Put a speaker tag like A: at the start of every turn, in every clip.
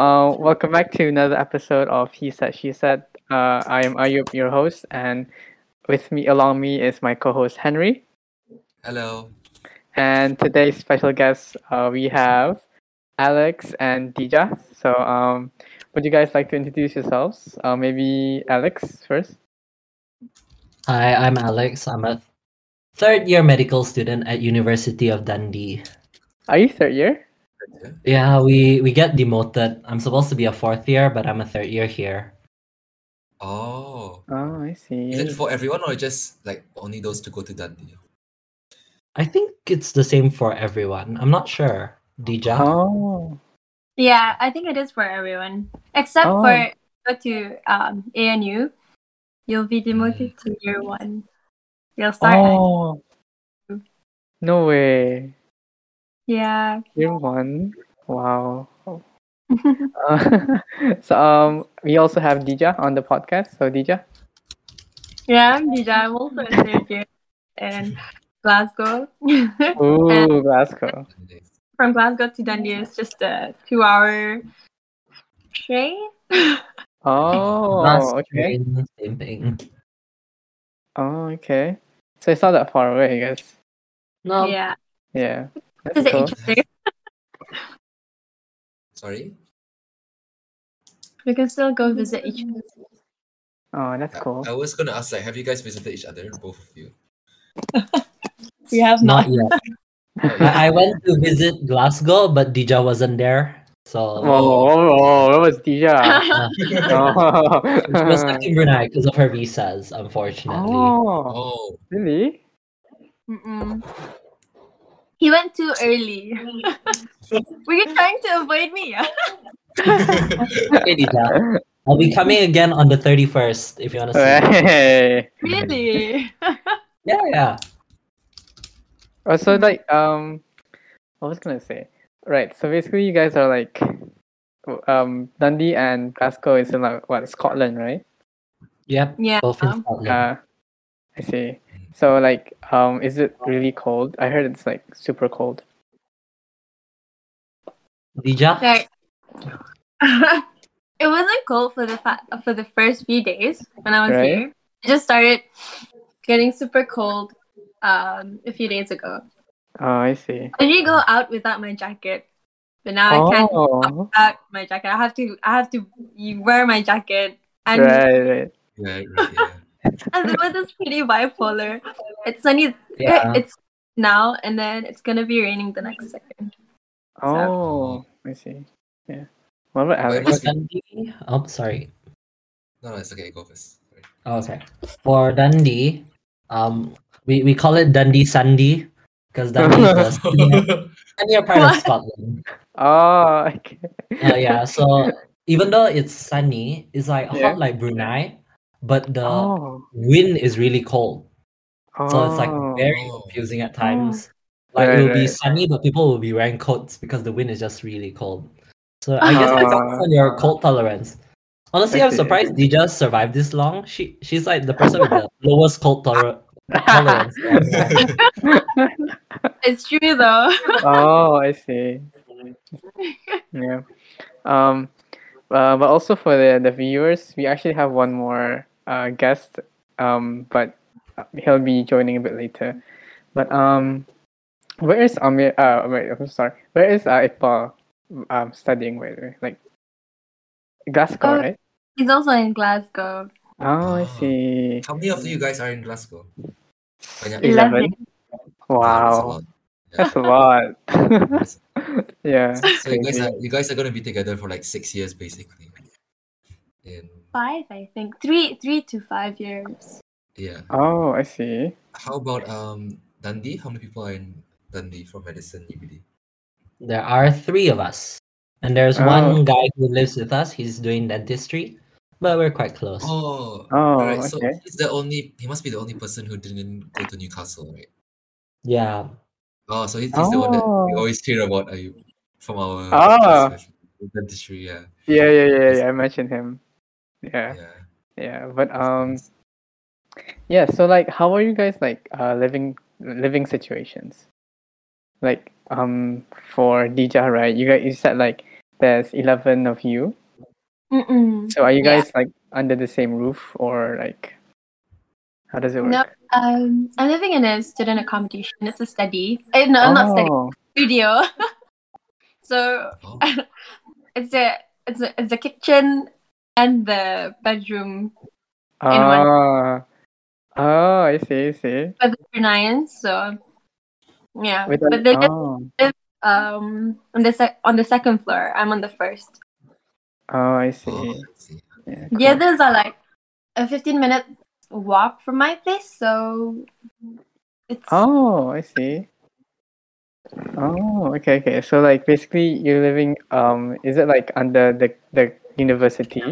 A: Uh, welcome back to another episode of He Said She Said. Uh, I am Ayub, your host, and with me, along me, is my co-host Henry.
B: Hello.
A: And today's special guests, uh, we have Alex and Dija. So, um, would you guys like to introduce yourselves? Uh, maybe Alex first.
C: Hi, I'm Alex. I'm a third year medical student at University of Dundee.
A: Are you third year?
C: Yeah, we we get demoted. I'm supposed to be a fourth year, but I'm a third year here.
B: Oh,
A: Oh, I see.
B: is it for everyone or just like only those to go to Dundee?
C: I think it's the same for everyone. I'm not sure. Dija?
A: Oh,
D: Yeah, I think it is for everyone except
A: Oh.
D: for go to um, ANU. You'll be demoted to year one. You'll start. at-
A: oh, no way.
D: yeah.
A: Year one. Wow. Uh, so um, we also have Dija on the podcast. So Dija,
D: yeah, I'm Dija. I'm also a third year in Glasgow.
A: ooh, Uh, Glasgow.
D: From Glasgow to Dundee is just a two hour train.
A: Oh,
C: Last
A: okay.
C: year, Same thing.
A: Oh, okay. So it's not that far away, I guess.
C: No,
D: yeah.
A: Yeah.
D: Is
A: That's
D: it
A: cool.
D: each other?
B: Sorry?
D: We can still go visit each other.
A: Oh, that's
B: I-
A: cool.
B: I was gonna ask like have you guys visited each other, both of you?
D: We have
C: not
D: not.
C: yet. I, I went to visit Glasgow, but Dija wasn't there. So
A: Whoa, whoa, whoa, that was Dija.
C: she was
A: oh.
C: stuck in Brunei because of her visas, unfortunately.
A: oh,
B: Oh,
A: really?
D: Mm-mm. He went too early. Were you trying to avoid me?
C: Okay, Dija. I'll be coming again on the 31st if you want to see. me.
A: Hey.
D: really?
C: Yeah, yeah.
A: Oh, so like um, I was gonna say, right? So basically, you guys are like, w- um, Dundee and Glasgow is in like what Scotland, right?
C: Yep.
D: Yeah.
C: Both in Scotland.
A: Uh, I see. So like, um, is it really cold? I heard it's like super cold.
C: Dija?
D: Like, it wasn't cold for the fa- for the first few days when I was
A: Right.
D: here. It just started getting super cold um, a few days ago.
A: Oh, I see.
D: I usually go out without my jacket, but now I can't go
A: Oh,
D: out with my jacket. I have to I have to wear my jacket and
A: right, right.
B: right, right, yeah.
D: and the weather's pretty bipolar. It's sunny.
C: Yeah.
D: It's now and then it's gonna be raining the next second.
A: Oh, I see. Yeah. What about
B: Well,
A: Alex?
B: it must-
C: um, For Dundee, oh, sorry.
B: No, no, it's okay, go first. Sorry.
C: Oh, okay. For Dundee, um, we, we call it Dundee Sunday because Dundee is the sunnier- sunnier part of
D: What?
C: Scotland.
A: Oh, okay.
C: Uh, yeah. So even though it's sunny, it's like
A: Yeah.
C: hot like Brunei, but the
A: Oh,
C: wind is really cold.
A: oh.
C: Uh, So it's like very
B: Oh.
C: confusing at times. Like
A: Right,
C: it will be
A: right.
C: sunny, but people will be wearing coats because the wind is just really cold. So I guess it depends
A: Ah.
C: on your cold tolerance. Honestly,
A: I
C: I'm
A: see.
C: surprised Dija survived this long. She she's like the person with the lowest cold toler- tolerance.
D: It's true though.
A: oh, I see. Yeah. Um, uh, but also for the, the viewers, we actually have one more uh, guest, um, but he'll be joining a bit later. But um, where is Amir? Uh, wait, I'm sorry. Where is uh, Iqbal um, studying? Wait, wait, like Glasgow,
D: Oh.
A: right?
D: He's also in Glasgow.
A: Oh, I
B: Ah.
A: see.
B: How many of you guys are in Glasgow? Banyak.
A: Eleven.
D: Eleven.
A: Wow, that's a lot.
B: That's a lot.
A: yeah.
B: so you guys
A: crazy.
B: are you guys are gonna be together for like six years basically. In
D: Five, I think. Three three to five years.
B: yeah.
A: Oh, I see.
B: How about um Dundee? How many people are in Dundee from medicine UBD?
C: There are three of us, and there's
A: Oh.
C: one guy who lives with us. He's doing dentistry, but we're quite close.
B: Oh,
A: Oh,
B: alright. So
A: okay.
B: he's the only. He must be the only person who didn't go to Newcastle, right?
C: Yeah,
B: Oh, so he's, he's the one that we
A: Oh.
B: always hear about. Are you from our
A: Ah.
B: class with dentistry? Yeah,
A: Yeah, yeah, yeah, yeah. I mentioned him. Yeah,
B: yeah.
A: yeah. But um, yeah. So like, how are you guys like uh living living situations? Like um for Dija, right? You guys you said like there's 11 of you.
D: Mm-mm.
A: So are you
D: Yeah.
A: guys like under the same roof or like how does it work?
D: No, um, I'm living in a student accommodation. It's a study. Eh, no, I'm not study
A: Oh,
D: studio. so
B: Oh,
D: it's a it's a, it's the kitchen and the bedroom in one-
A: ah. oh, I see, I see.
D: for the Bruneians. So yeah,
A: With
D: but
A: an,
D: they live
A: oh,
D: um on the sec- on the second floor. I'm on the first.
A: oh, I
B: oh,
A: see.
B: I see.
A: Yeah,
D: The
A: cool.
D: others are like a 15 minute walk from my place, so it's
A: Oh, I see. Oh, okay, okay. So like basically you're living um is it like under the the university?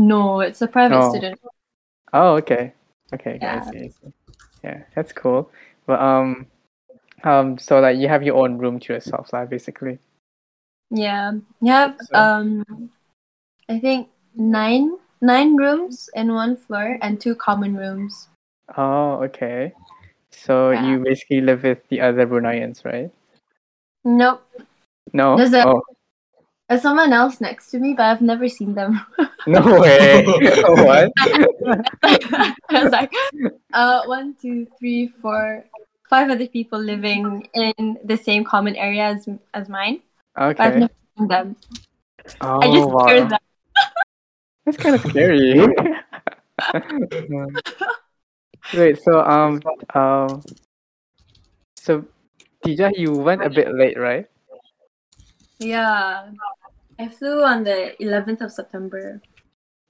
D: no, it's a private
A: No.
D: student.
A: Oh, okay. Okay, okay, I
D: Yeah.
A: see, I see. Yeah, that's cool. But um um so like you have your own room to yourself, like basically.
D: Yeah, you have
A: So-
D: um, I think nine nine rooms in one floor and two common rooms.
A: Oh, okay. So
D: Yeah.
A: you basically live with the other Bruneians, right?
D: Nope,
A: No.
D: There's a-
A: oh,
D: there's someone else next to me, but I've never seen them.
A: no way. what?
D: I was like, uh, one, two, three, four, five other people living in the same common area as as mine. But I've
A: Okay.
D: never seen them.
A: Oh,
D: I just hear
A: wow.
D: them.
A: That's kind of scary. Wait, so um um so Tija, you went a bit late, right?
D: Yeah, I flew on the 11th of September.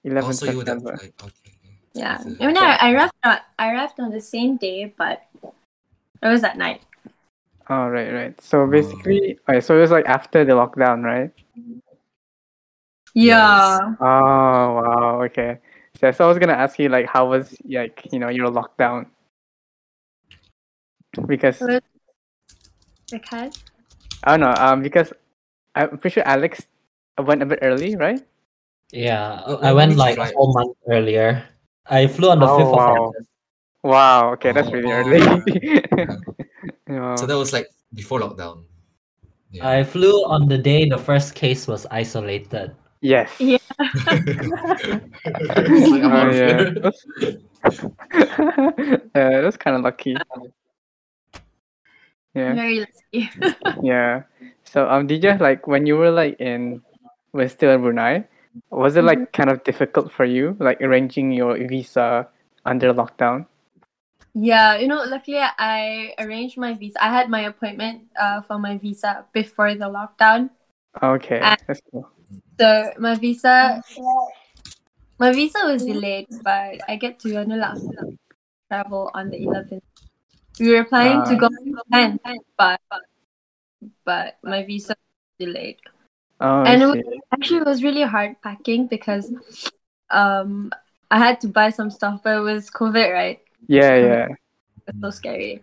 B: Oh,
A: 11th
B: so you would have
A: September.
B: like okay.
D: Yeah,
B: Is it-
D: I mean, I, I arrived on, I arrived on the same day, but it was at night.
A: Oh, right, right. So basically,
B: Oh.
A: alright, so it was like after the lockdown, right?
D: Yeah.
A: Oh, wow. Okay. So, so I was gonna ask you like, how was like you know your lockdown? Because I
D: Okay.
A: don't know. Um, because I'm pretty sure Alex went a bit early, right?
C: Yeah,
B: Oh,
C: I
B: oh,
C: went
B: which
C: like a
B: flight?
C: whole month earlier. I flew on the
A: Oh,
C: 5th of
A: wow.
C: August.
A: Wow. Okay, that's
B: Oh,
A: really
B: wow.
A: early. Wow.
B: So that was like before lockdown. Yeah.
C: I flew on the day the first case was isolated.
A: Yes.
D: Yeah.
B: It's like, I'm
A: Oh,
B: out of
A: yeah.
B: here.
A: yeah, that was kind of lucky. Yeah.
D: Very lucky.
A: Yeah. So um Dija, like when you were like in when still in Brunei, was it
D: Mm-hmm.
A: like kind of difficult for you, like arranging your visa under lockdown?
D: Yeah, you know, luckily I arranged my visa. I had my appointment uh, for my visa before the lockdown.
A: Okay,
D: Uh,
A: that's cool.
D: So my visa, my visa was delayed, but I get to Yanula travel on the 11th. We were planning to
A: Ah.
D: go on the 10th, but but my visa was delayed.
A: Oh, I
D: and it was,
A: see.
D: actually it was really hard packing because um I had to buy some stuff, but it was COVID, right?
A: yeah, yeah.
D: It's
A: Mm.
D: so scary.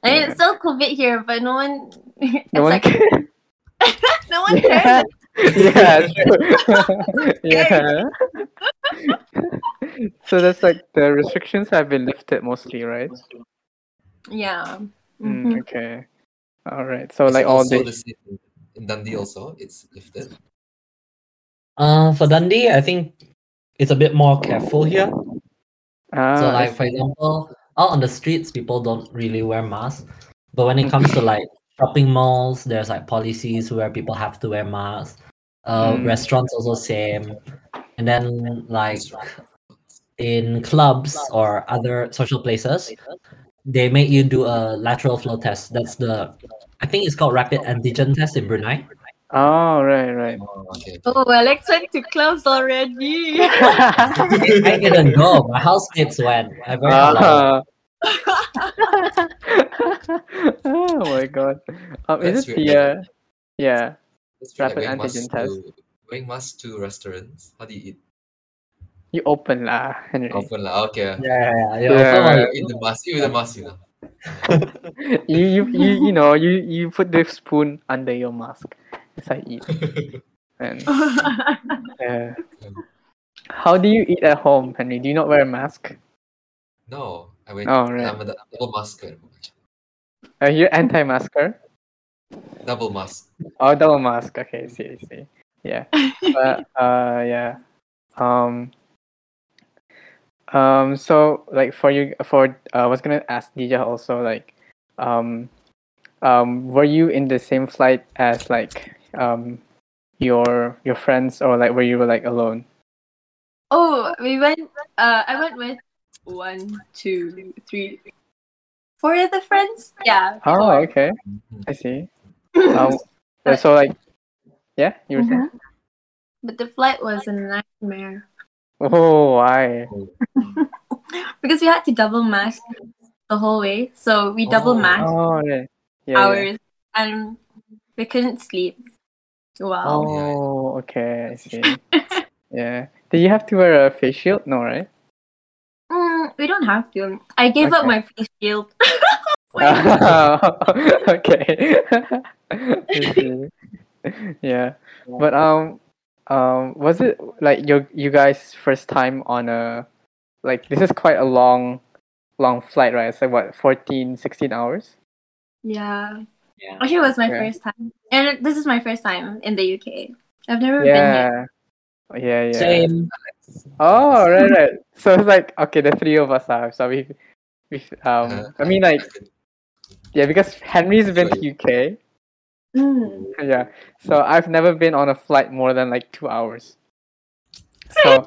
D: I mean, it's still COVID here, but no one, it's
A: No one
D: like,
A: cares.
D: no one cares.
A: yeah, true. yeah. so that's like the restrictions have been lifted mostly, right?
D: Yeah.
A: Mm,
D: Mhm.
A: okay. All right. So
B: Is
A: like
B: it
A: all
B: also
A: the
B: the same in Dundee also it's lifted.
C: Uh, for Dundee, I think it's a bit more careful here.
A: ah,
C: so
A: I
C: like for
A: see.
C: example, out on the streets, people don't really wear masks. But when it comes to like shopping malls, there's like policies where people have to wear masks. Uh,
A: Mm.
C: Restaurants also same. And then like in clubs or other social places, they make you do a lateral flow test. That's the, I think it's called rapid antigen test in Brunei.
A: Oh, right, right.
B: Oh, okay.
D: Oh, Alex went to clubs already.
C: I didn't go. My housemates went. I very alone.
A: Ah. oh my god. Um, is
B: That's
A: it
B: weird.
A: the uh, yeah?
B: It's weird, like,
A: Rapid
B: wearing masks
A: antigen test.
B: To, wearing masks to restaurants. How do you eat?
A: You open lah, Henry.
B: Open lah. Okay.
C: Yeah, yeah, yeah.
A: Yeah.
C: Open while
B: You
C: you-
B: eat Uh, the mask. You eat the mask. You know.
A: You you you you know you you put the spoon under your mask as I eat. And uh, how do you eat at home, Henry? Do you not wear a mask?
B: No, I went.
A: Oh right.
B: I'm a dou- double mask. kind of-
A: Are you anti-masker?
B: Double mask.
A: Oh, double mask. Okay, I see, I see. yeah but, uh yeah um um so like for you for uh, i was gonna ask dija also like um um were you in the same flight as like um your your friends or like were you like alone
D: Oh, we went. Uh, I went with one, two, three, four of the friends. Yeah.
A: oh
D: four.
A: okay i see um so like yeah you were saying
D: Mhm. But the flight was a nightmare
A: oh why
D: because we had to double mask the whole way. So we double
B: Oh.
D: masked
A: oh yeah yeah, yeah.
D: hours, and we couldn't sleep. Wow.
A: oh okay i see yeah did you have to wear a face shield no right
D: Mm, we don't have to. I gave
A: Okay.
D: up my face shield. Wait.
A: okay. I see. yeah, but um, um, was it like your you guys first time on a like this is quite a long, long flight, right? It's like what 14, 16 hours.
D: yeah.
C: Yeah.
D: Actually, it was my
A: Yeah.
D: first time, and this is my first time in the UK. I've never been here.
A: Yeah. Yeah, yeah.
C: Same.
A: Oh, right, right. So it's like okay, the three of us are so we, we um,
B: Uh-huh. Uh,
A: I mean like yeah, because Henry's been to UK.
D: Mm.
A: Yeah. So I've never been on a flight more than like two hours. So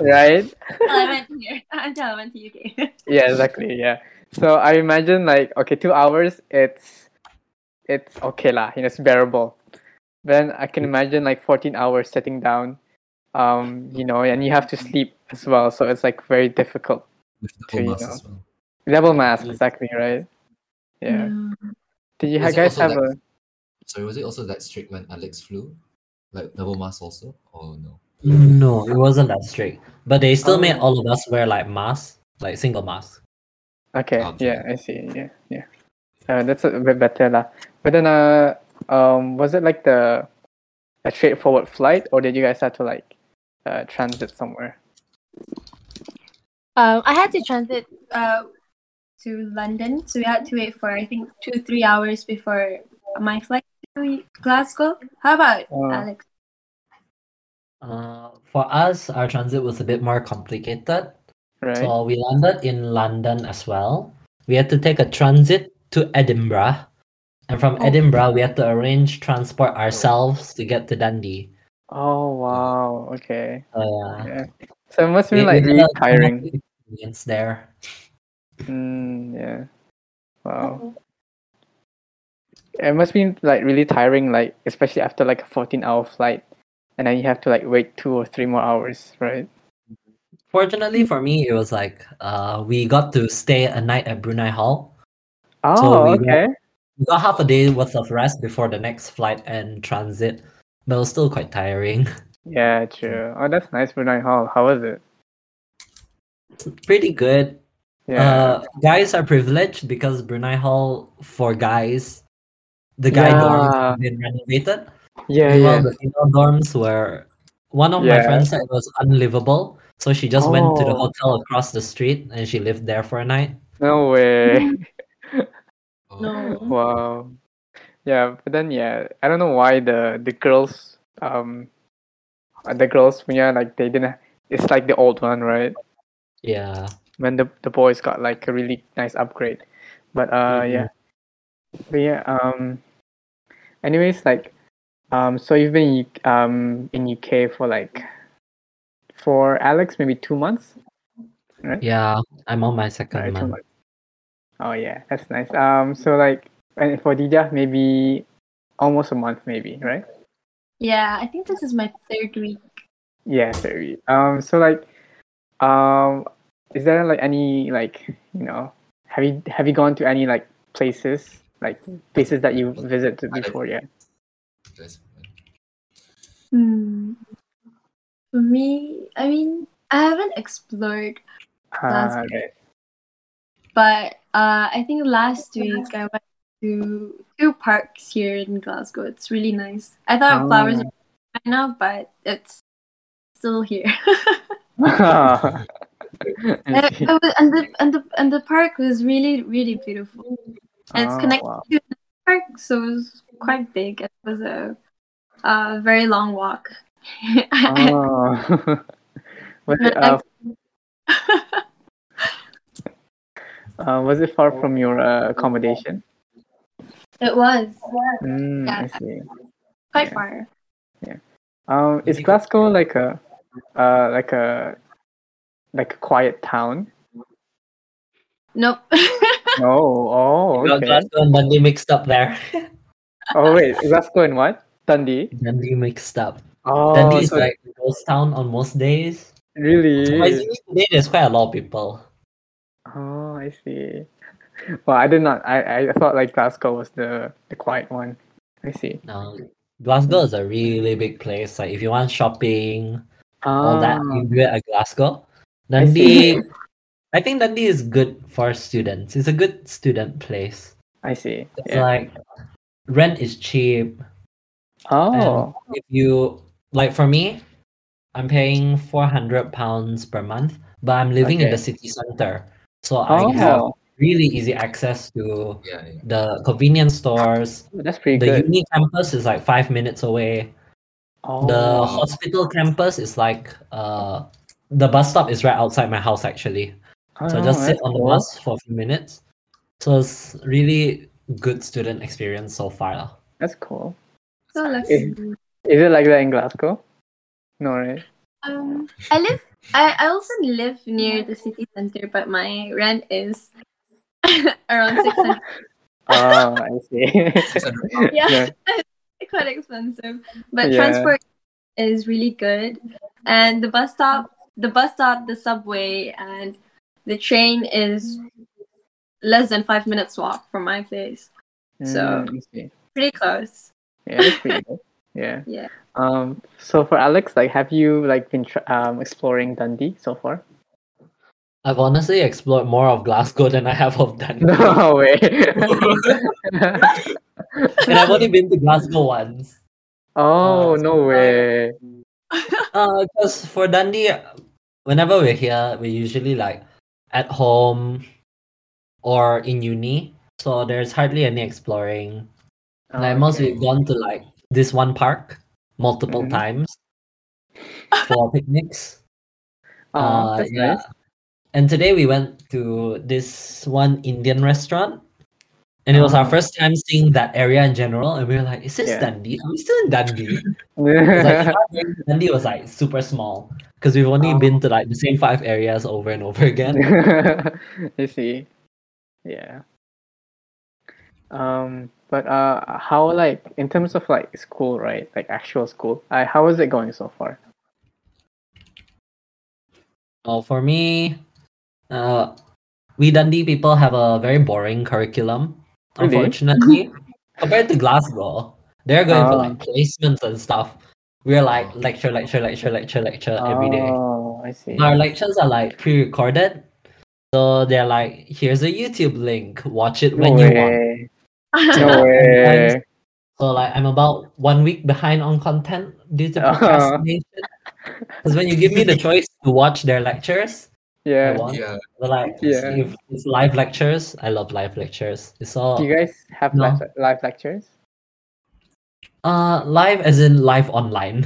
A: right?
D: Well, I went here until I went to UK.
A: Yeah, exactly. Yeah. So I imagine like okay, two hours it's it's okay lah, you know, it's bearable. Then I can imagine like fourteen hours sitting down, um, you know, and you have to sleep as well. So it's like very difficult.
B: with the
A: So
B: whole
A: you know.
B: mask as well.
A: Double mask,
C: Yeah.
A: exactly, right?
D: Mm.
A: Yeah. Did you
B: Was it
A: guys
B: also
A: have
B: like-
A: a
B: Sorry, was it also that strict when Alex flew? Like double mask also? Oh no.
C: No, it wasn't that strict. But they still made
A: Oh.
C: all of us wear like masks, like single masks.
A: Okay,
B: Um,
A: yeah, I see. Yeah, yeah. Uh, that's a bit better lah. But then, uh, um, was it like the a straightforward flight, or did you guys have to like uh, transit somewhere?
D: Um, I had to transit uh, to London, so we had to wait for I think two three hours before my flight to Glasgow. How about
A: Oh.
D: Alex?
C: Uh, for us, our transit was a bit more complicated.
A: Right.
C: So we landed in London as well. We had to take a transit to Edinburgh. And from
D: Oh.
C: Edinburgh, we had to arrange transport ourselves to get to Dundee. Uh,
A: oh wow. Okay.
C: So, yeah.
A: Yeah. So it must
C: We-
A: be like
C: we
A: really
C: had a
A: tiring.
C: traumatic Experience there.
A: Mm, yeah. Wow. It must be like really tiring, like especially after like a fourteen-hour flight, and then you have to like wait two or three more hours, right?
C: Fortunately for me, it was like uh, we got to stay a night at Brunei Hall.
A: Oh,
C: we were-
A: okay.
C: We got half a day worth of rest before the next flight and transit, but it was still quite tiring.
A: Yeah, true. Oh, that's nice, Brunei Hall. How was it?
C: Pretty good.
A: Yeah.
C: Uh, guys are privileged because Brunei Hall for guys, the guy dorms
A: Yeah.
C: have been renovated.
A: yeah,
C: Meanwhile,
A: yeah.
C: the female dorms were. One of my
A: Yeah.
C: friends said it was unlivable, so she just went to the
A: Oh.
C: hotel across the street and she lived there for a night.
A: No way.
B: Oh,
D: No.
A: wow. Yeah, but then yeah, I don't know why the the girls um uh, the girls punya like they didn't it's like the old one, right?
C: Yeah.
A: When the the boys got like a really nice upgrade. But uh yeah. But yeah, um anyways like um so you've been in- um in UK for like for Alex maybe 2 months?
C: Yeah, I'm on my second
A: Alright, two
C: month.
A: months. Oh yeah, that's nice. Um, so like, and for Dija, maybe almost a month, maybe right?
D: Yeah, I think this is my third week.
A: Yeah, sorry. Um, so like, um, is there like any like you know, have you have you gone to any like places like places that you visited before? Yeah.
B: Guys,
D: Hmm. For me, I mean, I haven't explored, That's
A: Uh, right.
D: but uh, I think last week I went to two parks here in Glasgow. It's really nice. I thought flowers
A: Oh.
D: were right now, but it's still here.
A: I
D: It,
A: see.
D: it was, and the and the and the park was really really beautiful. And it's
A: Oh,
D: connected
A: wow.
D: to the park, so it was quite big. It was a a very long walk.
A: Oh. was, it, uh, uh, was it far from your uh, accommodation?
D: it was
A: Mm, I
D: Yeah.
A: see.
D: quite
A: Yeah.
D: far.
A: Um, is
B: Maybe-
A: Glasgow like a, uh, like a, like a quiet town?
D: Nope.
A: Oh, oh,
C: Got
A: okay.
C: Glasgow and Dundee mixed up there.
A: Oh wait, Glasgow and what? Dundee.
C: Dundee mixed up.
A: Oh,
C: Dundee is
A: so
C: like a ghost town on most days.
A: really?
C: Surprisingly, today there's quite a lot of people.
A: Oh, I see. Well, I did not. I, I thought like Glasgow was the the quiet one. I see.
C: Now, Um, Glasgow is a really big place. Like if you want shopping, all that, you do it at Glasgow.
A: Ah. I see.
C: Dundee, I think Dundee is good for students. It's a good student place.
A: I see.
C: It's
A: Yeah.
C: like rent is cheap. and
A: Oh,
C: if you like, for me, I'm paying four hundred pounds per month, but I'm living in
A: Okay.
C: the city center, so I have
A: oh,
C: really easy access to
B: Yeah, yeah.
C: the convenience stores.
A: that's pretty
C: The
A: good.
C: uni campus is like five minutes away.
A: Oh,
C: The hospital campus is like uh, the bus stop is right outside my house actually. So I
A: oh,
C: just sit
A: that's
C: on the
A: cool.
C: bus for a few minutes. So it's really good student experience so far. lah.
A: That's cool.
D: so lucky.
A: Is it like that in Glasgow? No, right?
D: Um, I live. I, I also live near the city center, but my rent is around six hundred.
A: Oh, I see.
B: Six hundred
D: Yeah.
A: yeah.
D: quite expensive. But
A: Yeah.
D: transport is really good, and the bus stop, the bus stop, the subway, and the train is less than five minutes walk from my place. So-
A: Mm, I see.
D: Pretty close.
A: yeah, that's pretty good. Yeah.
D: Yeah.
A: Um. So for Alex, like, have you like been tr- um exploring Dundee so far?
C: I've honestly explored more of Glasgow than I have of Dundee.
A: No way.
C: and I've only been to Glasgow once.
A: oh
C: Uh,
A: no way.
C: Uh, because for Dundee, whenever we're here, we're usually like at home or in uni. So there's hardly any exploring. like most
A: okay.
C: we've gone to like this one park multiple
A: Mhm.
C: times for picnics. Uh,
A: Aw, Oh, that's nice.
C: And today we went to this one Indian restaurant. And it was
A: Ah.
C: our first time seeing that area in general. And we were like, is this
A: Yeah.
C: Dundee? Are we still in Dundee? It was like, Dundee was like super small. Because we've only
A: Oh.
C: been to like the same five areas over and over again.
A: you see yeah um but uh how like in terms of like school right like actual school uh, how is it going so far
C: Oh, for me, uh, we Dundee people have a very boring curriculum,
A: Really?
C: unfortunately. Compared to Glasgow, they're going for
A: Ah.
C: like placements and stuff. We're like lecture, lecture, lecture, lecture, lecture every day.
A: oh i see
C: Our lectures are like pre-recorded, so they're like, "Here's a YouTube link. Watch it
A: no
C: when you want."
A: way no way
C: So like, I'm about one week behind on content due to
A: Ah.
C: procrastination. Because when you give me the choice to watch their lectures, I
A: yeah
C: want
B: Yeah,
C: But like
A: Yeah.
C: if it's live lectures, I love live lectures. It's all
A: do you guys have
C: No.
A: live, live lectures
C: uh live as in live online.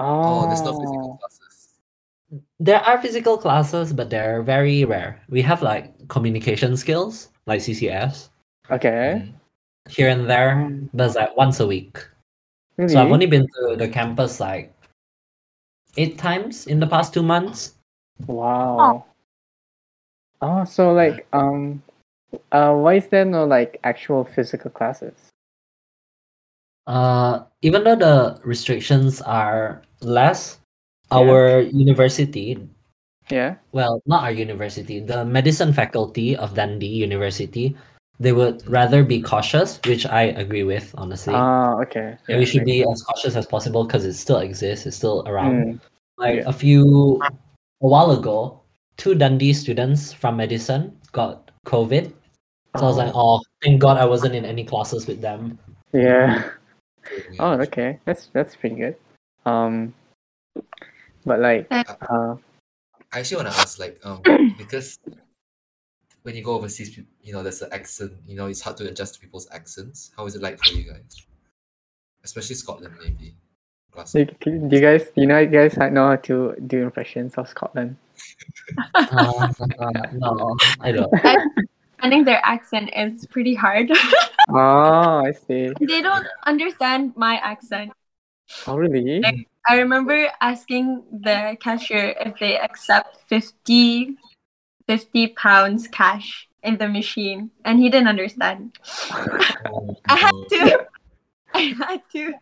A: oh,
B: oh, there's no physical classes.
C: There are physical classes, but they're very rare. We have like communication skills, like CCS,
A: okay
B: Mhm.
C: here and
A: Mm-hmm.
C: there, but it's like once a week.
A: really?
C: So I've only been to the campus like eight times in the past two months.
A: Wow. Oh, so like um uh why is there no like actual physical classes?
C: Uh, even though the restrictions are less,
A: Yeah.
C: our university
A: Yeah.
C: well, not our university, the medicine faculty of Dundee University, they would rather be cautious, which I agree with, honestly.
A: Ah, okay.
C: And we should be as cautious as possible because it still exists, it's still around.
A: Mm,
C: like
A: yeah.
C: a few, a while ago, two Dundee students from medicine got COVID.
A: Hmm.
C: So I was like, oh, thank God I wasn't in any classes with them.
A: Yeah.
B: Yeah.
A: Oh, okay. That's that's pretty good. Um but like
D: Uh,
A: uh
B: I actually want to ask, like, um, because when you go overseas, peop- you know, there's an accent. You know, it's hard to adjust to people's accents. How is it like for you guys? especially Scotland maybe. Glasgow.
A: Do do you guys, do you know, guys know how to do impressions of Scotland?
C: Uh, no, I don't.
D: I think their accent is pretty hard.
A: Oh, I see.
D: they don't understand my accent.
A: Oh, really?
D: I remember asking the cashier if they accept 50, 50 pounds cash in the machine, and he didn't understand.
B: Oh,
D: I had
B: no.
D: to. I had to,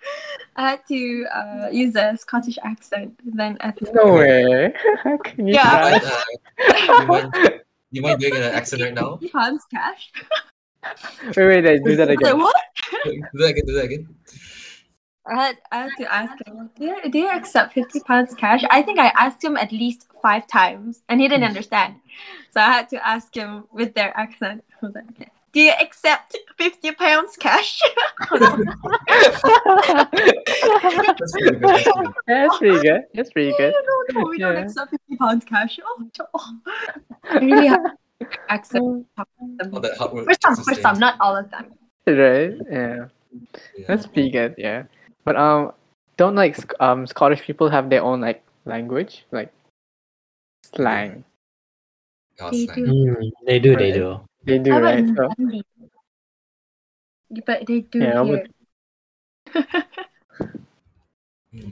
D: I had to uh, use a Scottish accent. Then at the
A: No way. How can you
B: Right,
D: Yeah.
A: do
B: uh, you, mind, you mind doing an accent right now?
D: pounds cash.
A: that? Wait, wait, do that
D: I was like,
A: again.
D: what?
B: do that again. Do that again.
D: I had, I had to ask him, do you, do you accept 50 pounds cash? I think I asked him at least five times and he didn't
A: Hmm.
D: understand. So I had to ask him with their accent. I was like, "Okay. Do you accept 50 pounds cash?
B: That's pretty good. That's pretty good.
A: That's pretty good. That's pretty
D: no,
A: good.
D: no, no, we don't
A: Yeah.
D: accept 50 pounds cash. Oh, oh. I really have accent.
B: All that hard work.
D: For some, for
B: sustained.
D: some, not all of them.
A: Right? Yeah.
B: Yeah.
A: That's pretty good, yeah. But um, don't like Sc- um Scottish people have their own like language, like slang.
B: Oh,
D: They
B: slang.
D: do.
C: Mm, they do, they do.
A: They do,
D: How about
A: right?
D: in
A: So,
D: Dundee? But they do
A: Yeah, I
D: here.
A: would-
B: Hmm.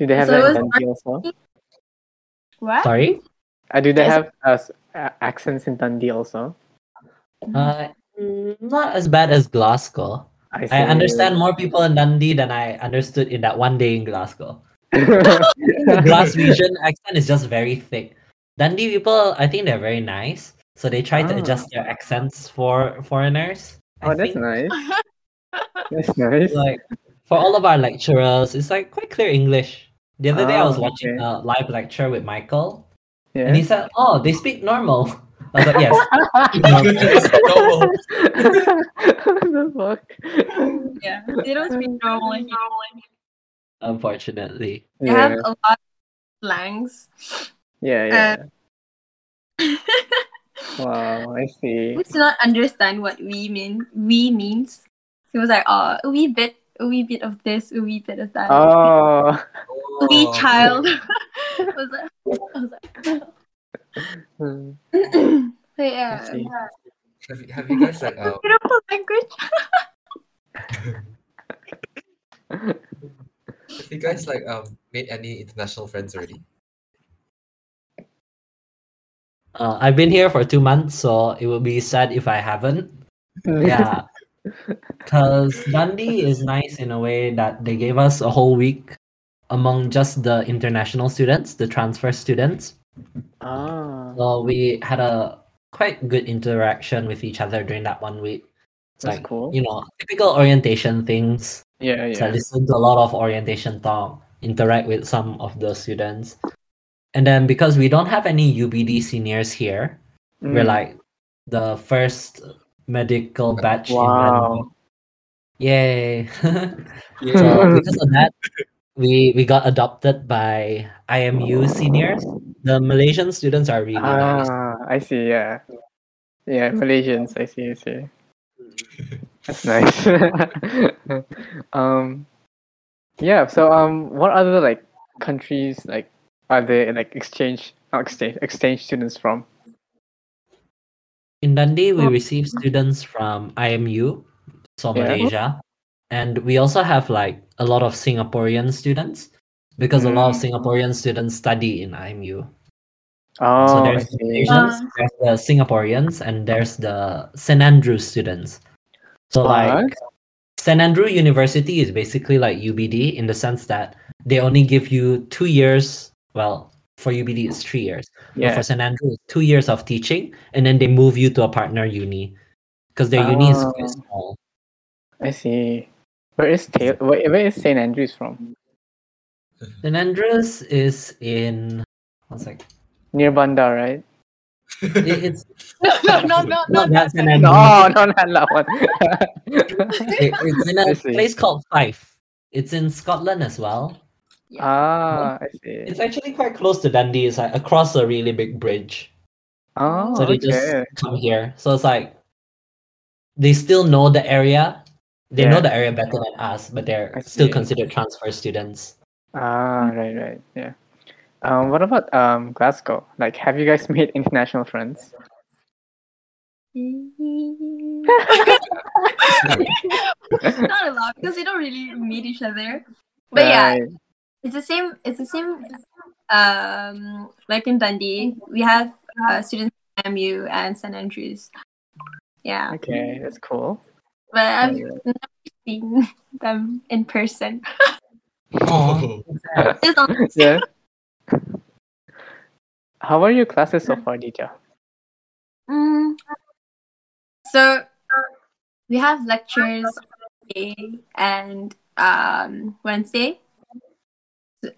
A: do they have
D: So
A: that in
D: it's
A: Dundee also?
D: What?
C: Sorry?
A: Uh, do they
D: Yes.
A: have uh, s- a- accents in Dundee also? Mm-hmm.
C: Uh, mm, not as bad as Glasgow. I
A: see.
C: understand more people in Dundee than I understood in that one day in Glasgow. The Glaswegian accent is just very thick. Dundee people, I think they're very nice, so they try to
A: Ah.
C: adjust their accents for foreigners. I
A: oh, that's
C: think.
A: nice. That's nice.
C: Like for all of our lecturers, it's like quite clear English. The other day
A: Ah,
C: I was watching
A: okay.
C: a live lecture with Michael, and he
A: yeah.
C: said, "Oh, they speak normal." I was like, "Yes,
B: Normal.
A: the fuck?
D: Yeah, they don't speak normally.
C: unfortunately."
D: They have
A: Yeah,
D: a lot of slangs.
A: yeah, yeah.
D: Wow.
A: wow, I see.
D: We do not understand what we mean. We means. He was like, oh, a wee bit, a wee bit of this, a wee bit of that.
A: Oh,
D: a wee
B: Oh,
D: child. I was like, I was like,
A: hmm, I
D: but yeah.
A: see. Oh.
B: Have you, have you guys like um,
D: Beautiful language.
B: have you guys like um made any international friends already?
C: Uh, I've been here for two months, so it would be sad if I haven't. Yeah. Because Dundee is nice in a way that they gave us a whole week among just the international students, the transfer students.
A: Ah,
C: So we had a quite good interaction with each other during that one week. It's
A: that's
C: like,
A: cool.
C: you know, typical orientation things.
A: Yeah,
C: So I
A: yeah.
C: listened to a lot of orientation talk, interact with some of the students. And then because we don't have any UBD seniors here, we're
A: Mm.
C: like the first medical batch in
A: Wow.
C: Manila. Yay.
B: Yeah.
C: so because of that, we we got adopted by IMU seniors. The Malaysian students are really nice.
A: Ah, I see. Yeah, yeah. Malaysians. I see. I see. That's nice. um, yeah. So, um, what other like countries like are they like exchange not exchange exchange students from?
C: In Dundee, we
D: Oh.
C: receive students from IMU, so
A: Yeah.
C: Malaysia, and we also have like a lot of Singaporean students because a lot of
A: Mm.
C: Singaporean students study in IMU.
A: Oh,
C: so
A: I
C: there's the
A: see.
C: Malaysians,
D: Ah.
C: there's the Singaporeans, and there's the St Andrews students. So like St Andrew University is basically like UBD in the sense that they only give you two years. Well, for UBD it's three years.
A: Yeah.
C: But for St Andrew it's two years of teaching, and then they move you to a partner uni because their uni is
A: Ah.
C: quite small.
A: I see. Where is Taylor? Where, where is Saint Andrews from?
C: St Andrews is in. One sec.
A: Near Bandar, right?
C: It, it's
D: No, no, no, no,
C: not
D: no.
C: that St Andrews.
A: No, no, not that one.
C: It- it's in
A: I
C: a
A: see.
C: place called Fife. It's in Scotland as well.
A: ah, I see.
C: It's actually quite close to Dundee. It's like across a really big bridge.
A: Oh,
C: so they
A: okay.
C: just come here. So it's like they still know the area. They
A: Yeah.
C: know the area better than us, but they're
A: I
C: still
A: see.
C: considered transfer students.
A: Ah,
C: Hmm.
A: right, right, yeah. Um, what about um Glasgow? Like, have you guys made international friends?
D: Not a lot because we don't really meet each other. But yeah,
A: Right.
D: it's the same. It's the same. Um, like in Dundee, we have uh, students at MU and St Andrews. Yeah,
A: Okay, that's cool.
D: but I've
A: Yeah.
D: never seen them in person.
B: Oh,
D: Just on
A: Yeah. How are your classes so far, Dita?
D: Mm. So we have lectures on Monday and um, Wednesday,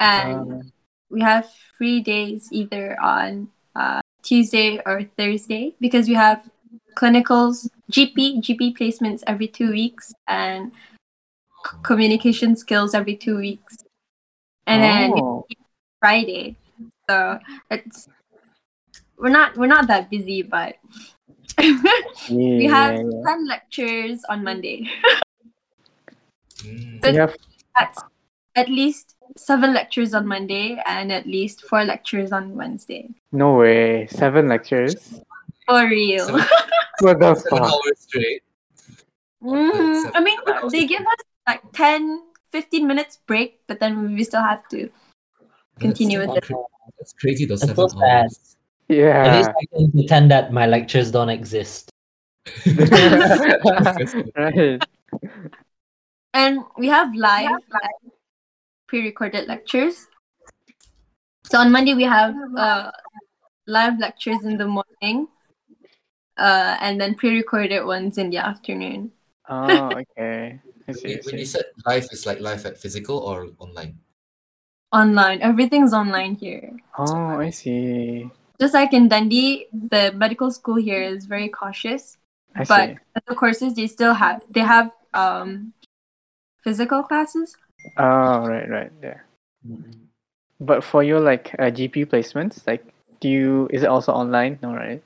D: and
A: Um,
D: we have free days either on uh, Tuesday or Thursday because we have clinicals, GP, GP placements every two weeks, and c- communication skills every two weeks, and then
A: oh,
D: Friday. So it's we're not we're not that busy, but we
A: yeah,
D: have
A: yeah, yeah.
D: ten lectures on Monday.
B: mm,
D: So-
A: You have-
D: That's at least seven lectures on Monday and at least four lectures on Wednesday.
A: no way, seven lectures.
D: For real.
B: seven,
A: What the
B: seven
A: fuck?
B: hours straight.
D: Mhm. I mean,
B: Seven
D: they give us like 10, 15 minutes break, but then we still have to. Continue
B: that's
D: with
B: cra- That's crazy though.
C: That's
B: seven
C: so sad.
B: hours.
C: At
A: Yeah.
C: least I can pretend that my lectures don't exist.
A: right.
D: And we have live, live pre-recorded lectures. So on Monday we have uh, live lectures in the morning, uh, and then pre-recorded ones in the afternoon.
A: Oh, okay. I see, I
B: Wait, When you
A: see.
B: said live, is like live at physical or online?
D: Online, everything's online here.
A: Oh, I see.
D: Just like in Dundee, the medical school here is very cautious.
A: I
D: But-
A: see.
D: But the courses they still have they have um, physical classes.
A: Oh, right, right. Yeah. Mm-hmm. But for your like uh, GP placements, like, do you is it also online? No, right?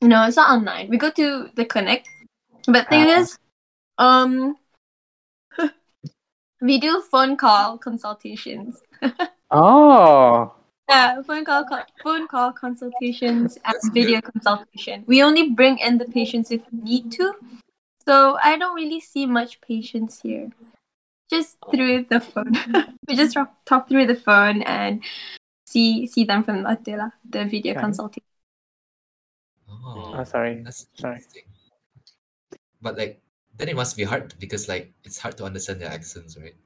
D: No, it's not online. We go to the clinic. But thing
A: Ah.
D: is, um we do phone call consultations.
A: Oh,
D: Yeah, phone call, co- phone call consultations and video consultation. We only bring in the patients if we need to. So I don't really see much patients here. Just through the phone. we just talk, talk through the phone and see see them from the, the video
A: Okay.
D: consultation.
B: Oh,
A: oh sorry.
B: that's
A: sorry.
B: interesting. But like, then it must be hard because like it's hard to understand their accents, right? Or is it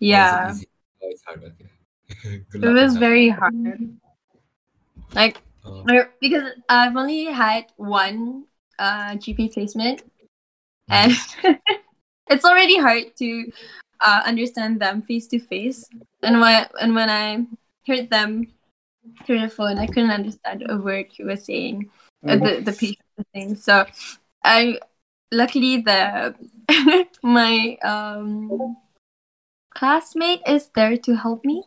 D: Yeah.
B: easy? Oh, it's hard. Okay. Good
D: It
B: luck
D: was
B: on that.
D: very hard. Like
B: Oh,
D: Mm-hmm. I- because I've only had one uh, GP placement, and it's already hard to uh, understand them face to face. And when and when I heard them through the phone, I couldn't understand a word he was saying, uh, the the patient was saying. So I luckily the my um, classmate is there to help me.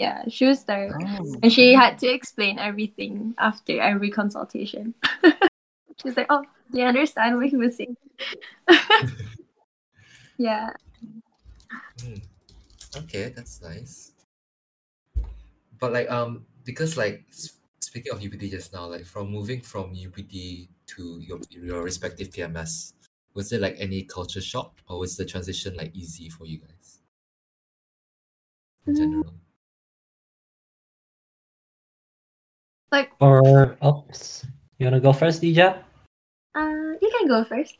D: Yeah, she was there.
A: Oh.
D: And she had to explain everything after every consultation. she was like, Oh, do you understand what he was saying? yeah.
B: hmm. Okay, that's nice. But like, um, because like s- speaking of UPD just now, like from moving from UPD to your your respective PMS, was there like any culture shock, or was the transition like easy for you guys in
D: Mm.
B: general?
D: Like,
C: Or oops, you wanna go first, Dija?
D: uh, you can go first.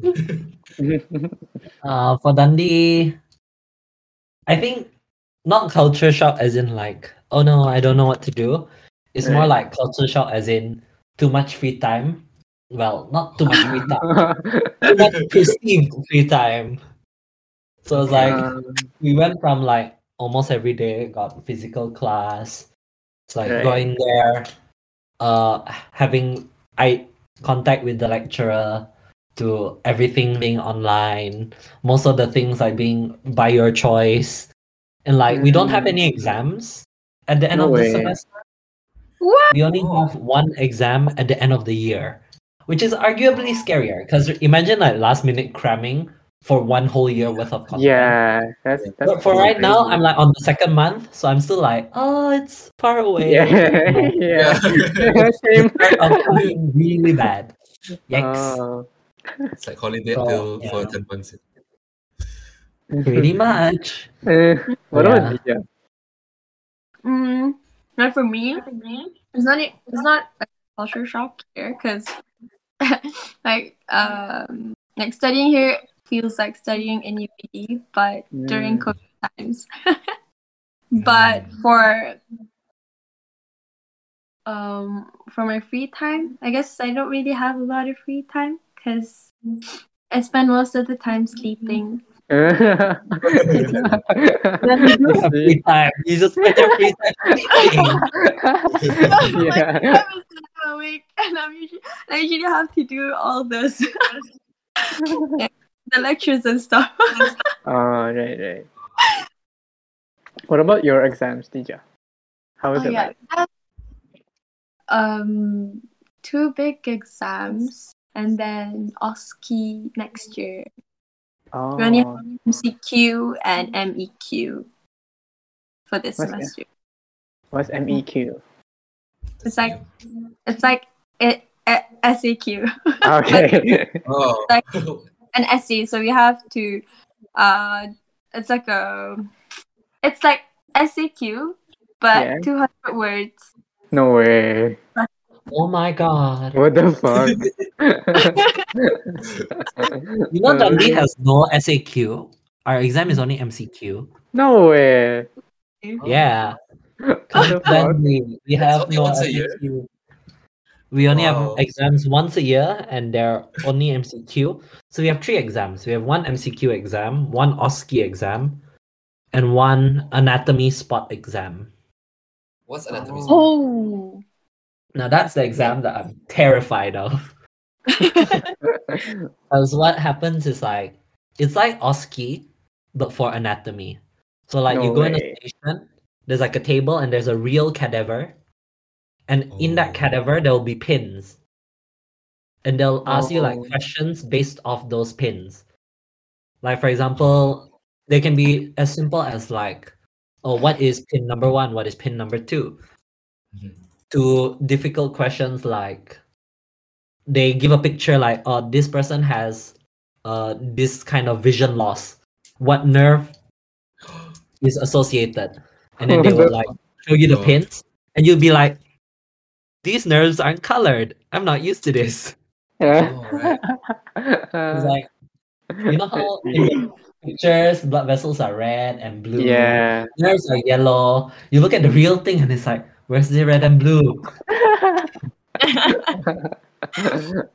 A: Mm-hmm.
C: Uh, for Dundee, I think not culture shock as in like, oh no, I don't know what to do. It's more like culture shock as in too much free time. Well, not too much free time, too much perceived free time. So it's like
A: Um,
C: we went from like almost every day got physical class. It's like
A: Right.
C: going there, uh, having eye contact with the lecturer, to everything being online. Most of the things like being by your choice, and like we don't have
A: Mm.
C: any exams at the end
A: No
C: of
A: way.
C: the semester.
D: What?
C: We only
B: Oh.
C: have one exam at the end of the year, which is arguably scarier because imagine like last minute cramming for one whole year worth of content.
A: Yeah, that's that's.
C: But for
A: really
C: right now,
A: crazy.
C: I'm like on the second month, so I'm still like, oh, it's far away.
A: Yeah, yeah, yeah. Same.
C: I'm feeling really bad. Yikes.
A: Oh,
B: It's like holiday
C: So,
B: till for
C: yeah.
B: ten months.
C: Pretty much.
A: eh, what
C: Yeah.
A: about Lydia?
D: Mm, not for me. It's not. a- It's not a culture shock here because, like, um, like studying here feels like studying in UPD, but during
A: Mm.
D: COVID times. but for um for my free time, I guess I don't really have a lot of free time because I spend most of the time
A: Mm.
D: sleeping.
A: Oh,
C: You have free time. You just spend your free time sleeping.
D: Like,
A: yeah.
D: I'm still awake, and I'm usually, I usually have to do all those the lectures and stuff.
A: Oh, right, right. What about your exams, Dija? How is
D: Oh,
A: it
D: yeah.
A: like?
D: Um, two big exams, and then OSCE next year.
A: Oh,
D: We only have MCQ and MEQ for this
A: What's that?
D: semester.
A: what's E MEQ?
D: It's like it's like eh, it, a SAQ,
A: Okay.
B: Oh.
D: like- an essay. E, So we have to, uh, it's like a, it's like SAQ, but
A: Yeah.
D: two hundred words.
A: no way.
C: Oh my god.
A: What the fuck?
C: You know, Dundee has no SAQ. Our exam is only MCQ.
A: no way.
C: Yeah.
A: What the fuck?
C: Dundee, we
B: That's
C: have
B: only
C: no
B: once a year?
C: SAQ. We only
B: Wow.
C: have exams once a year, and they're only MCQ. So we have three exams. We have one MCQ exam, one OSCE E exam, and one anatomy spot exam.
B: What's anatomy?
A: Oh.
D: Oh.
C: Now that's the exam that I'm terrified of. Because what happens is like it's like OSCE, but for anatomy. So like you
A: No
C: go in
A: way.
C: a station, there's like a table and there's a real cadaver. And in
B: Oh.
C: that cadaver there'll be pins. And they'll ask you like
A: Oh.
C: questions based off those pins. Like for example, they can be as simple as like, oh what is pin number one? What is pin number two?
B: Mhm.
C: to difficult questions like they give a picture like oh this person has uh this kind of vision loss what nerve is associated and then they will like show you the
B: Oh.
C: pins and you'll be like these nerves aren't colored i'm not used to this
B: Oh, right.
C: it's like you know how in the pictures blood vessels are red and blue
A: yeah.
C: nerves are yellow you look at the real thing and it's like where's the red and blue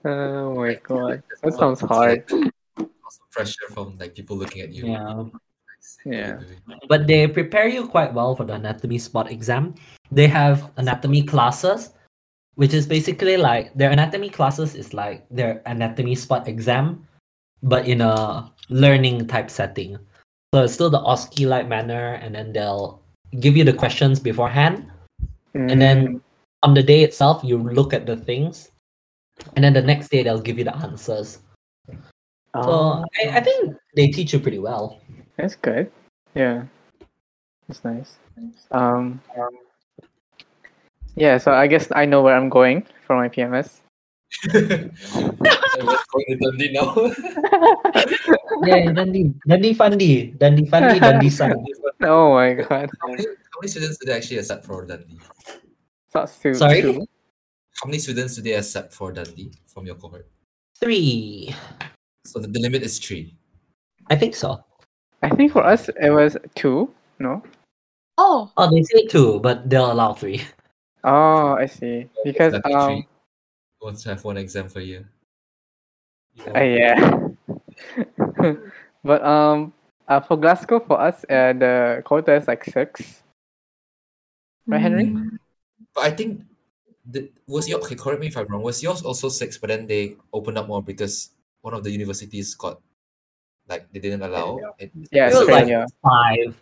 A: oh my god. That
B: That's not-
A: sounds
B: it's
A: hard.
B: like lots of pressure from like people looking at you.
C: yeah
A: Yeah.
C: but they prepare you quite well for the anatomy spot exam. They have anatomy classes, which is basically like their anatomy classes is like their anatomy spot exam, but in a learning type setting. So it's still the OSCE like manner, and then they'll give you the questions beforehand, and then on the day itself you look at the things, and then the next day they'll give you the answers.
A: Oh,
C: So I, I think they teach you pretty well.
A: that's good. Yeah. That's nice. Um Yeah, so I guess I know where I'm going for my PMS.
B: Everyone's going to Dundee now.
C: Yeah, Dundee, Dundee Fundy, Dundee Fundy, Dundee Sun.
A: Oh my god.
B: How many, how many students do they actually accept for Dundee?
A: Not su-
C: Sorry?
A: su-
B: How many students do they accept for Dundee from your cohort?
C: Three.
B: So the, the limit is three.
C: I think so.
A: I think for us it was two. No.
D: Oh.
C: Oh, they say two, but they'll allow three.
A: Oh, I see. Because
B: Lucky
A: um,
B: three. Who wants to have one exam per year? You know,
A: Uh, yeah. but um, uh, for Glasgow, for us, uh, the quota is like six. Right, Henry?
B: Mm. But I think the, was your okay, correct me if I'm wrong. Was yours also six? But then they opened up more because one of the universities got like they didn't allow. It,
A: Yeah,
C: It
B: it's
C: was like
A: Australia.
C: five.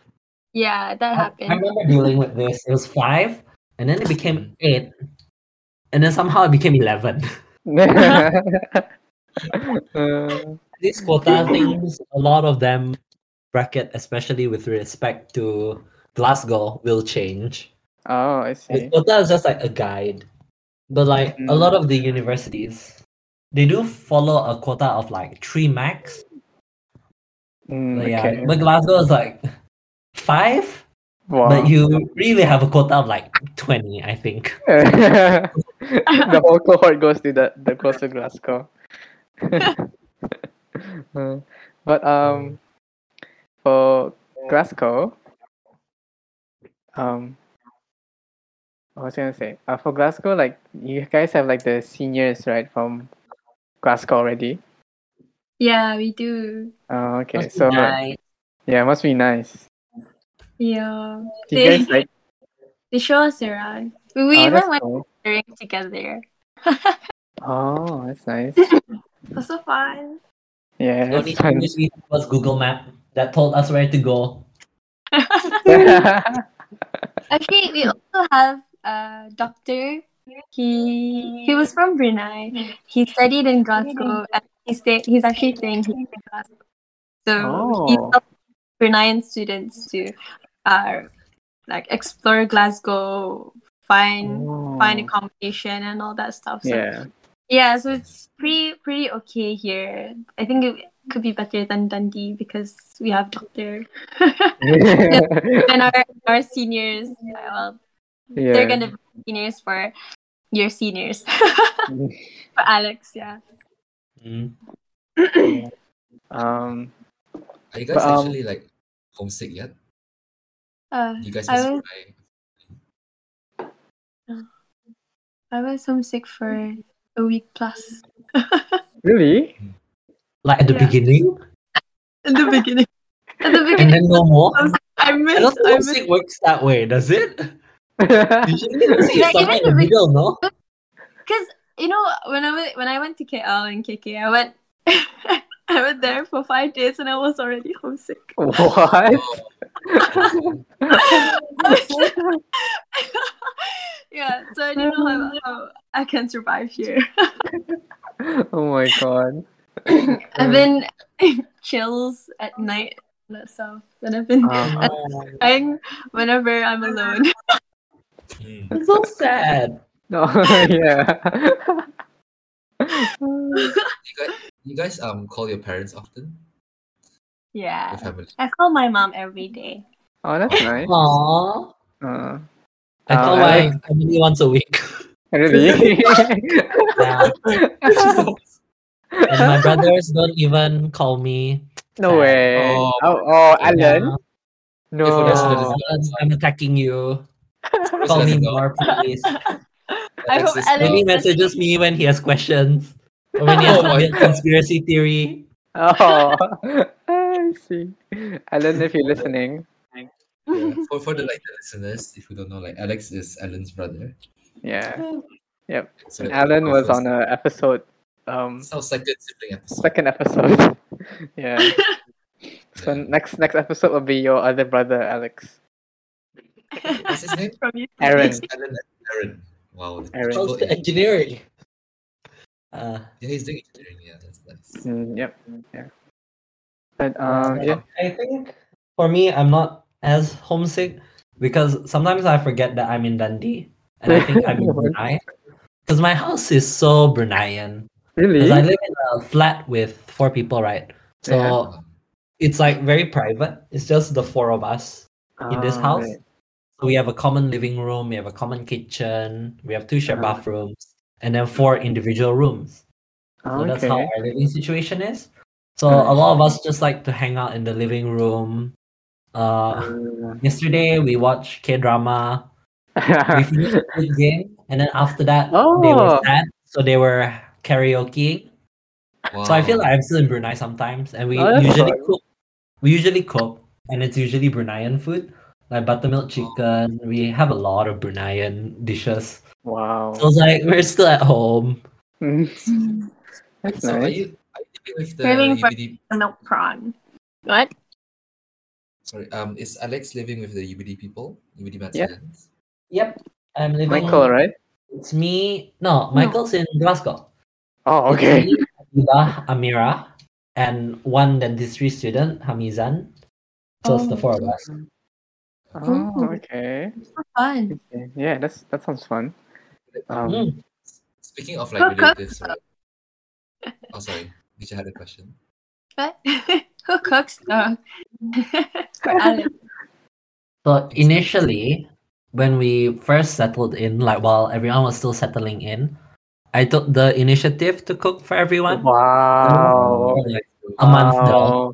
D: Yeah, that
C: I I
D: happened.
C: remember dealing with this. It was five, and then it became eight, and then somehow it became eleven.
A: Uh,
C: These quota things, a lot of them bracket, especially with respect to Glasgow, will change.
A: oh, I see.
C: Like, quota is just like a guide. But like a lot of the universities, they do follow a quota of like three max.
A: Mm,
C: But yeah,
A: okay.
C: but Glasgow is like five.
A: Wow.
C: But you really have a quota of like twenty, I think.
A: the whole cohort goes to the, the goes to Glasgow. Uh, but um, for Glasgow, um, what was I gonna say? Uh, for Glasgow, like you guys have like the seniors right from Glasgow already.
D: Yeah, we do.
A: Uh, okay,
C: Must be
A: so
C: nice.
A: yeah, must be nice.
D: Yeah.
A: Do you guys like?
D: They show us around. We, we
A: oh,
D: even
A: that's
D: went
A: cool.
D: drink together.
A: Oh, that's nice.
D: It was so fun.
A: Yeah,
C: The
A: that's
C: only
A: fun.
C: thing is we had was Google Map that told us where to go.
D: Actually, we also have a doctor. He he was from Brunei. He studied in Glasgow, and he stay, He's actually staying here in Glasgow. So he
A: Oh.
D: helps Bruneian students to, uh, like explore Glasgow, find find
A: Oh.
D: accommodation and all that stuff. So,
A: Yeah.
D: yeah, so it's pretty pretty okay here. I think it could be better than Dundee because we have doctor and our our seniors. uh, Well, they're gonna be seniors for your seniors for Alex. Yeah.
C: Mm.
A: Um,
B: Are you guys
A: But, um,
B: actually like homesick yet?
D: Uh,
B: You guys
D: I
B: miss
D: was-
B: Brunei?
D: I was homesick for a week plus
A: really?
C: Like at the
D: Yeah.
C: beginning,
D: at the beginning. At the
C: and
D: beginning,
C: then no more.
D: I
C: I
D: missed.
C: don't
D: I
C: think
D: missed.
C: it works that way, does it?
A: yeah.
C: Usually, it's
D: Yeah,
C: somewhere
D: even
C: in the
D: if it-
C: middle, no?
D: Cause you know when I went, when I went to KL and KK, I went I went there for five days and I was already homesick.
A: What?
B: Oh,
D: yeah, so I don't know how, how I can survive here.
A: oh my god.
D: I've been chills at night and that stuff, and I've been
A: Um,
D: crying whenever I'm alone.
B: mm.
C: It's so sad.
A: no, yeah.
B: you guys, you guys um call your parents often? Your
D: yeah,
B: family?
D: I call my mom every day.
A: oh, that's nice.
C: Aww.
A: Uh,
C: I
A: Uh,
C: call
A: I
C: my family once a week.
A: really?
C: yeah. And my brothers don't even call me.
A: no way.
B: Oh.
A: Oh, oh Alan.
C: Yeah.
A: No.
B: That's the
C: Oh, Alan, I'm attacking you.
B: That's
C: Call me
B: nice, though.
C: more, please.
D: I hope
B: Alexis,
D: Alex-
C: When he
B: uh,
C: messages me when he has questions or when he has
B: Oh my
C: a weird
B: God.
C: conspiracy theory.
A: Oh, I see. Alan, if you're listening,
B: yeah, for, for the like the listeners, if you don't know, like Alex is Alan's brother.
A: yeah.
B: So
A: And
B: that-
A: Alan
B: my
A: was
B: first-
A: on a episode, um,
B: it's our second sibling episode.
A: second episode. yeah. So
B: Yeah.
A: next next episode will be your other brother, Alex.
B: What's his name?
D: From you.
A: Aaron.
B: It's Alan. Aaron. Wow. the
A: Aaron.
B: triple
C: Close to
B: A.
C: engineering. Uh,
B: Yeah, he's doing engineering. Yeah, that's nice.
A: Mm, yep. Yeah. But um, yeah.
C: I think for me, I'm not as homesick because sometimes I forget that I'm in Dundee and I think I'm in Brunei because my house is so Bruneian.
A: Really?
C: Because I live in a flat with four people, right? So
A: Yeah.
C: it's like very private. It's just the four of us. in this
A: Ah,
C: house.
A: right.
C: So we have a common living room, we have a common kitchen, we have two shared
A: Uh-huh.
C: bathrooms, and then four individual rooms. So
A: Ah,
C: that's how
A: okay. Uh-huh.
C: our living situation is. So a
A: Nice.
C: lot of us just like to hang out in the living room.
A: Uh-huh.
C: Uh, yesterday we watched K drama. We finished the Squid game, and then after that they were
A: Oh.
C: sad, so they were karaoke.
B: Wow.
C: So I feel like I'm still in Brunei sometimes, and we
A: Oh, that's
C: usually
A: fun.
C: cook. We usually cook, and it's usually Bruneian food, like buttermilk chicken. We have a lot of Bruneian dishes.
A: wow.
C: So it's like we're still at home.
A: Mm, That's
B: so are
A: nice.
B: you are you living with the
D: Living for-
B: UBD?
D: Milk prawn. What?
B: Sorry, um, is Alex living with the UBD people? UBD Mad
A: Yeah.
B: students?
C: Yep, I'm living.
A: Michael, right?
C: It's me. No, Michael's in Glasgow.
A: Oh, okay.
C: Abdullah, Amira, and one dentistry student, Hamizan. So it's the four of us.
A: Oh, okay.
D: Fun.
A: Okay. Yeah, that's that sounds fun. Um,
C: Mm.
B: Speaking of like
D: Hook up.
B: relatives, right? oh sorry, Nisha had a question.
D: But who cooks though? For Alex.
C: So initially, when we first settled in, like while everyone was still settling in, I took the initiative to cook for everyone.
A: wow.
C: For, like, a month now.
A: Oh, Wow.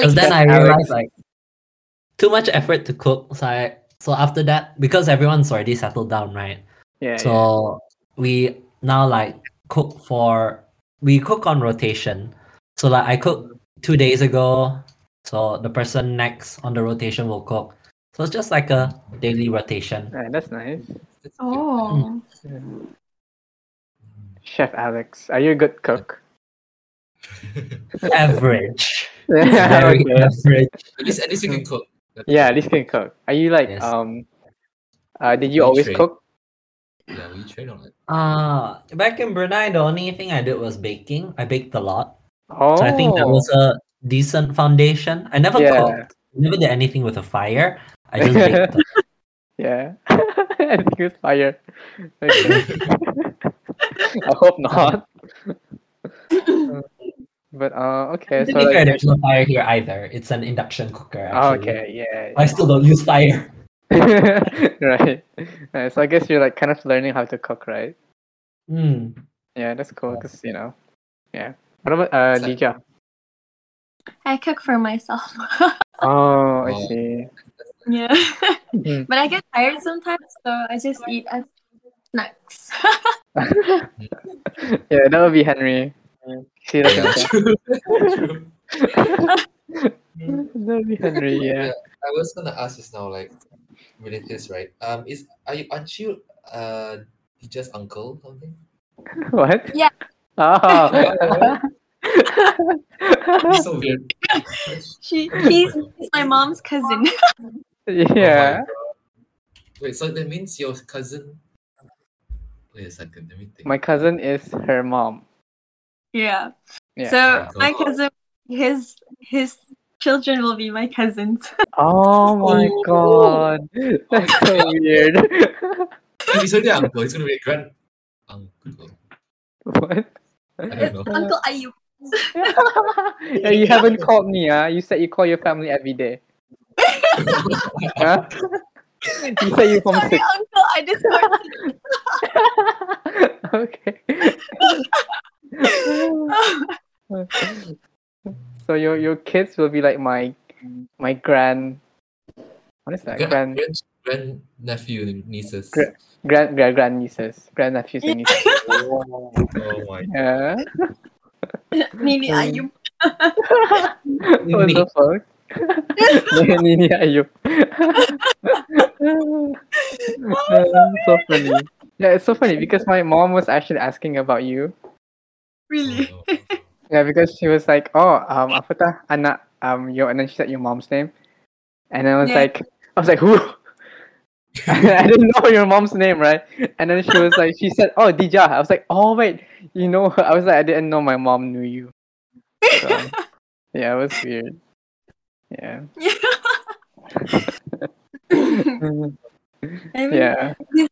C: Because then I
A: Alex.
C: realized like too much effort to cook. So I so after that, because everyone's already settled down, right?
A: Yeah. yeah.
C: So we now like cook for we cook on rotation. So like I cooked two days ago. So the person next on the rotation will cook. So it's just like a daily rotation.
A: Yeah, that's nice.
B: That's cute.
D: Oh.
A: Yeah. Chef Alex, are you a good cook?
C: Average.
A: Yeah.
C: Very
A: okay.
C: average.
B: at least at least you can cook. That's-
A: Yeah, at least you can cook. Are you like
C: Yes.
A: um? Uh, did you
B: Me
A: always
B: too.
A: cook?
B: Yeah, we train on it.
C: Uh back in Brunei the only thing I did was baking. I baked a lot.
A: Oh,
C: So I think that was a decent foundation. I never
A: Yeah.
C: cooked. Never did anything with a fire. I just baked.
A: yeah. I think it's fire. Okay. I hope not. but uh, okay.
C: To
A: So
C: be fair,
A: like,
C: there's no fire here either. It's an induction cooker.
A: oh,
C: Actually.
A: okay, yeah.
C: I
A: yeah.
C: still don't use fire.
A: right. right. So I guess you're like kind of learning how to cook, right?
C: Hmm.
A: Yeah, that's cool. Cause you know, yeah. What about uh,
B: So-
A: Dija?
D: I cook for myself.
A: Oh, I
B: Oh.
A: see.
D: yeah.
A: Mhm.
C: Hmm.
D: but I get tired sometimes, so I just eat as snacks.
A: Yeah, that would be Henry. See, that's
B: Yeah,
A: okay.
B: true. true.
A: that would be Henry. Yeah.
B: I was gonna ask just now, like relatives, right? Um, is are you aren't you uh Nija's uncle or something?
A: What?
D: Yeah.
A: Oh.
B: It's so weird.
D: she he's, he's my mom's cousin.
A: yeah.
B: Wait, so that means your cousin? Wait a second, let me think.
A: My cousin is her mom.
D: yeah.
A: Yeah.
D: So
B: Oh my
D: my
B: God.
D: cousin his his children will be my cousins.
A: Oh my
B: Oh.
A: god. That's so weird.
B: If he's already uncle, it's gonna be a grand uncle.
A: what?
B: I don't know.
D: Uncle Ayub.
A: yeah, you haven't called me, huh? You said you call your family every day. Huh? you said you're
D: Sorry,
A: homesick.
D: Uncle, I just got
A: okay. so your your kids will be like my my grand what is that?
B: grand,
A: Grand
B: grand, grand nephew and nieces.
A: Gra- grand grand grand nieces. Grand nephews and nieces.
B: Oh my
A: Yeah.
D: Nini Ayub.
A: what the fuck? Nini, Nini Ayub. so funny. Yeah, it's so funny because my mom was actually asking about you.
D: Really?
B: god.
A: Yeah, because she was like, "Oh, um, apa tah anak um your," and then she said your mom's name, and I was
D: Yeah.
A: like, I was like, who? I didn't know your mom's name, right? And then she was like, she said, "Oh, Dija." I was like, "Oh wait, you know?" her." I was like, I didn't know my mom knew you. So, yeah, it was weird. Yeah.
D: Mm-hmm.
A: Mm,
D: I mean,
A: yeah.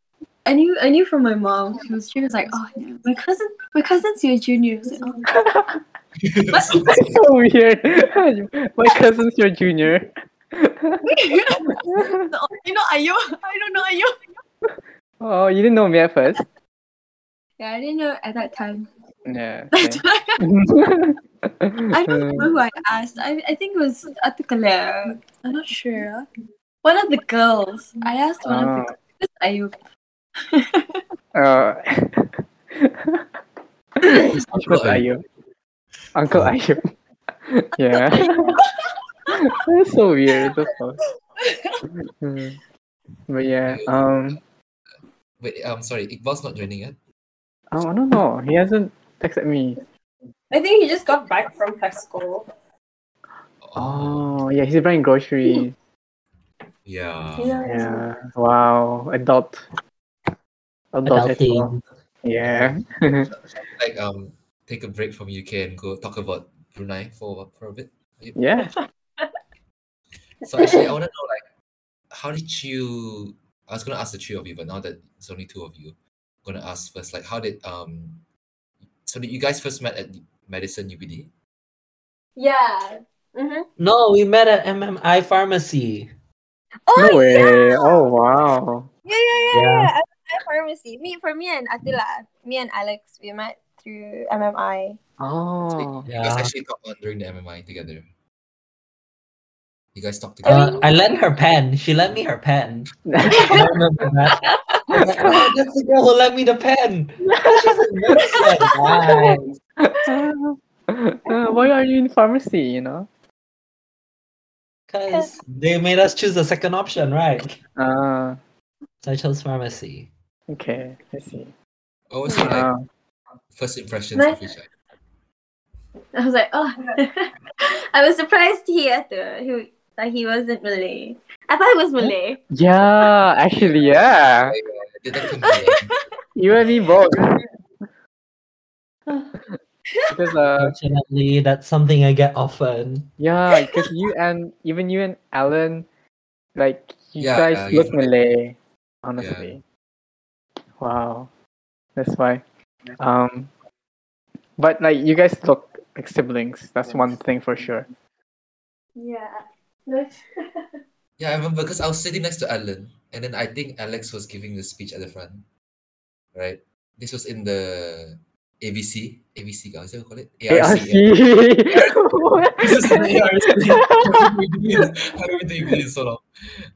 D: I knew I knew from my mom. She was she was like, oh yeah, my cousin my cousin's your junior. I was like, oh.
B: So-
A: That's so weird. my cousin's your junior.
D: No, you know Ayub. I don't know Ayub.
A: oh, you didn't know me at first.
D: Yeah, I didn't know at that time.
A: Yeah. okay.
D: I don't remember who I asked. I, I think it was Atukale. I'm not sure. One of the girls. I asked one
A: Ah.
D: of the girls. Just Ayub.
A: Uh, Uncle
B: Uncle
A: Ayub. Uncle Ayub. yeah. That's so weird. The fuck. Hmm. But yeah, um,
B: Wait, I'm sorry, Iqbal's not joining yet.
A: oh, I don't know. He hasn't texted me.
E: I think he just got back from Tesco.
A: Oh, yeah, he's buying groceries.
B: Oh, Yeah.
A: Yeah. Wow. Adult. Adult. as well.
C: Adulting.
A: Yeah.
B: Like um take a break from UK and go talk about Brunei for for a bit?
A: Yeah.
B: So actually, I want to know like, how did you? I was gonna ask the three of you, but now that it's only two of you, I'm gonna ask first. Like, how did um? So did you guys first met at Medicine UBD?
E: Yeah. Mm-hmm.
C: No, we met at MMI Pharmacy.
E: Oh,
A: No way.
E: yeah.
A: Oh wow.
E: Yeah, yeah, yeah,
C: Yeah.
E: yeah. At MMI pharmacy. Me, for me and Atila, me and Alex, we met through MMI.
A: Oh.
B: You guys
C: Yeah.
B: actually talked on during the MMI together. You guys talked together.
C: Uh, I lent her pen. She lent me her pen. I remember that. I'm like, "Oh, that's the girl who lent me the pen. She's in medicine. Why?
A: Uh, why are you in pharmacy? You know.
C: Because they made us choose the second option, right?
A: Ah.
C: So I chose pharmacy.
A: okay. I see.
B: What was your like,
A: Um,
B: first impressions of each other?
D: I was like, oh, I was surprised he had to, he like he wasn't Malay. I thought he was Malay.
A: yeah. Actually, yeah.
B: Like, uh, did that come to
A: You and me both. because uh,
C: Fortunately, that's something I get often.
A: yeah, because you and even you and Alan, like you
B: Yeah,
A: guys
B: uh, you
A: look
B: know, like-
A: Malay, honestly. Wow, that's why. Um, but like you guys look like siblings. That's one thing for sure.
D: Yeah. No.
B: Yeah, I remember because I was sitting next to Alan, and then I think Alex was giving the speech at the front, right? This was in the ABC, ABC, guys, what do you call it? ARC. yeah. This is in the ARC. I've been doing this- I've been doing this so long.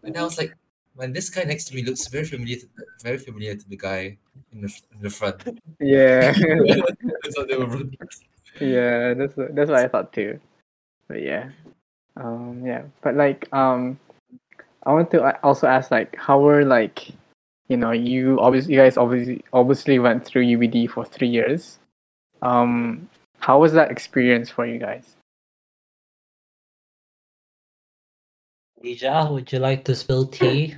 B: And I was like, man, this guy next to me looks very familiar, to, very familiar to the guy in the, in the front.
A: yeah,
B: That's what they were brothers.
A: yeah. That's that's what I thought too. But yeah, um, yeah. But like, um, I want to a- also ask like, how were like, you know, you obviously you guys obviously obviously went through UBD for three years. Um, how was that experience for you guys?
C: Lija, would you like to spill tea?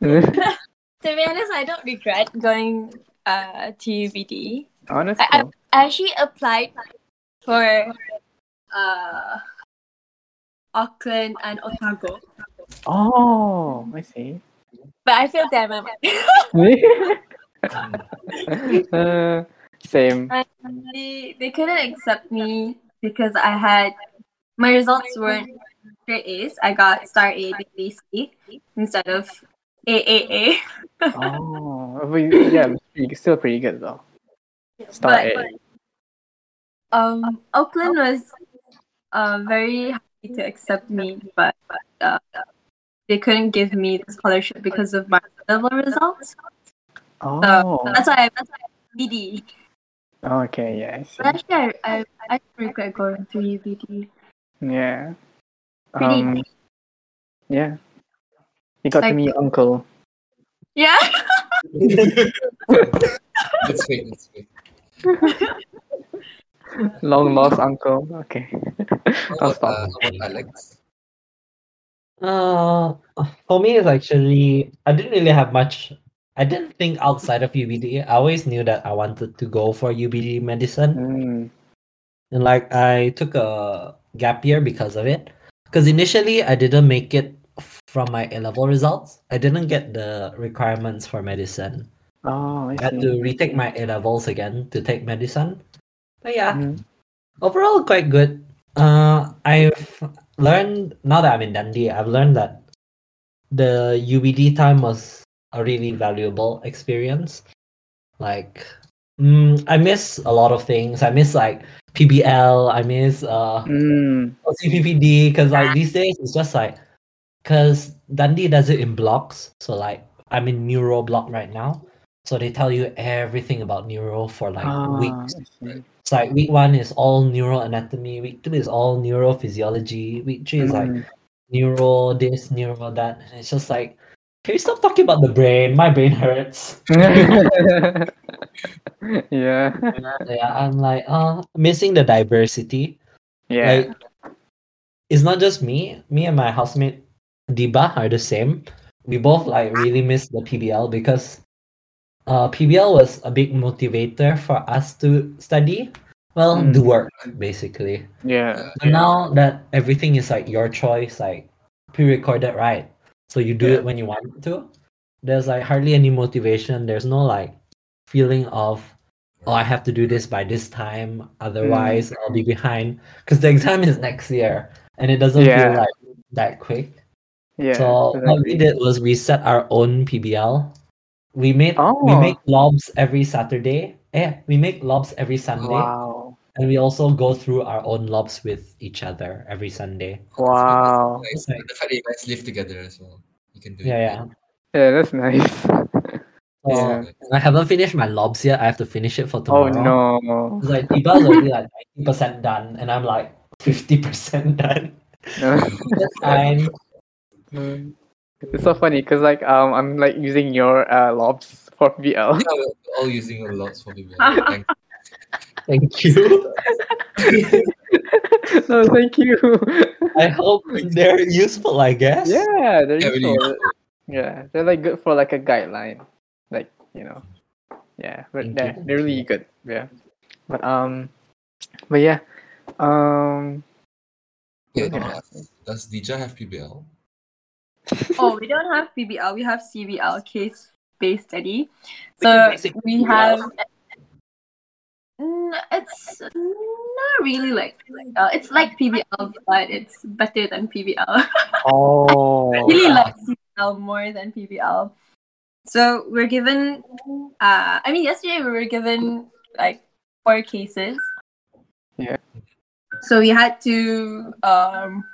D: To be honest, I don't regret going uh, to UBD.
A: Honestly,
D: I- I actually applied for uh, Auckland and Otago,
A: oh, I see.
D: but I failed them. I'm
A: Uh, same.
D: they, they couldn't accept me because I had my results weren't straight A's. I got star A B B C instead of A A A.
A: Oh, but yeah, you still pretty good though. Star
D: But-
A: A.
D: Um, Auckland was uh, very happy to accept me, but uh, they couldn't give me the scholarship because of my level results.
A: Oh,
D: That's why I, that's why I BD.
A: okay, yeah, I
D: But
A: see.
D: actually, I, I, I regret going to UBD.
A: Yeah.
D: Pretty-
A: Um, yeah. You got to
D: Like-
A: meet your uncle.
D: Yeah.
B: That's fake, that's fake.
A: Long lost uncle. Okay.
B: How
A: I'll
B: about,
A: stop.
B: uh, how about Alex?
C: Uh, for me, it's actually I didn't really have much. I didn't think outside of UBD. I always knew that I wanted to go for UBD medicine,
A: Mm.
C: and like I took a gap year because of it. Because initially, I didn't make it from my A level results. I didn't get the requirements for medicine.
A: Oh, I
C: I had
A: see.
C: to retake my A levels again to take medicine. But yeah,
A: Mm.
C: overall quite good. Uh, I've learned now that I'm in Dundee, I've learned that the UBD time was a really valuable experience. Like, mm, I miss a lot of things. I miss like PBL. I miss uh
A: Mm.
C: CPPD because like these days it's just like because Dundee does it in blocks. So like I'm in neuro block right now. So they tell you everything about neuro for like
A: Ah, I
C: weeks.
A: see.
C: It's like week one is all neuroanatomy, week two is all neurophysiology, week three is like
A: Mm.
C: neuro this, neuro that. And it's just like, can we stop talking about the brain? My brain hurts.
A: Mm. yeah.
C: So yeah, I'm like, uh, missing the diversity.
A: Yeah.
C: Like, it's not just me. Me and my housemate Diba are the same. We both like really miss the PBL because uh, PBL was a big motivator for us to study well,
A: Mm.
C: do work basically.
A: Yeah.
C: But now that everything is like your choice, like pre-recorded, right? So you do
A: Yeah.
C: it when you want to. There's like hardly any motivation. There's no like feeling of oh I have to do this by this time,
A: Mm.
C: otherwise I'll be behind. Because the exam is next year, and it doesn't
A: Yeah.
C: feel like that quick.
A: Yeah.
C: so oh, what
A: exactly.
C: we did was we set our own PBL. We made we
A: Oh.
C: make lobs every Saturday. Yeah, we make lobs every Sunday,
A: Wow.
C: and we also go through our own lobs with each other every Sunday.
A: Wow.
B: Guys,
C: Like-
B: the fact that you guys live together as well, you can do
C: Yeah,
B: it.
C: yeah.
A: Yeah, that's nice.
C: So
A: Yeah.
C: I haven't finished my lobs yet. I have to finish it for
A: Oh
C: tomorrow.
A: no.
C: It's like PBL is already like ninety percent done, and I'm like fifty percent done. That's fine.
A: Mm. It's so funny because like um I'm like using your uh lobs for VL.
B: Yeah, we're all using a lot for people. Thank
C: Thank you.
A: no, thank you.
C: I hope they're useful. I guess.
A: yeah, they're
B: Yeah, really
A: useful. Yeah, they're like good for like a guideline, like you know. Yeah, but
C: Thank
A: they're,
C: you.
A: they're really good. Yeah, but um, but yeah, um,
B: Yeah,
A: Okay.
B: does- Does Dija have PBL?
D: Oh, we don't have PBL. We have CBL, case based study.
C: We can
D: So
C: basic PBL.
D: we have. Mm, It's not really like uh, it's like PBL, but it's better than PBL.
A: oh,
D: really like CBL more than PBL. So we're given. Uh, I mean, yesterday we were given like four cases.
A: Yeah.
D: So we had to. Um,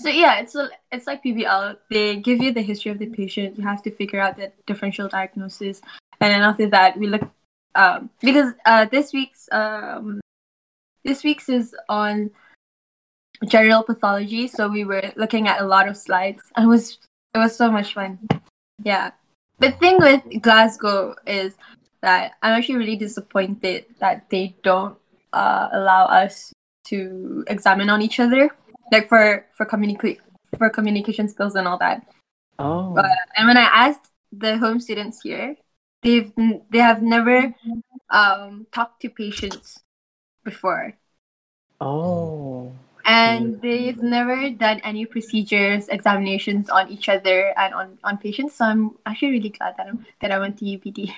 D: so yeah, it's a, it's like PBL. They give you the history of the patient. You have to figure out the differential diagnosis, and then after that, we look um, because uh, this week's um, this week's is on general pathology so we were looking at a lot of slides i was it was so much fun yeah the thing with glasgow is that i'm actually really disappointed that they don't uh, allow us to examine on each other like for for communicate for communication skills and all that
A: oh,
D: and when i asked the home students here they've n- they have never um talked to patients before
A: oh,
D: and they've never done any procedures, examinations on each other and on, on patients. So I'm actually really glad that I'm that I went to UPD.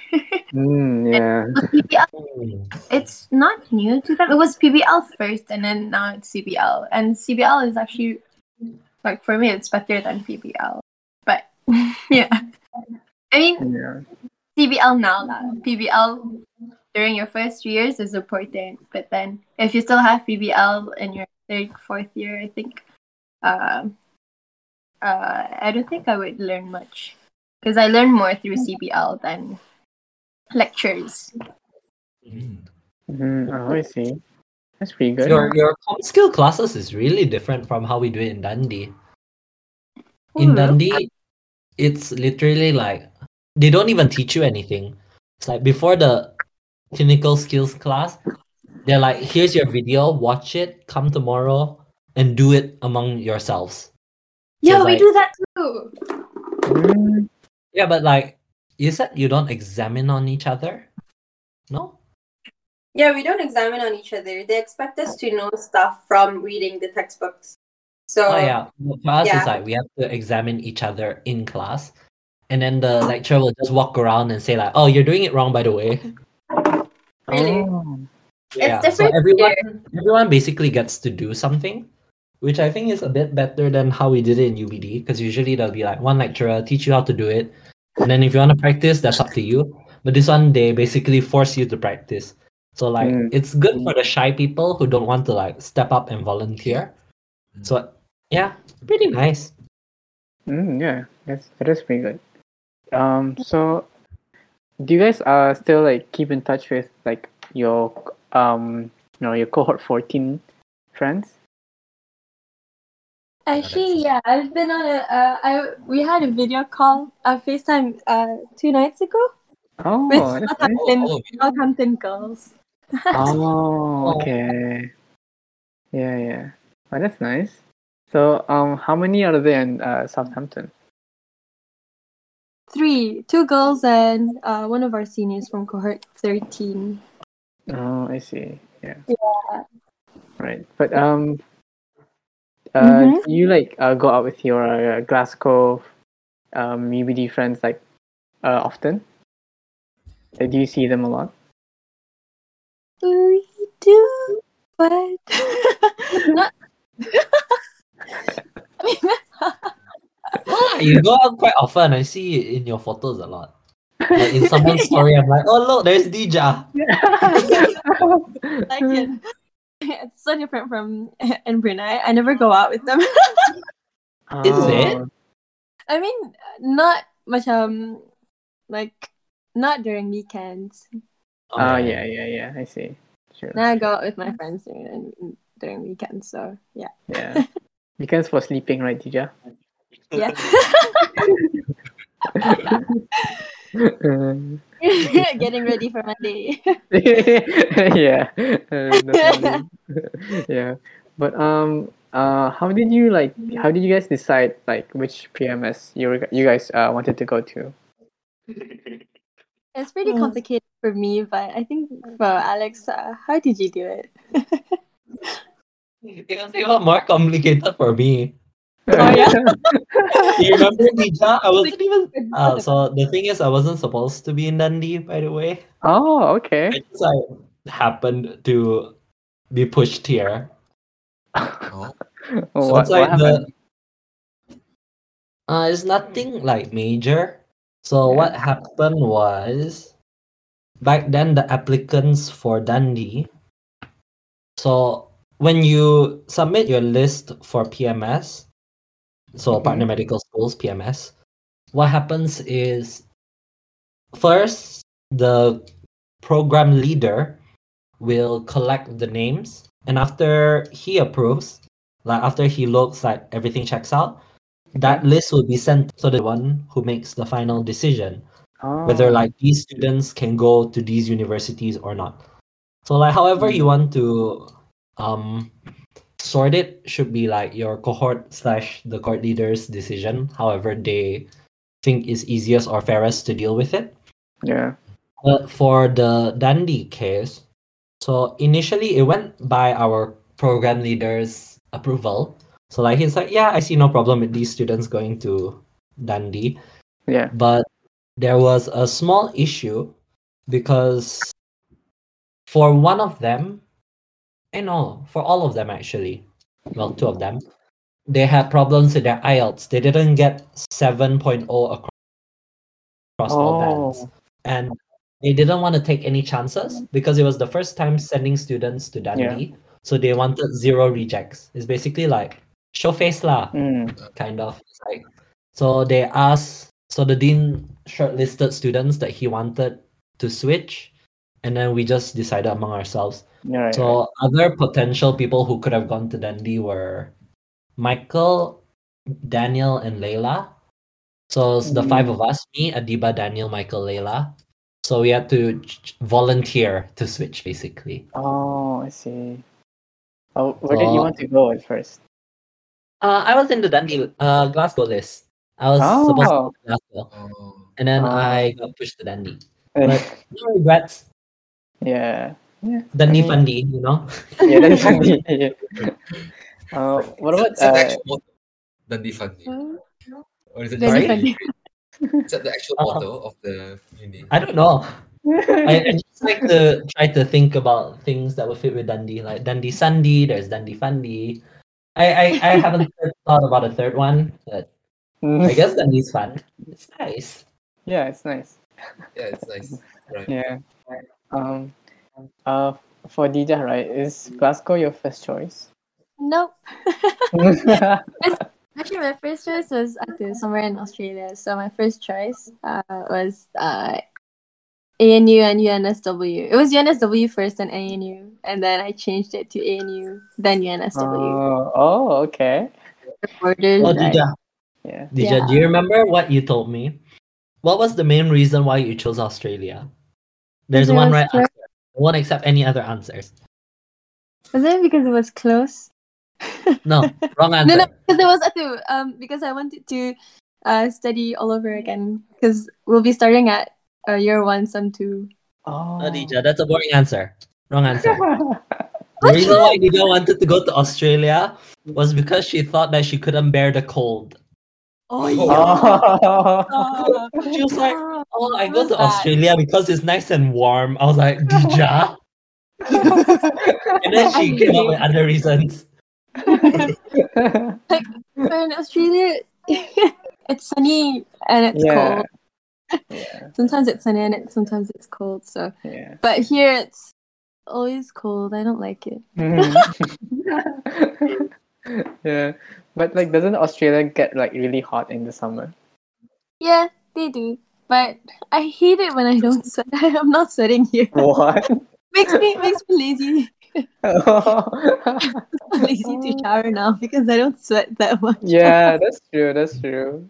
A: mm, yeah,
D: PBL,
C: Hmm.
D: it's not new to them. It was PBL first, and then now it's CBL. And CBL is actually like for me, it's better than PBL. But yeah, I mean
A: yeah,
D: CBL now, lah. PBL during your first three years is important, but then if you still have PBL in your third, fourth year, I think, um, uh, I don't think I would learn much because I learned more through CBL than lectures.
B: Mm.
A: mm, oh, I see. That's pretty good.
C: Your your comm skill classes is really different from how we do it in Dundee. In Hmm.
D: Ooh.
C: Dundee, it's literally like they don't even teach you anything. It's like before the clinical skills class, they're like, here's your video, watch it, come tomorrow, and do it among yourselves.
D: Yeah,
C: So
D: we
C: like-
D: do that too.
A: Mm,
C: Yeah, but like you said, you don't examine on each other. No,
D: Yeah, we don't examine on each other. They expect us to know stuff from reading the textbooks. So
C: Oh yeah, Well, for us
D: Uh, yeah.
C: it's like we have to examine each other in class, and then the lecturer will just walk around and say like, "Oh, you're doing it wrong, by the way."
D: Really?
A: oh,
C: Yeah, so
D: different
C: everyone everyone basically gets to do something, which I think is a bit better than how we did it in UBD because usually there'll be like one lecturer teach you how to do it, and then if you want to practice, that's up to you. But this one they basically force you to practice. So like
A: Mm.
C: it's good for the shy people who don't want to like step up and volunteer.
B: Mm.
C: So yeah, pretty nice.
A: mm, yeah, that's that is pretty good. Um, so do you guys uh still like keep in touch with like your um you know your cohort fourteen friends?
E: Actually, yeah, I've been on a. Uh, I we had a video call, a FaceTime, uh, two nights ago
A: Oh,
E: with
A: that's nice.
E: Southampton,
B: all of you.
E: Southampton girls.
A: oh, okay. Yeah, yeah. Well, that's nice. So, um, how many are there in uh, Southampton?
E: Three, two girls, and uh, one of our seniors from cohort thirteen.
A: Oh, I see. Yeah.
D: Yeah.
A: Right. But um, uh,
D: Mhm.
A: do you like uh, go out with your uh, Glasgow um UBD friends like uh, often? Like, do you see them a lot?
D: We do, but not. I mean,
C: Ah, you go out quite often. I see it in your photos a lot. Like in someone's story, I'm like, oh look, there's Dija.
D: like it. It's so different from in Brunei. I never go out with them.
C: Is it?
A: Oh,
D: I mean, not much. Um, like not during weekends.
A: Oh,
C: Alright.
A: yeah, yeah, yeah. I see. Sure.
D: Now I go out with my friends during during weekends. So yeah,
A: Yeah. Because for sleeping, right, Dija?
D: yeah.
A: Um,
D: Getting ready for Monday.
A: yeah, uh, definitely. yeah. But um, uh, how did you like? How did you guys decide like which PMS you were, you guys uh, wanted to go to?
D: It's pretty
F: Mm.
D: complicated for me, but I think for Alex, uh, how did you do it?
C: It was even more complicated for me.
D: Oh, yeah?
C: You remember Dija? I wasn't even. Uh, so the thing is, I wasn't supposed to be in Dundee, by the way.
A: Oh, okay.
C: I just like, happened to be pushed here.
B: Oh,
A: Oh,
C: so
A: what,
C: it's like
A: what happened?
C: the uh, it's nothing like major. So
A: Yeah.
C: what happened was back then the applicants for Dundee. So when you submit your list for PMS, so
A: Mhm.
C: partner medical schools PMS, what happens is first the program leader will collect the names and after he approves like after he looks like everything checks out that list will be sent to the one who makes the final decision
A: Oh,
C: whether like these students can go to these universities or not so like however you want to um sort it should be like your cohort slash the cohort leader's decision however they think is easiest or fairest to deal with it
A: yeah.
C: but Uh, for the Dundee case, so initially it went by our program leader's approval. So like he's like, yeah, I see no problem with these students going to Dundee.
A: Yeah.
C: But there was a small issue because for one of them, I know, for all of them actually, well, two of them, they had problems with their IELTS. They didn't get 7.0 across, across all bands.
A: Oh.
C: And they didn't want to take any chances because it was the first time sending students to Dundee. So they wanted zero rejects. It's basically like show face lah,
A: Mm.
C: kind of. It's like so they asked so the dean shortlisted students that he wanted to switch and then we just decided among ourselves.
A: All right.
C: So other potential people who could have gone to Dundee were Michael, Daniel, and Layla. So it's the five of us, me, Adiba, Daniel, Michael, Layla. So we had to ch- volunteer to switch basically.
A: oh, I see. Oh, where did you
C: So-
A: want to go at first?
C: Uh, I was in the Dundee uh, Glasgow list. I was supposed to go to Glasgow.
B: oh,
C: And then
A: Oh.
C: I got pushed to Dundee. But- No regrets.
A: yeah.
C: Dundee
A: mean-
C: Fundy, you know?
A: Yeah. That's yeah. Uh, what about
B: is that the
A: uh,
B: actual motto? Dundee Fundy? Or is it
D: Dundee
B: just-
D: Fundy.
B: Is that the actual
C: Uh-huh.
B: motto of the uni?
C: I don't know. I, I just like to try to think about things that would fit with Dundee, like Dundee Sandy, there's Dundee Fundy. I, I, I haven't thought about a third one, but I guess Dundee's fun. It's nice.
A: yeah, it's nice.
B: Yeah, it's nice. Right.
A: Yeah. Um. Uh, for Dija, right? Is Glasgow your first choice?
D: Nope.
A: yeah.
D: Actually, my first choice was actually somewhere in Australia. So my first choice uh, was uh, ANU and UNSW. It was UNSW first and ANU, and then I changed it to ANU, then UNSW.
A: Oh, oh, okay.
D: Borders,
C: Oh,
D: like-
C: Dija,
A: Yeah.
C: Dija, do you remember what you told me? What was the main reason why you chose Australia? There's
D: Because it
C: one
D: was
C: right
D: clo-
C: answer. I won't accept any other answers.
D: Was it because it was close?
C: No, wrong answer.
D: No, no, because it was Atu. Um, because I wanted to uh, study all over again. Because we'll be starting at uh, year one, sem two.
A: Oh.
C: No, Dija, that's a boring answer. Wrong answer. The reason why Nina wanted to go to Australia was because she thought that she couldn't bear the cold.
D: Oh,
A: oh.
C: She was like, "Oh, I go to Australia because it's nice and warm." I was like, "Dija," and then she came up with other reasons.
D: But in Australia, it's sunny and it's
A: yeah.
D: cold. Sometimes it's sunny and it, sometimes it's cold. So,
A: Yeah.
D: but here it's always cold. I don't like it.
A: Mhm. yeah. But like doesn't Australia get like really hot in the summer?
D: Yeah, they do. But I hate it when I don't sweat. I'm not sweating here.
A: What?
D: Makes me makes me lazy.
A: yeah,
D: I'm lazy
A: Oh.
D: to shower now because I don't sweat that much.
A: that's true, that's true.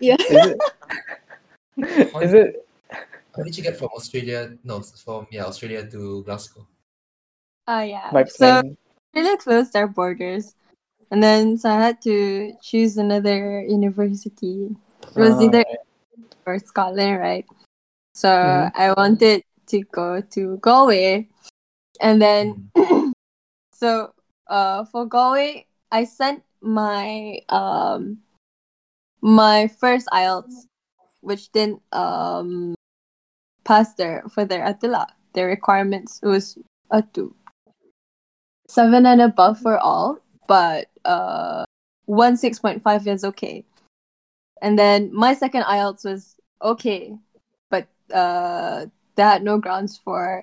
D: yeah.
A: Is it is it
B: How did you get from Australia? No, from yeah, Australia to Glasgow.
D: Oh yeah.
A: like
D: so
A: playing-
D: Australia closed our borders, and then so I had to choose another university. It was
A: Ah,
D: either or Scotland, right? So
A: Mhm.
D: I wanted to go to Galway, and
B: Hmm. Mm.
D: then so uh, for Galway, I sent my um my first IELTS, which didn't um pass their for their atila their requirements. It was atu seven and above for all, but uh one six point five is okay. And then my second IELTS was okay, but uh they had no grounds for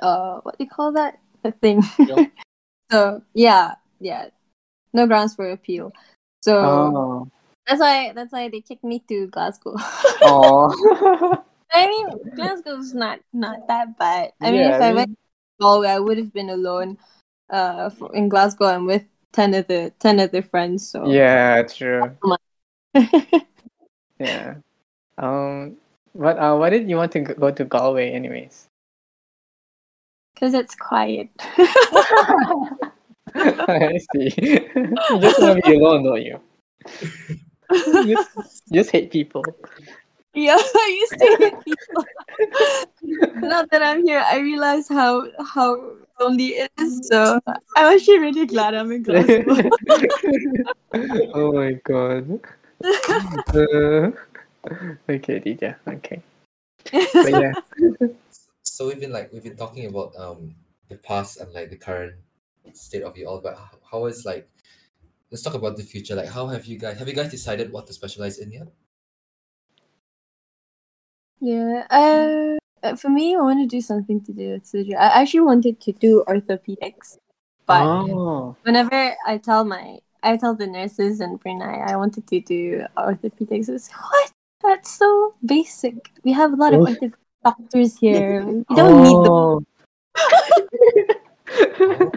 D: uh what do you call that the thing.
C: Yep.
D: so yeah, yeah, no grounds for appeal. So
A: Oh.
D: that's why that's why they kicked me to Glasgow.
A: Aw.
D: I mean, Glasgow's not not that bad. I mean,
A: Yeah,
D: if
A: I
D: I went to Galway, I would have been alone, uh, for, in Glasgow and with ten other ten other friends. So
A: yeah, true.
D: yeah.
A: Yeah. Um but uh why did you want to g- go to Galway anyways?
D: Because it's quiet.
A: I see. you just want to be alone, don't you? You just, you just hate people.
D: yeah, I used to hate people. now that I'm here, I realize how how lonely it is. So I'm actually really glad I'm in Glasgow.
A: oh my god. Uh, okay, Dija. Okay. But yeah.
B: So we've been like we've been talking about um the past and like the current state of you all, but h- how is like let's talk about the future. Like how have you guys have you guys decided what to specialize in yet?
D: Yeah. Uh, uh, for me, I want to do something to do with surgery. I actually wanted to do orthopedics, but
A: Oh.
D: whenever I tell my, I tell the nurses and Brunei I wanted to do orthopedics. It's what? That's so basic. We have a lot of
A: Oof.
D: orthopedic doctors here. We don't need them.
A: Oh.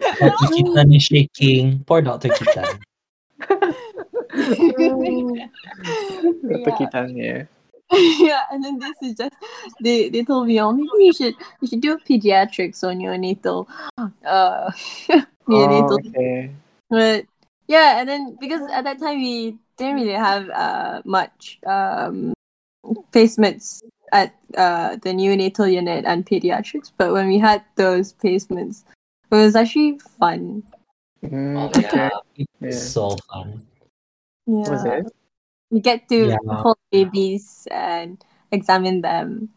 C: Dr. Kitan is shaking. Poor Dr. Kitan.
D: Yeah.
A: Takitan, yeah.
D: yeah, and then this is just they they told me, oh, maybe you should you should do pediatrics or neonatal, uh,
A: Oh,
D: neonatal.
A: okay.
D: But yeah, and then because at that time we didn't really have uh much um placements at uh the neonatal unit and pediatrics, but when we had those placements, it was actually fun.
A: Mm,
B: Oh,
A: okay.
C: Yeah,
A: Yeah.
C: it's so fun.
D: Yeah,
A: Was it?
D: you get to
C: Yeah.
D: hold babies and examine them.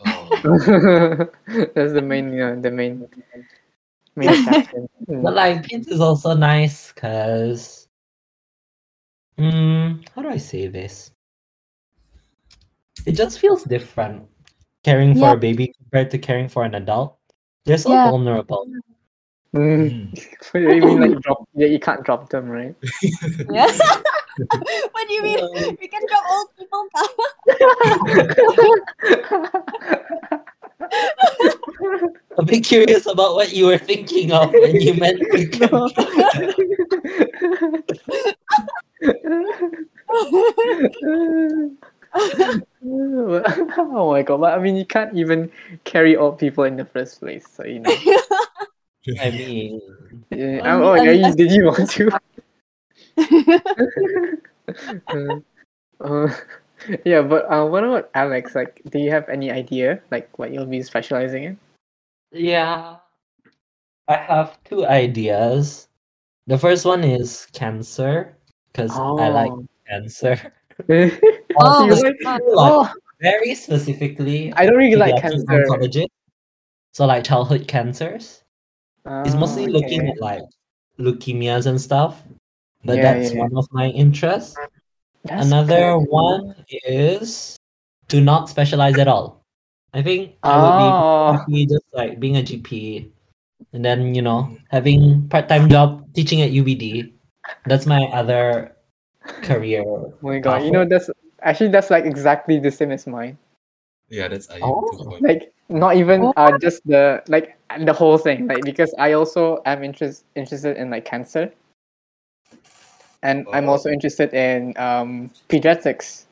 B: Oh,
A: That's the main, you know, the main, main attraction. Mm.
C: But like kids is also nice because mm, how do I say this? It just feels different caring for a
D: Yeah.
C: baby compared to caring for an adult. They're so
D: Yeah.
C: vulnerable.
A: Mm.
B: mm.
A: you mean like drop? Yeah, you can't drop them, right?
D: Yeah. what do you mean?
C: Um,
D: We can drop old people down.
C: I'm a bit curious about what you were thinking of when you meant we can-
A: No. oh my god! But I mean, you can't even carry old people in the first place, so you know.
C: I mean,
A: Yeah,
D: Um,
A: oh, yeah, you,
D: unless-
A: did you want to? Uh, uh, yeah, but uh, what about Alex? Like, do you have any idea like what you'll be specializing in?
C: Yeah. I have two ideas. The first one is cancer, because I like cancer.
E: Oh,
A: You're
E: my
A: like,
E: God.
A: oh,
C: Very specifically,
A: I don't really like
C: pediatric
A: cancer.
C: oncology. So, like childhood cancers. It's mostly
A: Ah,
C: looking
A: okay.
C: at like leukemias and stuff. But
A: Yeah,
C: that's
A: yeah,
C: one of my interests.
A: That's
C: Another
A: good.
C: one is to not specialize at all. I think I would be
A: Oh,
C: happy E, just like being a GP and then, you know, having part-time job teaching at UBD. That's my other career.
A: Oh my god! You know that's actually that's like exactly the same as mine.
B: Yeah, that's I
C: Oh.
A: Like not even
E: Oh.
A: uh, just the like the whole thing. Like because I also am interest interested in like cancer, and I'm
B: Oh.
A: also interested in um pediatrics,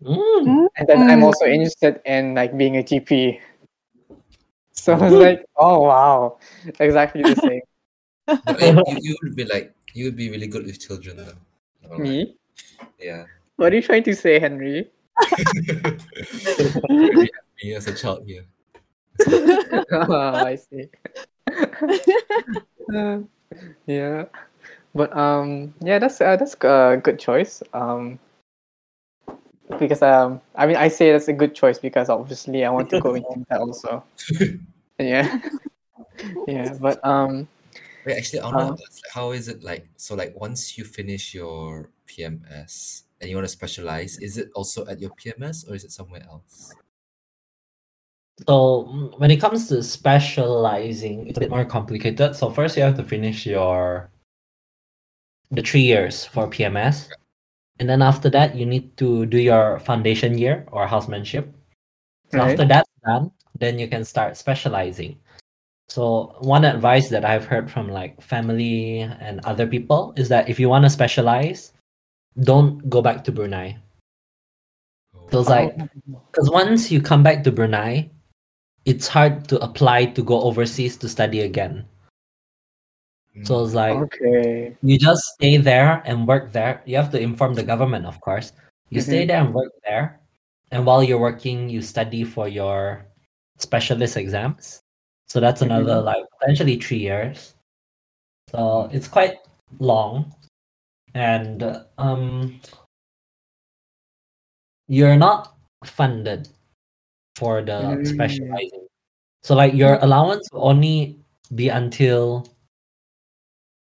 C: Mm.
A: and then I'm
E: Mm.
A: also interested in like being a GP. So I was like, oh wow, exactly the same.
B: But eh, you, you would be like you would be really good with children though. You know, like,
A: Me?
B: Yeah.
A: What are you trying to say, Henry?
B: Me as a child here.
A: oh, I see. Uh, yeah, but um, yeah, that's uh, that's a good choice. Um, because um, I mean, I say that's a good choice because obviously I want to go into that also. yeah, yeah, but um,
B: Wait, actually, I want
A: Uh.
B: to ask, like, how is it like? So, like, once you finish your PMS and you want to specialize, is it also at your PMS or is it somewhere else?
C: So mm, when it comes to specializing, it's a bit more complicated. So first you have to finish your the three years for PMS. And then after that you need to do your foundation year or housemanship. So
A: right?
C: after that's done, then you can start specializing. So one advice that I've heard from like family and other people is that if you want to specialize, don't go back to Brunei.
B: Oh,
C: Because like, because once you come back to Brunei, it's hard to apply to go overseas to study again. So it's like
A: Oh, okay,
C: you just stay there and work there. You have to inform the government, of course. You
A: Mhm.
C: stay there and work there, and while you're working, you study for your specialist exams. So that's
A: Mhm.
C: another like potentially three years. So it's quite long, and uh, um, you're not funded for the
A: Mm.
C: specializing. So like your allowance will only be until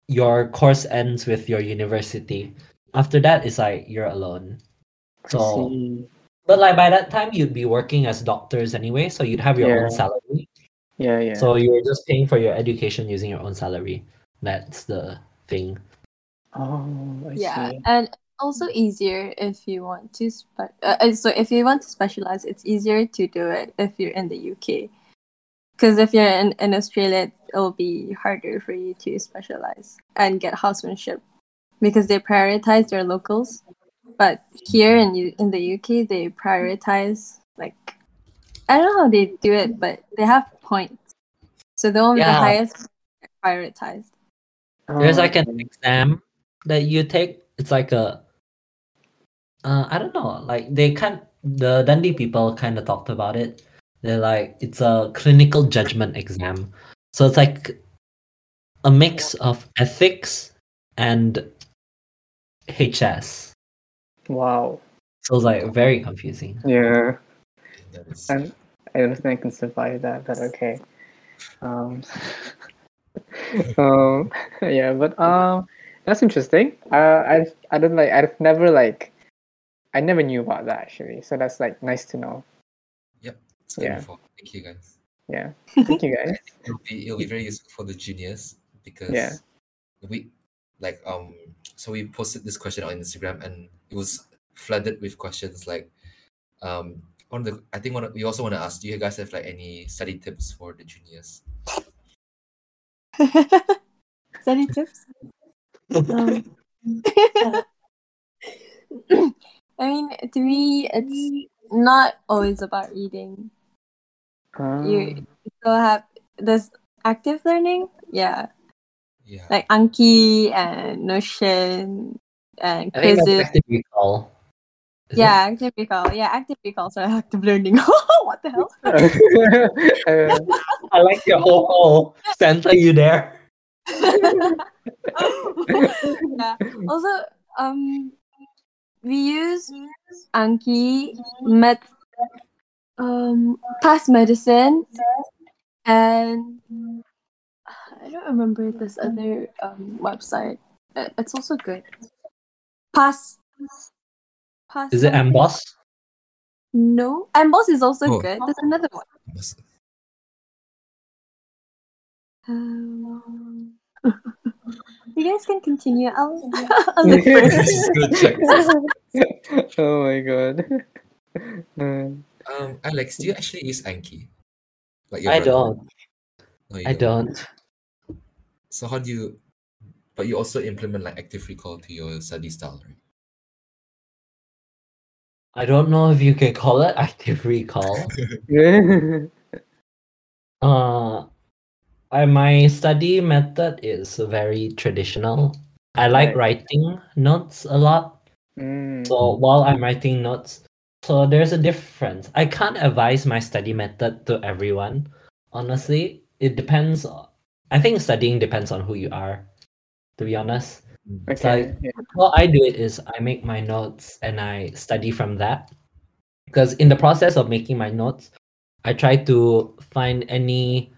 C: your course ends with your university. After that, it's like you're alone. So,
A: See.
C: but like by that time, you'd be working as doctors anyway, so you'd have your
A: Yeah.
C: own salary.
A: yeah, yeah.
C: So you're just paying for your education using your own salary. That's the thing.
A: oh, I
E: yeah,
A: see.
E: and also easier if you want to. Spe- uh, uh, so if you want to specialize, it's easier to do it if you're in the UK. Because if you're in, in Australia, it'll be harder for you to specialize and get housemanship because they prioritize their locals. But here in U- in the UK, they prioritize like I don't know how they do it, but they have points, so the one with the
C: Yeah.
E: highest get prioritized.
C: There's
A: Oh,
C: like an
A: okay.
C: exam that you take. It's like a, uh, I don't know. Like they kind the Dundee people kind of talked about it. They're like it's a clinical judgment exam. So it's like a mix of ethics and HS.
A: wow.
C: So it's like very confusing.
A: Yeah.
B: Oh, that is-
A: I'm, I don't think I can survive that, but okay. Um, um, yeah, but um, that's interesting. Uh, I I don't like I've never like I never knew about that actually. So that's like nice to know.
B: it's good
A: yeah.
B: info. Thank you guys.
A: Yeah, thank you guys.
B: It'll be it'll be very useful for the juniors because we like um so we posted this question on Instagram and it was flooded with questions like um one of the I think one of, we also want to ask do you guys have like any study tips for the juniors?
E: Study tips? Um, I mean, to me, it's not always about reading.
A: Um,
E: You still have there's active learning, yeah,
B: Yeah.
E: like Anki and Notion and
C: I think that's
E: quizzes.
C: active recall. Is it?
D: Yeah, active recall. Yeah, active recall. So active learning. what the hell?
A: Um, Uh,
C: I like your whole goal. Center you there.
D: yeah. Also, um, we use Anki med, um, past medicine, and I don't remember this other um website. It- It's also good. Pass. Pass.
C: Is it emboss?
D: No, Emboss is also
B: Oh.
D: good. There's another one.
B: Must-
D: Um, you guys can continue. I'll, I'll look for it.
B: Just go check.
A: oh my god. Mm.
B: Um, Alex, do you actually use Anki? Like your
C: I
B: brother?
C: don't.
B: No, you
C: I don't.
B: So how do you? But you also implement like active recall to your study style, right?
C: I don't know if you can call it active recall.
A: mm,
C: Uh, I, my study method is very traditional. I like writing notes a lot.
A: Mm.
C: So while I'm writing notes, so there's a difference. I can't advise my study method to everyone. Honestly, it depends. o- I think studying depends on who you are, to be honest.
A: Okay. yeah.
C: What I do it is I make my notes and I study from that. Because in the process of making my notes, I try to find any.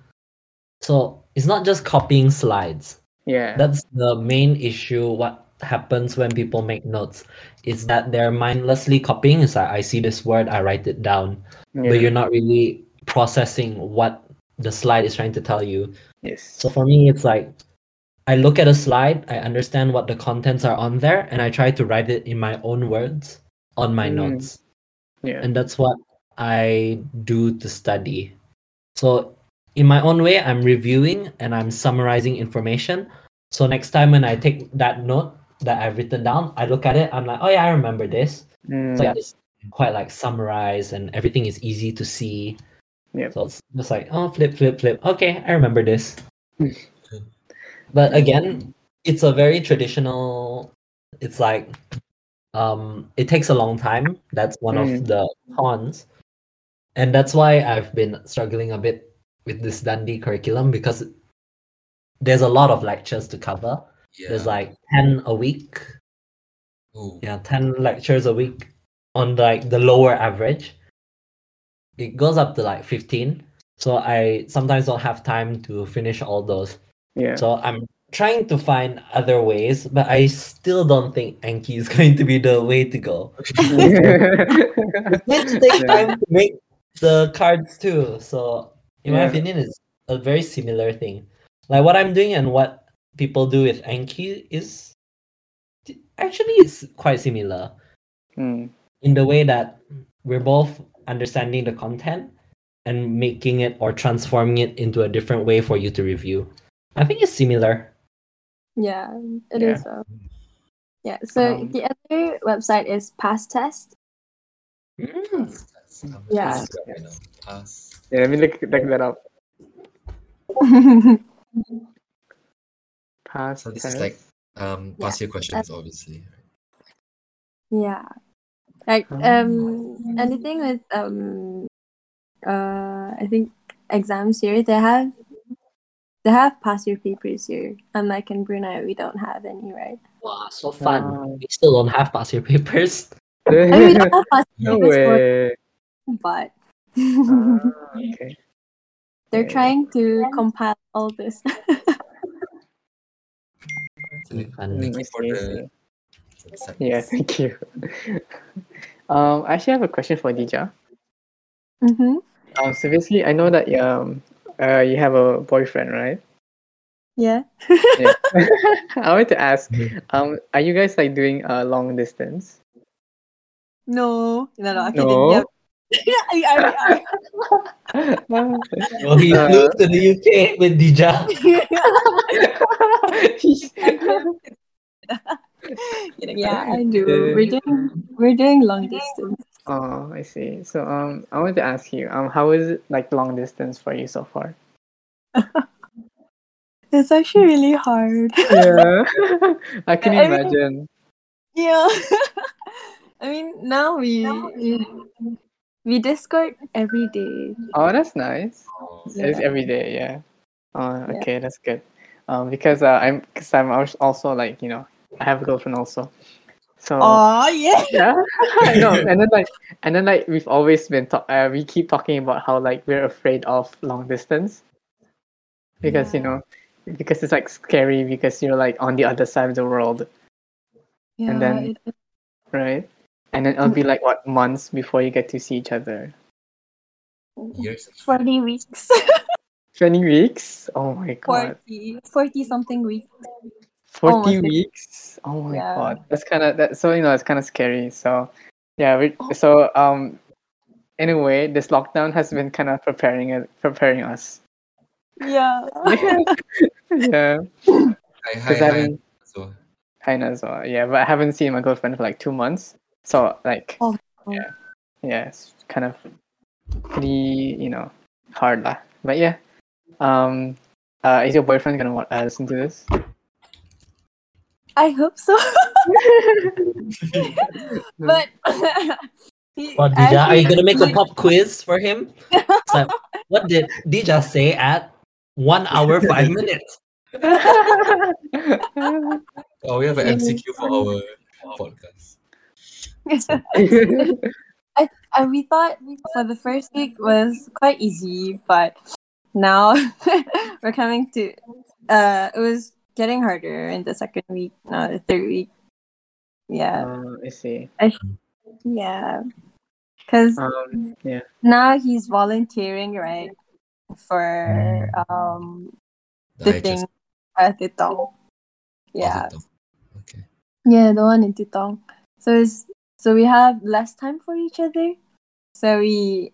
C: So it's not just copying slides.
A: Yeah.
C: That's the main issue. What happens when people make notes is that they're mindlessly copying. It's like I see this word, I write it down,
A: yeah.
C: but you're not really processing what the slide is trying to tell you.
A: Yes.
C: So for me, it's like I look at a slide, I understand what the contents are on there, and I try to write it in my own words on my
A: Mm.
C: notes.
A: Yeah.
C: And that's what I do to study. So in my own way, I'm reviewing and I'm summarizing information. So next time when I take that note that I've written down, I look at it, I'm like, oh yeah, I remember this.
A: Mm.
C: So it's quite like summarized and everything is easy to see.
A: Yep.
C: So it's just like, oh, flip, flip, flip. Okay, I remember this. but again, it's a very traditional, it's like, um, it takes a long time. That's one
A: Mm.
C: of the cons. And that's why I've been struggling a bit with this Dundee curriculum because there's a lot of lectures to cover.
B: Yeah.
C: There's like 10 a week
B: Ooh.
C: yeah 10 lectures a week on like the lower average it goes up to like 15 so i sometimes don't have time to finish all those
A: Yeah.
C: so i'm trying to find other ways but i still don't think anki is going to be the way to go it's going to take
A: Yeah.
C: time to make the cards too so in my
A: Yeah.
C: opinion it's a very similar thing like what i'm doing and what people do with anki is actually it's quite similar
A: Mm.
C: in the way that we're both understanding the content and making it or transforming it into a different way for you to review. I think it's similar.
D: Yeah, it is
A: Yeah.
D: well. Yeah, so
A: Um,
D: the other website is Pass Test.
B: Pass, pass. I'm
D: Yeah.
B: pass right now. Pass.
A: yeah. Let me look, look that up. Past
B: So this
A: tense.
B: is like um
D: Yeah.
B: past year questions, obviously.
D: yeah. Like
A: Um,
D: um anything with um uh I think exams here they have they have past year papers here. Unlike in Brunei we don't have any, right?
C: Wow, so
A: fun.
C: we still don't have past year papers.
D: I mean we don't have past
A: no
D: papers for
A: way.
D: but
A: Ah, okay.
D: they're
A: yeah.
D: trying to compile all this.
B: Right?
A: Mm,
B: you
A: I
B: for
A: see, I
B: the-
A: see. Yeah,
B: Sadness.
A: thank you. um, I actually have a question for Dija.
D: hmm
A: Um, so basically, I know that um, uh, you have a boyfriend, right?
D: Yeah.
A: Yeah. I wanted to ask,
B: Mhm.
A: um, are you guys like doing uh, long distance?
D: No. No, no, I
A: No.
D: couldn't. Yeah. I, I, I,
C: So he
A: Uh,
C: flew to the UK with Dija.
D: yeah, I do. We're doing we're doing long distance.
A: oh, I see. So um, I wanted to ask you, um, how is it like long distance for you so far?
D: It's actually really hard.
A: Yeah, I can
D: I mean-
A: imagine.
D: Yeah. I mean, now we we Discord every day.
A: Oh, that's nice.
B: Oh,
A: It's
D: Yeah.
A: every day, yeah. Oh,
D: Yeah.
A: okay, that's good. Um, because uh, I'm, cause I'm als- also like you know, I have a girlfriend also, so
D: Oh yeah.
A: yeah, I know. And then like, and then like, we've always been talk. Uh, we keep talking about how like we're afraid of long distance, because you know, because it's like scary because you're like on the other side of the world,
D: yeah
A: And then-
D: it-
A: right? And then it'll
D: Mm-hmm.
A: be like what months before you get to see each other.
B: years. actually.
D: forty weeks,
A: Twenty weeks? Oh my god.
D: 40, 40 something weeks.
A: 40
D: Almost fifty.
A: weeks oh my
D: Yeah.
A: god that's kind of that so you know it's kind of scary so yeah we,
D: Oh.
A: so um anyway this lockdown has been kind of preparing it preparing us
D: Yeah.
A: yeah
B: Hi, hi,
A: because
B: hi.
A: i haven't
B: So,
A: I know, so, yeah but i haven't seen my girlfriend for like two months so like
D: Oh, my
A: yeah yeah it's kind of pretty you know hard lah. but yeah um uh is your boyfriend gonna wa- uh, listen to this
D: I hope so. but
A: Hmm.
D: he
C: Well, Dija, are you gonna make a
D: actually-
C: pop quiz for him? It's like, what did Dija say at one hour five minutes?
B: oh, we have an
D: Yeah.
B: MCQ for our podcast.
A: Oh,
D: uh, we thought for the first week was quite easy, but now we're coming to uh it was getting harder in the second week, now the third week. Yeah.
A: Uh, I see.
D: Yeah. Cuz
A: Um, yeah.
D: now he's volunteering, right? For um the thing
B: Digest
D: at the Tutong.
B: of
D: Yeah.
B: it all. Okay.
D: Yeah, the one in Tutong. So it's so we have less time for each other. So we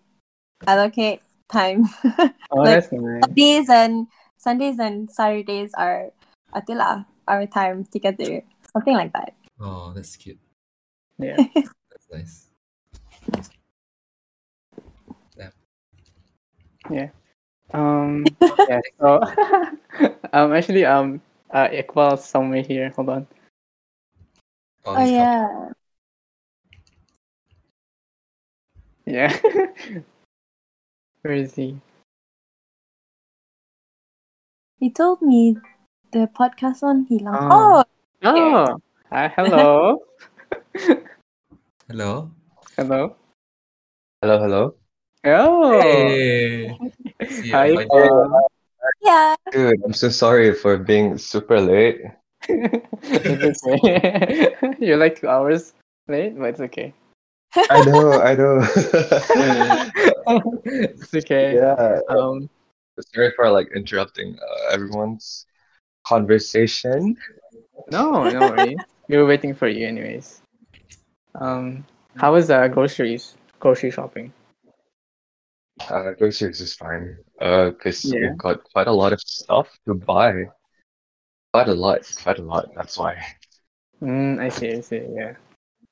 D: allocate time.
A: Oh,
D: Like-
A: that's nice.
D: Sundays and Sundays and Saturdays are atila our time together. Something like that.
B: Oh, that's cute.
A: Yeah.
B: That's nice.
A: Um. Yeah. So, um. Actually, um. Uh, Iqbal is somewhere here. Hold on.
D: Oh
B: he's
D: yeah.
A: Yeah. Where is he?
D: He told me the podcast one he launched.
A: Oh.
D: Oh,
A: Oh. Hi. Hello.
B: coming. Hello.
A: hello.
G: Hello, hello.
A: Oh.
B: Hey. See,
A: Hi,
B: I find you-
G: Uh,
A: Iqbal.
D: yeah.
G: Dude, I'm so sorry for being super late.
A: it's okay. You're like two hours late, but it's okay.
G: I know, I know.
A: it's okay.
G: yeah.
A: Um.
G: Sorry for like interrupting uh, everyone's conversation.
A: No, no worries. we were waiting for you, anyways. Um. How was uh groceries? Grocery shopping.
G: Uh, groceries is fine. Uh, because
A: Yeah.
G: we've got quite a lot of stuff to buy. Quite a lot, quite a lot. That's why.
A: Mm, I see, I see, yeah.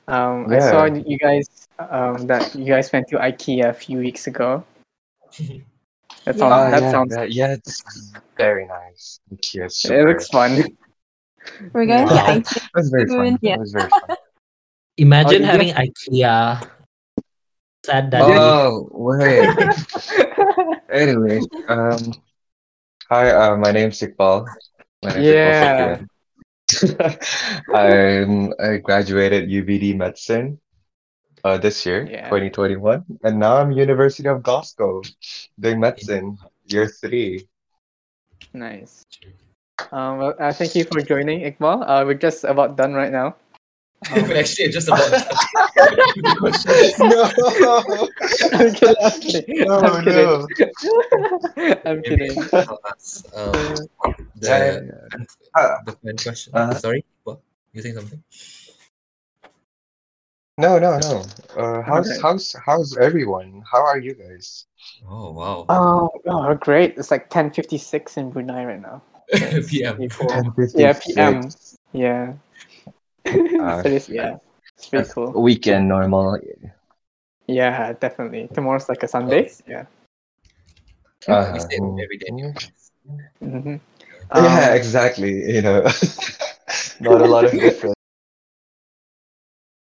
A: Um, I
G: Yeah.
A: saw that you guys um, that you guys went to IKEA a few weeks ago. That sounds.
G: Ah,
A: that
G: yeah,
A: sounds.
G: yeah, yeah, it's very nice. Thank you. It's
A: It
G: super-
A: looks fun.
D: We're going
A: Yeah.
D: to
G: It was very fun.
D: Yeah.
G: It was very fun.
C: Imagine
A: you
C: having IKEA at that week.
G: Oh, wait. Anyway, um, hi, uh, my name's Iqbal. My name's
A: Yeah.
G: Iqbal Fakir. I'm, I graduated UBD Medicine uh, this year,
A: Yeah.
G: 2021, and now I'm University of Glasgow doing medicine, year three.
A: nice. Um, well, uh, thank you for joining, Iqbal. Uh, we're just about done right now. Oh. Um,
B: We're actually just about.
G: No,
A: I'm kidding. I'm kidding.
G: no,
A: I'm kidding.
G: no.
A: I'm
B: Maybe
A: kidding.
B: I'll ask, um, the,
G: Uh,
B: the fan question.
G: Uh-huh.
B: Sorry, what? You saying something?
G: no, no, no. Uh, how's
A: Okay.
G: how's how's everyone? How are you guys?
B: Oh wow.
A: Oh, oh, great! It's like 10:56 in Brunei right now.
B: PM.
A: Pretty cool. Yeah, PM. Yeah.
G: Ah,
A: so this,
G: okay.
A: Uh, yeah, it's pretty cool.
G: Weekend normal.
A: Yeah, definitely. Tomorrow's like a Sunday. Yeah.
G: Uh,
B: We say
G: mm.
B: every day.
A: Mm-hmm.
G: yeah, exactly. You know, not a lot of difference.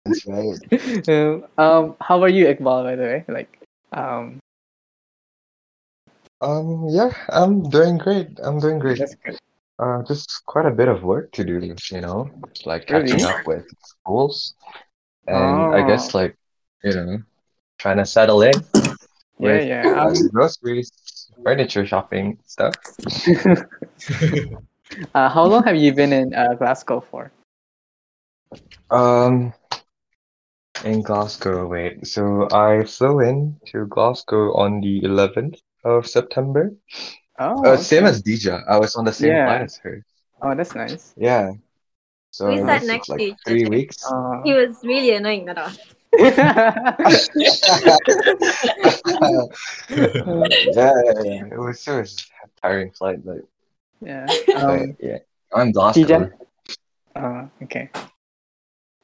G: That's right.
A: um, um, how are you, Iqbal? By the way, like, um,
G: Um, yeah, I'm doing great. I'm doing great.
A: that's good.
G: Uh, just quite a bit of work to do, you know, like
A: Really?
G: catching up with schools and I guess like, you know, trying to settle in
A: Yeah,
G: with
A: yeah. Um,
G: uh, groceries, furniture shopping, stuff.
A: um, uh, how long have you been in uh, Glasgow for?
G: Um, in Glasgow, wait. So I flew in to Glasgow on the 11th of September.
A: Oh,
G: Uh, same
A: okay.
G: as Deja. I was on the same
A: Yeah.
G: flight as her.
A: Oh, that's nice.
G: Yeah. So
E: We sat
G: I guess it's
E: next to
G: like
E: each
G: three
E: other.
G: weeks.
A: Uh,
E: He was really annoying at all.
A: Uh,
G: yeah, yeah, yeah. It was it was a tiring flight, like,
A: yeah.
G: but
A: Um,
G: yeah. I'm
A: Deja?
G: Glasgow.
A: Uh, okay.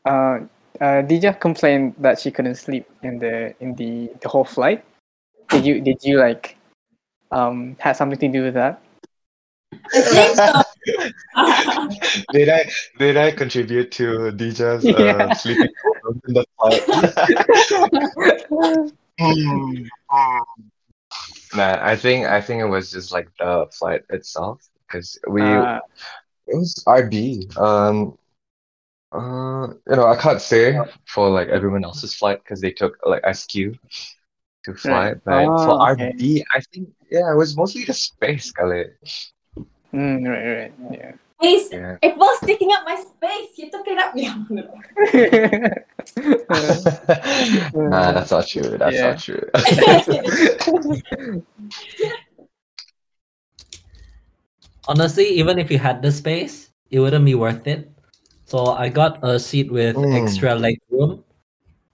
A: Uh, uh, Dija complained that she couldn't sleep in the in the, the whole flight. Did you did you like um had something to do with that?
G: did I did I contribute to Deja's
A: Yeah.
G: uh, sleeping problems in the flight? nah, I think I think it was just like the flight itself because we
A: Uh,
G: It was RB. Um, uh, you know, I can't say for like everyone else's flight because they took like SQ to fly,
A: Right.
G: but for
A: Oh, okay.
G: RB, I think yeah, it was mostly the space, kali.
A: mm, right, right, yeah.
E: He's
G: Yeah.
E: it was taking up my space. You took it up. Yeah.
A: Uh,
G: Nah, that's not true. That's
A: Yeah.
G: not true.
C: Honestly, even if you had the space, it wouldn't be worth it. So I got a seat with
G: Mm.
C: extra leg room.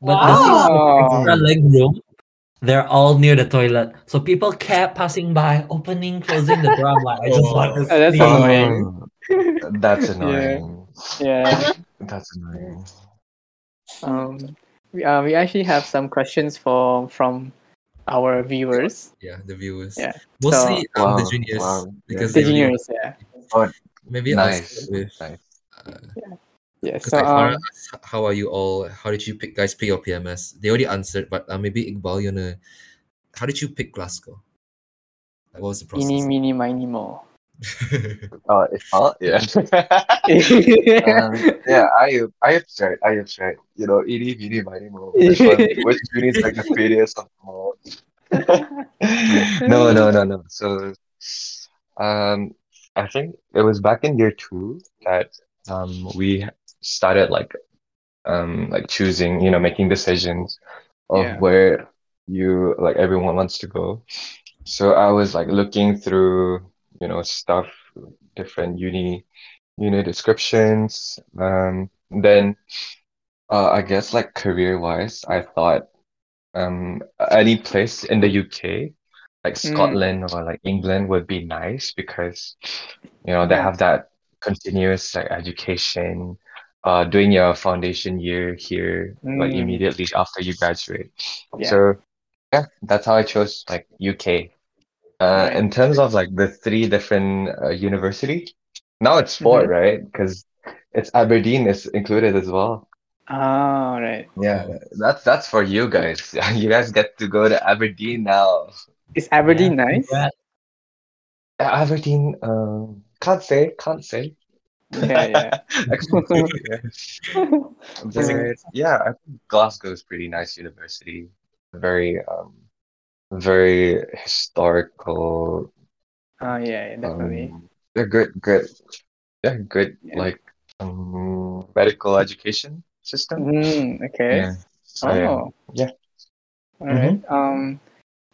C: But the seats with
A: wow.
C: extra leg room, they're all near the toilet. So people kept passing by, opening, closing the door. I'm like, I just want to
A: Oh, that's
C: sleep.
A: annoying.
G: Oh, that's annoying.
A: yeah.
G: That's annoying.
A: Um, we, uh, we actually have some questions for from our viewers.
B: yeah, the viewers.
A: Yeah,
B: Mostly um, the
G: Wow,
B: juniors
G: wow,
B: because
A: The
B: they really-
A: juniors, yeah,
B: maybe I'll
G: Nice.
B: start with
G: nice.
A: yeah.
B: because
A: So
B: like Farah
A: um,
B: asked, "H- how are you all? How did you pick guys pick your PMS? They already answered, but uh, maybe Iqbal, you wanna how did you pick Glasgow? Like, what was the
A: eeny,
B: process?
A: meeny, miny, mo.
G: Oh, it's all yeah. Um, yeah, I Ayub's right. Ayub's right. You know, itty bitty miny mo. Which one? Which uni is like the prettiest of them all? no, no, no, no. So, um, I think it was back in year two that um we started like um like choosing, you know, making decisions of
A: Yeah.
G: where you like everyone wants to go. So I was like looking through, you know, stuff, different uni uni descriptions. Um, then uh, I guess like career wise, I thought um any place in the UK, like
A: Mm.
G: Scotland or like England would be nice because you know they
A: Yeah.
G: have that continuous like education, uh doing your foundation year here like
A: Mm.
G: immediately after you graduate.
A: Yeah.
G: So yeah, that's how I chose like UK. Uh,
A: Right.
G: in terms of like the three different uh, university, now it's 4
A: Mhm.
G: right? Because it's Aberdeen is included as well.
A: Ah, right.
G: Yeah, that's that's for you guys. You guys get to go to Aberdeen now.
A: Is Aberdeen
C: Yeah,
A: nice?
C: congrats.
G: Yeah, Uh, Aberdeen, um, can't say, can't say.
A: Yeah,
G: I can't say, yeah.
A: yeah.
G: But yeah, I think Glasgow is pretty nice university. Very, um, very historical.
A: Oh yeah, yeah, definitely.
G: Um, they're good, good, yeah, good
A: Yeah.
G: like um medical education system.
A: Mm, okay.
G: Yeah. So, yeah.
A: Oh.
G: Yeah.
A: All
G: Mm-hmm.
A: right. Um,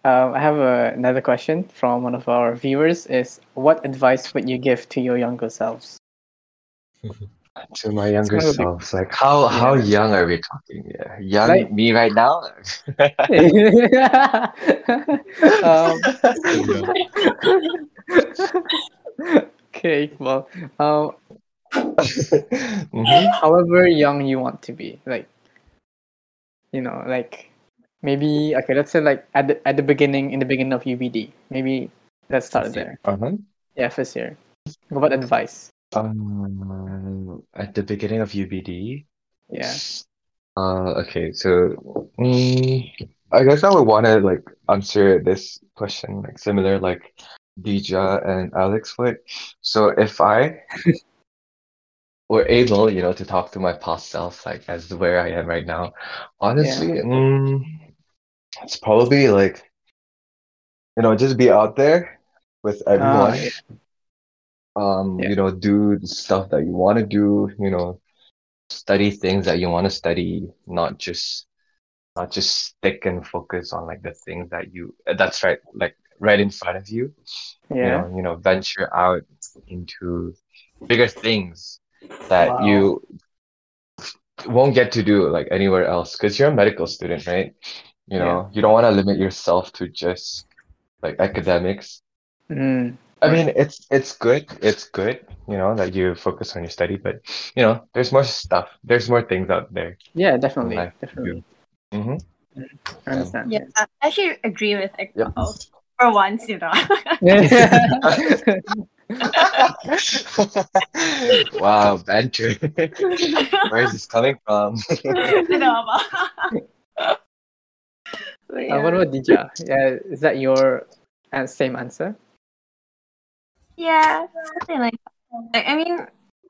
A: uh, I have a, another question from one of our viewers. Is what advice would you give to your younger selves?
G: To my younger
A: kind of a big-
G: selves, like how
A: Yeah.
G: how young are we talking? Yeah, young
A: Like-
G: me right now.
A: um,
G: Mhm.
A: okay. Well, um,
G: Mhm.
A: however young you want to be like you know like maybe okay let's say like at the, at the beginning in the beginning of ubd maybe let's start
B: First year.
A: there
G: Uh-huh.
A: yeah first year what
G: Mm.
A: advice
G: Um, at the beginning of UBD,
A: yeah
G: Uh, okay, so mm, I guess I would want to like answer this question like similar like Dija and Alex would. So if I were able, you know, to talk to my past self like as to where I am right now, honestly, mm, it's probably like you know just be out there with everyone.
A: Ah, yeah.
G: Um,
A: Yeah.
G: you know, do the stuff that you want to do. You know, study things that you want to study, not just not just stick and focus on like the things that you that's right like right in front of you you
A: Yeah.
G: know, you know venture out into bigger things that you won't get to do like anywhere else because you're a medical student right you
A: Yeah.
G: know you don't want to limit yourself to just like academics
A: Mm.
G: I mean it's it's good it's good you know that you focus on your study but you know there's more stuff there's more things out there
A: Yeah, definitely.
G: Life to
A: Definitely.
G: hmm
A: I understand.
H: Yeah, I actually agree with Iqbal.
G: Yep.
A: Oh.
H: For once, you know.
A: Yeah.
G: wow banter where is this coming from
H: you know about.
A: Uh, what about Dija? Yeah, is that your uh, same answer?
D: Yeah, something like that. I I mean,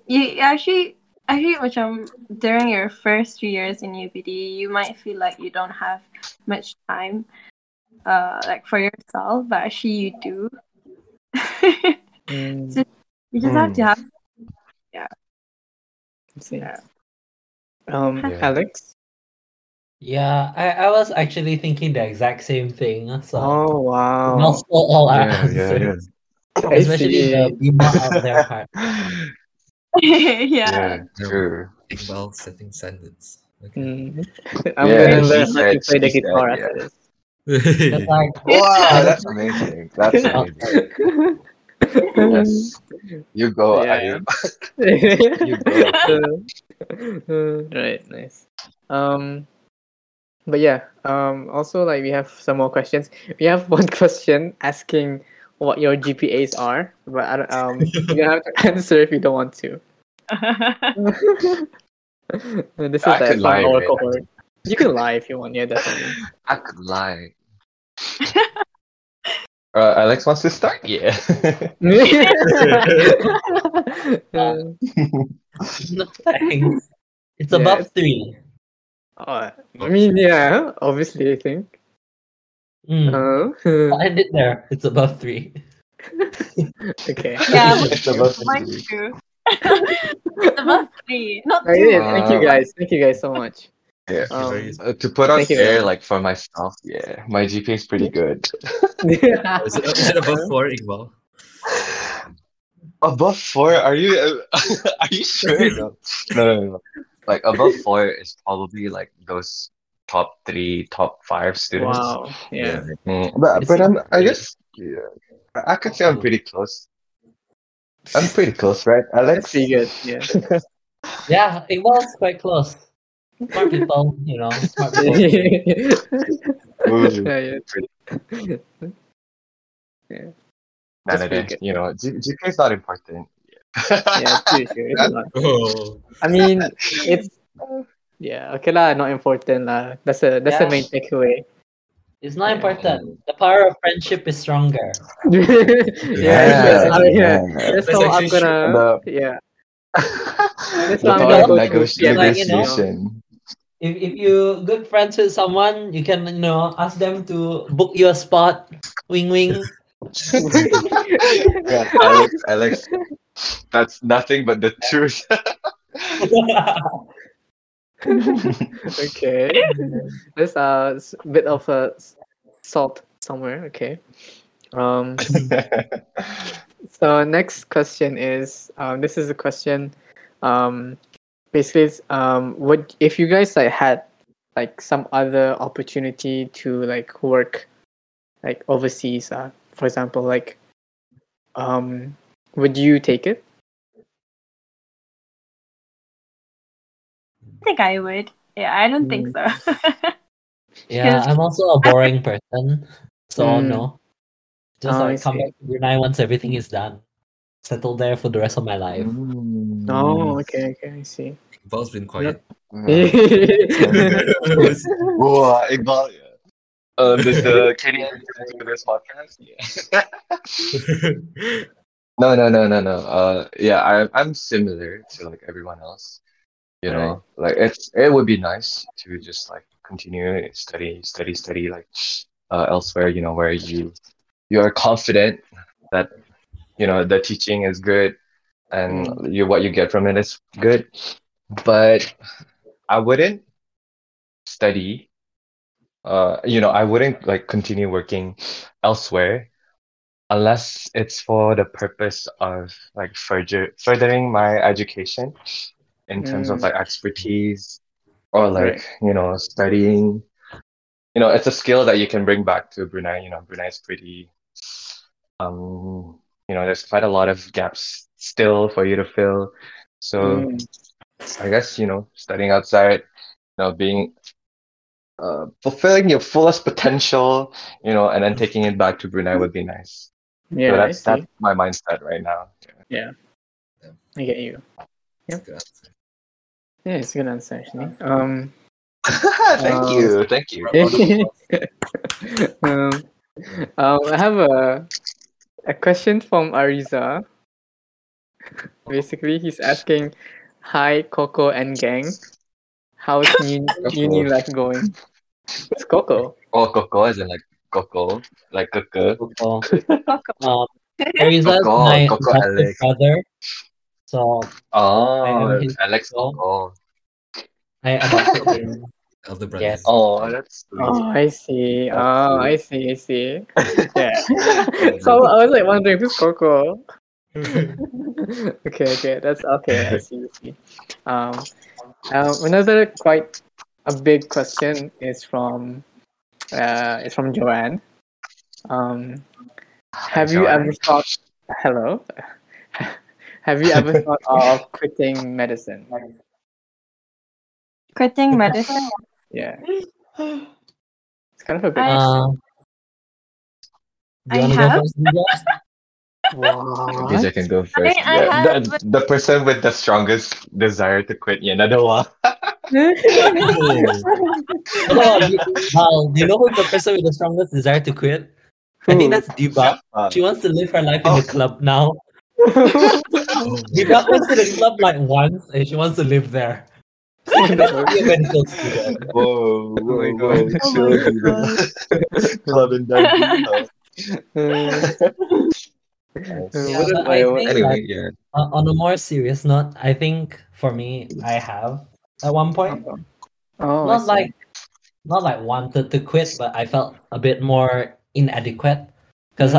D: you you actually, actually, which um, during your first few years in UBD, you might feel like you don't have much time, uh, like for yourself, but actually you do.
A: Mm,
D: you just have to
C: Hmm.
G: Mm.
D: have.
A: let's see. Um,
G: Yeah.
A: Alex.
C: Yeah, I, I was actually thinking the exact same thing. So
A: Oh wow.
C: not so all our
G: Yeah, yeah, yeah.
C: answers, especially the be more out there part.
D: yeah.
G: yeah, true.
B: Well, setting standards. Okay.
A: Mm. I'm
G: Yeah,
A: gonna learn
G: she
A: how to
G: said-
A: play the
G: she said,
A: guitar
G: yeah.
A: after this.
C: Just like
G: Wow, that's amazing. That's amazing. Yes. You go,
A: Yeah.
G: Ayub. You
A: right,
G: go.
A: nice. Um, but yeah. Um, also like we have some more questions. We have one question asking what your GPAs are, but I don't, um, you don't have to answer if you don't want to. this is like
G: I could
A: from
G: lie,
A: our
G: man.
A: cohort. You can lie if you want. Yeah, definitely.
G: I could lie. Uh, Alex wants to start? Yeah.
A: Uh,
C: thanks. It's
A: Yeah,
C: above
A: it's-
C: three.
A: uh, I mean, yeah, obviously, I think.
C: Mm.
A: Uh,
C: I'll end it there. It's above three.
A: okay.
D: Yeah,
G: It's about to
D: mine
G: be-
D: too. it's above three, not
A: That's
D: two.
A: it. Thank you guys. Thank you guys so much.
G: Yeah.
A: Um,
G: Uh, to put on
A: Thank you.
G: air, like for myself, yeah, my GPA is pretty good.
B: Is it, is it above four, Iqbal?
G: Above four? Are you uh, are you sure? No. no, no, no, no. Like above four is probably like those top three, top five students.
A: wow. Yeah.
G: Mm, but
C: It's
G: but I'm I
C: yeah.
G: guess yeah, I I could say I'm pretty close. I'm pretty close, right, Uh,
A: That's
G: Alex?
A: pretty good. Yeah.
C: Yeah, it was quite close. Smart people, you know, smart people.
G: Ooh,
A: yeah, yeah.
G: none
A: That's
G: of
A: pretty good.
G: that. You know, G- GPA is not important.
A: Yeah, pretty sure. It's not-
B: Oh.
A: I mean, it's yeah, okay lah, not important lah. That's a that's the
C: Yeah.
A: main takeaway.
C: It's not
A: Yeah.
C: important. The power of friendship is stronger.
A: yeah, that's, I mean, yeah. That's,
B: That's
A: how I'm
B: actually true.
A: gonna
G: The,
A: yeah.
G: the
A: why I'm
G: power of
C: gonna
A: go to
G: negotiation.
C: Vietnam, you know.
G: negotiation.
C: If if you good friends with someone, you can you know ask them to book you a spot. Wing wing.
G: Yeah, Alex, Alex, that's nothing but the truth.
A: okay. There's a s- bit of a s- salt somewhere. Okay. Um. So next question is um, this is a question, um, basically it's, um, what if you guys like had like some other opportunity to like work like overseas, uh, for example, like um, would you take it?
D: I think I would. Yeah, I don't think
C: Hmm.
D: so.
C: yeah, I'm also a boring person, so
A: Mm.
C: no. Just
A: Oh, I
C: like come
A: see.
C: back to Brunei once everything
A: Hmm.
C: is done. Settle there for the rest of my life.
G: Mm.
A: Oh, okay, okay, I see. Mm,
B: Iqbal's been quiet.
G: Whoa, Iqbal. Um, does the KDM listen to this podcast? Yeah. no, no, no, no, no. Uh, yeah, I, I'm similar to like everyone else. You
A: Right.
G: know, like it's it would be nice to just like continue study, study, study, like uh, elsewhere. You know, where you you are confident that you know the teaching is good and you what you get from it is good. But I wouldn't study uh you know i wouldn't like continue working elsewhere unless it's for the purpose of like further furthering my education in terms of
A: Mm.
G: like expertise or like
A: Right.
G: you know studying you know it's a skill that you can bring back to brunei you know brunei is pretty um you know there's quite a lot of gaps still for you to fill so
A: Mm.
G: I guess, you know, studying outside, you know, being uh, fulfilling your fullest potential, you know, and then taking it back to Brunei would be nice.
A: Mm-hmm. yeah,
G: so
A: I
G: that's
A: see.
G: that's my mindset right now.
A: I get you.
B: That's a good answer.
A: Yeah, it's a good answer actually. Um,
G: Thank
A: Um,
G: you. Uh, Thank you.
A: um, um, I have a a question from Ariza. Basically, he's asking, "Hi Coco and gang, how's uni, uni life going?" It's Coco.
G: Oh, Coco is in like Coco, like Coco.
C: Oh. um, Ariza is
G: Coco,
A: Oh,
C: my
G: Coco
C: adopted
G: Alex.
C: brother. So
G: Oh,
C: am his
G: Alex
C: Coco.
G: Coco.
C: I adopted him.
B: Elder brother.
C: Yes.
G: Oh, that's
A: Oh,
G: sweet.
A: I see.
G: That's
A: Oh, I see. I see. Yeah. so I was like wondering who's Coco. okay, okay, that's okay. I see. I see. Um, um, another quite a big question is from uh, is from Joanne. Um, have you
G: Joanne.
A: ever thought? Hello. have you ever thought of quitting medicine?
E: Quitting medicine.
A: Yeah, it's kind of a big.
E: I-
C: Uh, do
H: I
C: you wanna go
H: have.
C: first, Ginger?
G: I guess I can go first.
E: I
G: yeah.
E: have-
G: the, the person with the strongest desire to quit, yeah, Nadawa.
C: Oh, you, wow, do you know who's the person with the strongest desire to quit? I think that's Diba. She wants to live her life in the club now.
B: Oh,
C: Diba goes to the club like once and she wants to live there. She should not be a medical student.
G: Whoa, whoa, whoa,
E: Oh my
G: chill, dude. Club and dive deep, huh?
C: Yeah,
A: What if
C: but
A: I-
C: I think,
G: Anyway,
C: like,
G: yeah.
C: uh, on a more serious note, I think for me, I have at one point
A: oh, I see.
C: not like not like wanted to quit, but I felt a bit more inadequate because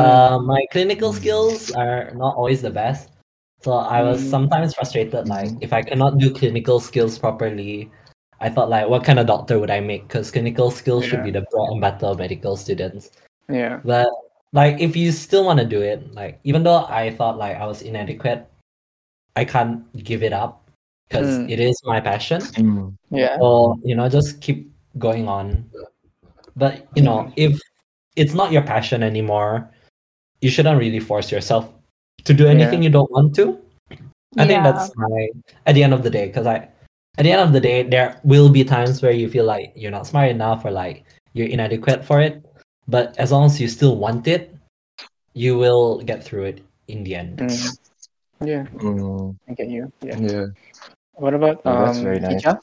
A: Mm.
C: uh, my clinical skills are not always the best. So I was
A: Mm.
C: sometimes frustrated, like if I cannot do clinical skills properly, I thought like, what kind of doctor would I make? Because clinical skills should be the bread and butter of medical students.
A: yeah.
C: But like, if you still want to do it, like even though I thought like I was inadequate, I can't give it up because
A: Mm.
C: it is my passion
A: Yeah.
C: or you know just keep going on but you know if it's not your passion anymore you shouldn't really force yourself to do anything you don't want to i think
E: Yeah.
C: that's my at the end of the day because i at the end of the day there will be times where you feel like you're not smart enough or like you're inadequate for it but as long as you still want it you will get through it in the end
A: Mm. Yeah, I get you. Yeah.
G: yeah.
A: What about
G: Yeah,
A: um,
G: Oh, that's very nice.
A: Tija?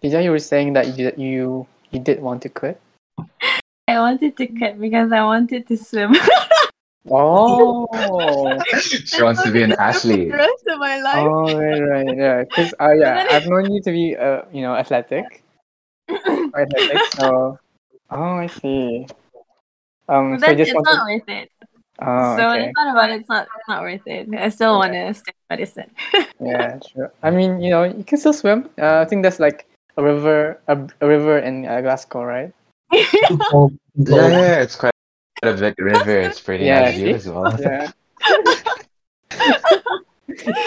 A: Tija, you were saying that you you you did want to quit.
H: I wanted to quit because I wanted to swim.
A: Oh,
G: She wants to be an athlete.
E: The rest of my life.
A: oh, right, right, yeah. Because uh, yeah, I've known you to be uh, you know, athletic, or athletic. So, oh, I see. Um,
E: But
A: so
E: then
A: you just
E: it's
A: want.
E: not worth it.
A: To... Oh,
E: so when
A: okay.
E: I thought about it, it's not it's not worth it. I still want to study medicine.
A: Yeah, true. I mean, you know, you can still swim. Uh, I think that's like a river, a, a river in uh, Glasgow, right? Mm.
C: Too cold, too
G: Yeah,
C: cold.
G: yeah, it's quite a big river. It's pretty
A: Yeah,
G: nice view
A: see?
G: as well.
A: Yeah.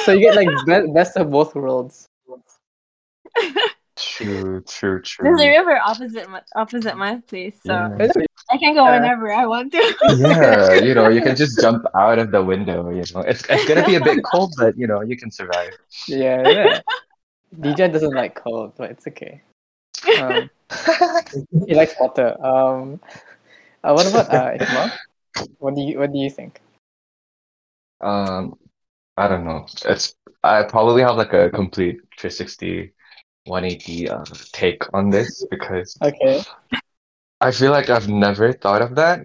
A: so you get like be- best of both worlds.
G: True, true, true.
E: There's a river opposite my, opposite my place, so
G: Yeah.
E: I can go
A: Yeah.
E: whenever I want to.
G: yeah, you know, you can just jump out of the window. You know, it's it's gonna be a bit cold, but you know, you can survive.
A: Yeah, yeah. DJ doesn't like cold, but it's okay. Um, he likes water. Um, uh, what about uh, Isma? What do you What do you think?
G: Um, I don't know. It's I probably have like a complete 360, 180 uh, take on this because
A: Okay.
G: I feel like I've never thought of that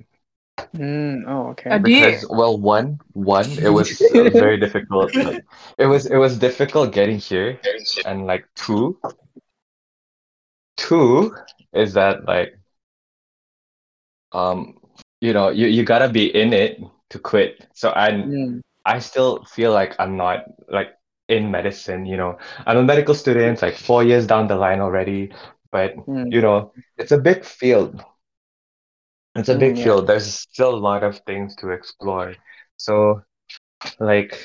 A: Mm, oh,
H: Uh,
A: okay.
H: do you-
G: because well, one, one, it was uh, very difficult. like, it was it was difficult getting here, and like two, two is that like, um, you know, you you gotta be in it to quit. So I
A: Mm,
G: I still feel like I'm not like in medicine, you know. I'm a medical student, like four years down the line already, but
A: mm,
G: you know, it's a big field. It's a
A: Mm,
G: big
A: yeah.
G: field. There's still a lot of things to explore. So, like,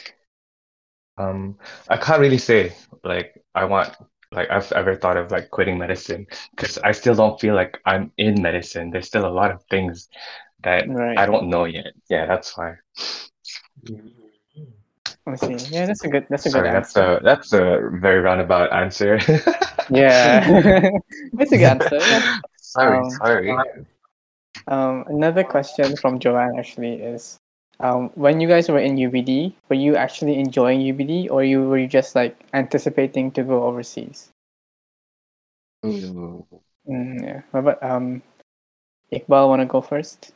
G: um, I can't really say like I want like I've ever thought of like quitting medicine because I still don't feel like I'm in medicine. There's still a lot of things that
A: right.
G: I don't know yet. Yeah, that's why.
A: Mm. I see. Yeah, that's a good. That's a good
G: Sorry, that's
A: answer.
G: a that's a very roundabout answer.
A: Yeah, that's a good answer.
G: Sorry,
A: Um,
G: sorry.
A: Um, another question from Joanne actually is, um, when you guys were in UBD, were you actually enjoying UBD, or you were you just like anticipating to go overseas?
G: Ooh.
A: Mm, yeah. What about um, Iqbal? Want to go first?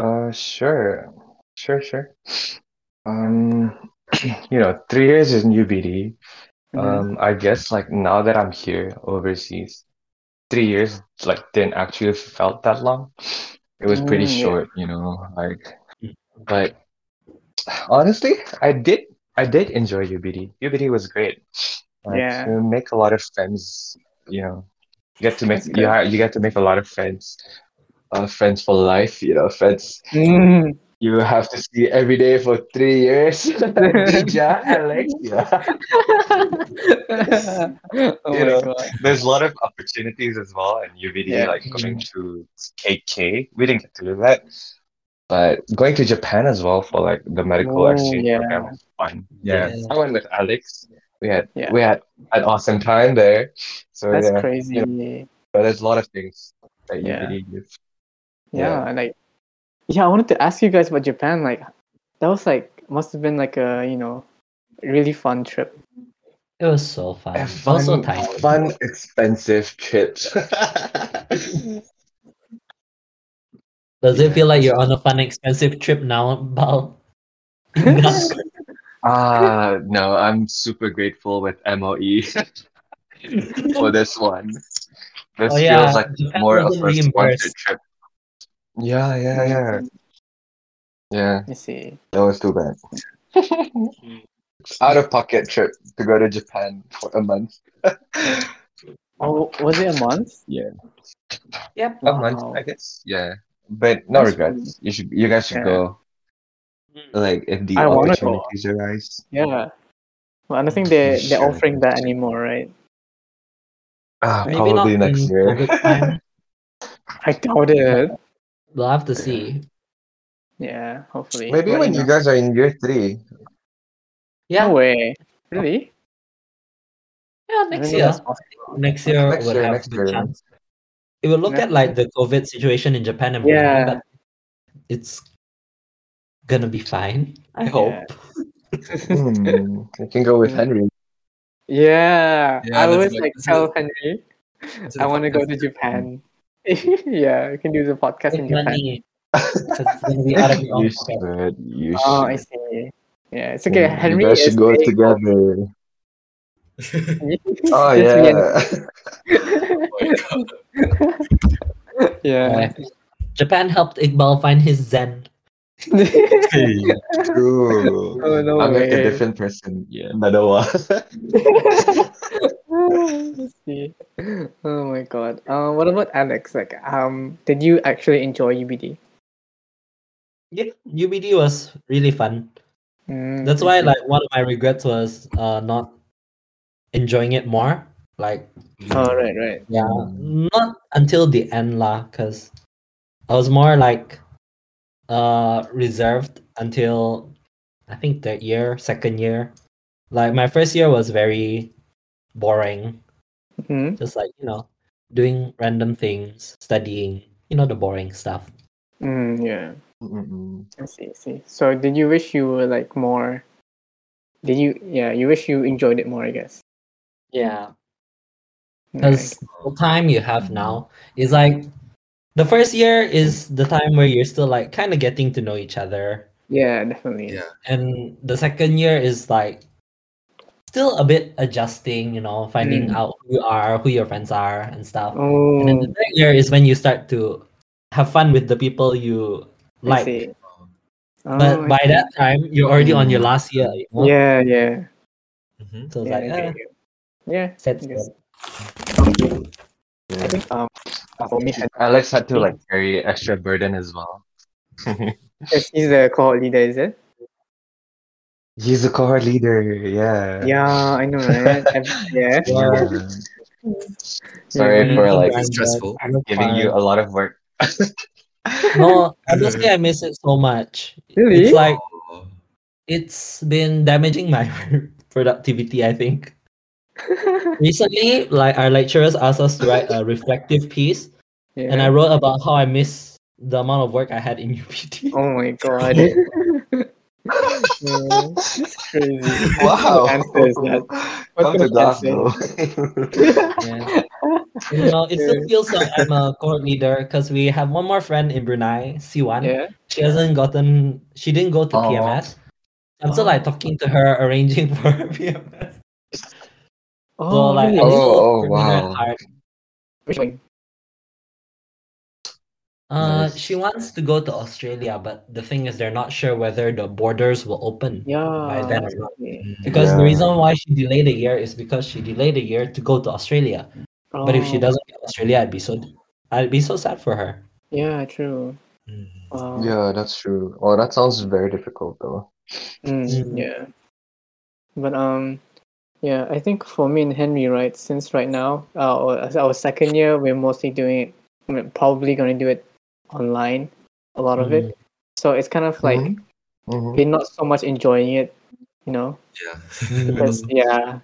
G: Uh, sure, sure, sure. Um, you know, three years in UBD.
A: Mhm.
G: Um, I guess like now that I'm here overseas, three years like didn't actually felt that long. It was pretty
A: Mm, yeah.
G: short, you know, like, but honestly, I did I did enjoy UBD. UBD was great. Like,
A: Yeah.
G: you make a lot of friends, you know. You get to make
A: That's
G: you
A: good.
G: ha you get to make a lot of friends, uh, friends for life, you know, friends
A: Mm,
G: you have to see every day for three years. Ninja, Alex, yeah.
A: oh
G: You
A: my
G: know.
A: god.
G: There's a lot of opportunities as well, and UVD
A: Yeah.
G: like going to KK. We didn't get to do that, but going to Japan as well for like the medical
A: Oh,
G: exchange
A: yeah.
G: program was fun. Yeah,
C: Yeah.
G: I went with Alex. We had
A: Yeah.
G: we had an awesome time there. So
A: That's
G: Oh, yeah,
A: crazy.
G: you but there's a lot of things that
A: Yeah.
G: UVD gives.
A: yeah, like yeah i wanted to ask you guys about japan like that was like must have been like a you know really fun trip
C: It was so fun.
G: A
C: It was so
G: fun,
C: tight.
G: fun, expensive trips.
C: Does it
G: Yeah.
C: feel like you're on a fun, expensive trip now, Bal? That's good.
G: Ah, no, I'm super grateful with MOE for this one. This
C: Oh, yeah,
G: feels like
C: Japan
G: more of
C: wasn't
G: a sponsored
C: reimbursed.
G: trip. Yeah, yeah, yeah. Yeah,
A: you see
G: that was too bad. Out of pocket trip to go to Japan for a month. A
A: oh was it a month
C: Yep.
G: month,
A: Wow.
G: I guess. Yeah, but no
A: That's Hmm.
G: regrets. You should, you guys should
A: Yeah.
G: go. Like if the
A: I wanna go.
G: opportunities arise.
A: yeah well i don't think they they're
G: Sure.
A: offering that anymore right
G: Ah,
C: Maybe not
G: probably next
C: in
G: year.
C: COVID time.
A: i doubt it
C: We'll have to see.
A: yeah hopefully
G: Maybe
A: But,
G: when you
A: know,
G: guys are in year three.
C: Yeah,
A: no way really I
C: yeah,
A: didn't
C: next
A: know
C: year.
A: that's possible.
C: Next year
G: Next
C: we'll
G: year,
C: have
G: next
C: the
G: year.
C: chance. If we look
A: Yeah.
C: at like the COVID situation in Japan and
A: Yeah.
C: Bhutan, but it's gonna be fine. I
A: Yeah.
C: hope.
G: Hmm, you can go with
A: Mm.
G: Henry.
A: yeah, i
B: Yeah, that's
A: always
B: what-
A: like
B: that's
A: tell
B: what-
A: henry
B: So
A: i
B: the
A: want to go
B: podcast-
A: to japan yeah we can do the podcast in
C: Make
A: japan
C: money. 'cause it's gonna be out of your own
G: You
C: pocket.
G: should. You
A: oh i
G: should.
A: see yeah it's okay henry
G: you guys
A: is
G: should go
A: staying
G: together. Oh
A: Just me and-
G: yeah.
A: yeah.
C: Uh, Japan helped Iqbal find his zen.
G: True.
A: Oh, no
G: I'm like
A: way.
G: a different person. Yeah, Nadawa.
A: Let's see. Oh my god. Um, what about Alex? Like, um, did you actually enjoy UBD?
C: Yeah, UBD was really fun.
A: Mm,
C: That's
A: I
C: why
A: see.
C: like one of my regrets was uh not enjoying it more. Like
A: Oh right, right.
C: yeah,
G: Mm.
C: not until the end lah, cause I was more like uh reserved until I think third year, second year. Like my first year was very boring,
A: hmm
C: just like you know, doing random things, studying, you know, the boring stuff.
A: Mm, yeah.
G: Mm-mm.
A: I see. I see. So did you wish you were like more? Did you? Yeah. You wish you enjoyed it more. I guess.
C: Yeah,
A: Alright.
C: because the time you have
A: Mm-hmm.
C: now is like the first year is the time where you're still like kind of getting to know each other
A: Yeah. Definitely.
B: Yeah.
C: and the second year is like still a bit adjusting you know finding
A: Mm.
C: out who you are who your friends are and stuff
A: Oh.
C: and then the third year is when you start to have fun with the people you
A: I
C: like
A: see.
C: but
A: Oh, I
C: by
A: see. Mm.
C: that time you're already on your last year you know?
A: Yeah. Yeah.
B: Mm-hmm.
C: so it's
A: Yeah.
C: like
A: I
C: eh,
A: get you. yeah.
C: sets
A: I guess.
C: good.
A: I
G: Yeah.
A: think um for me
G: Alex had to like carry extra burden as well.
A: Yes, he's the cohort leader, is it?
G: He's a core leader. Yeah.
A: Yeah, I know, right? I've- yeah.
C: Yeah.
G: Yeah. Sorry
A: Yeah.
G: for like
C: Sometimes, uh,
B: stressful.
C: kind of
G: giving you
C: fun.
G: a lot of work.
C: no honestly i miss it so much
A: Really?
C: it's like
B: Oh,
C: it's been damaging my productivity i think recently like our lecturers asked us to write a reflective piece
A: yeah.
C: and i wrote about how i miss the amount of work i had in upt
A: Oh my god. Yeah, That's crazy.
G: wow.
A: What answer is that?
G: Come
A: kind
G: to
A: of answer?
G: Glasgow.
C: yeah. you know it still feels like i'm a core leader because we have one more friend in brunei c1
A: Yeah.
C: she hasn't gotten she didn't go to
G: Oh.
C: pms i'm still like talking to her arranging for her pms
A: Oh,
C: so like
A: really?
C: I'm
G: Oh,
C: still
G: oh,
C: working
G: wow.
C: hard.
A: Which one?
C: Uh,
G: Nice.
C: she wants to go to Australia, but the thing is, they're not sure whether the borders will open by
A: Yeah.
C: then or not.
A: okay.
C: Because the
G: Yeah.
C: reason why she delayed a year is because she delayed a year to go to Australia. But if she
A: Oh,
C: doesn't get Australia, I'd be so I'd be so sad for her.
A: Yeah, true.
B: mm.
A: Wow.
G: Yeah, that's true. Oh, that sounds very difficult though.
A: Mm,
C: Mm.
A: yeah. But um, yeah, I think for me and Henry, right, since right now, uh, our, our second year, we're mostly doing it, we're probably going to do it online, a lot of it.
C: Mm.
A: So it's kind of like
G: Mhm. Mhm.
A: we're not so much enjoying it, you know?
B: Yeah.
C: Mm.
A: 'Cause- yeah.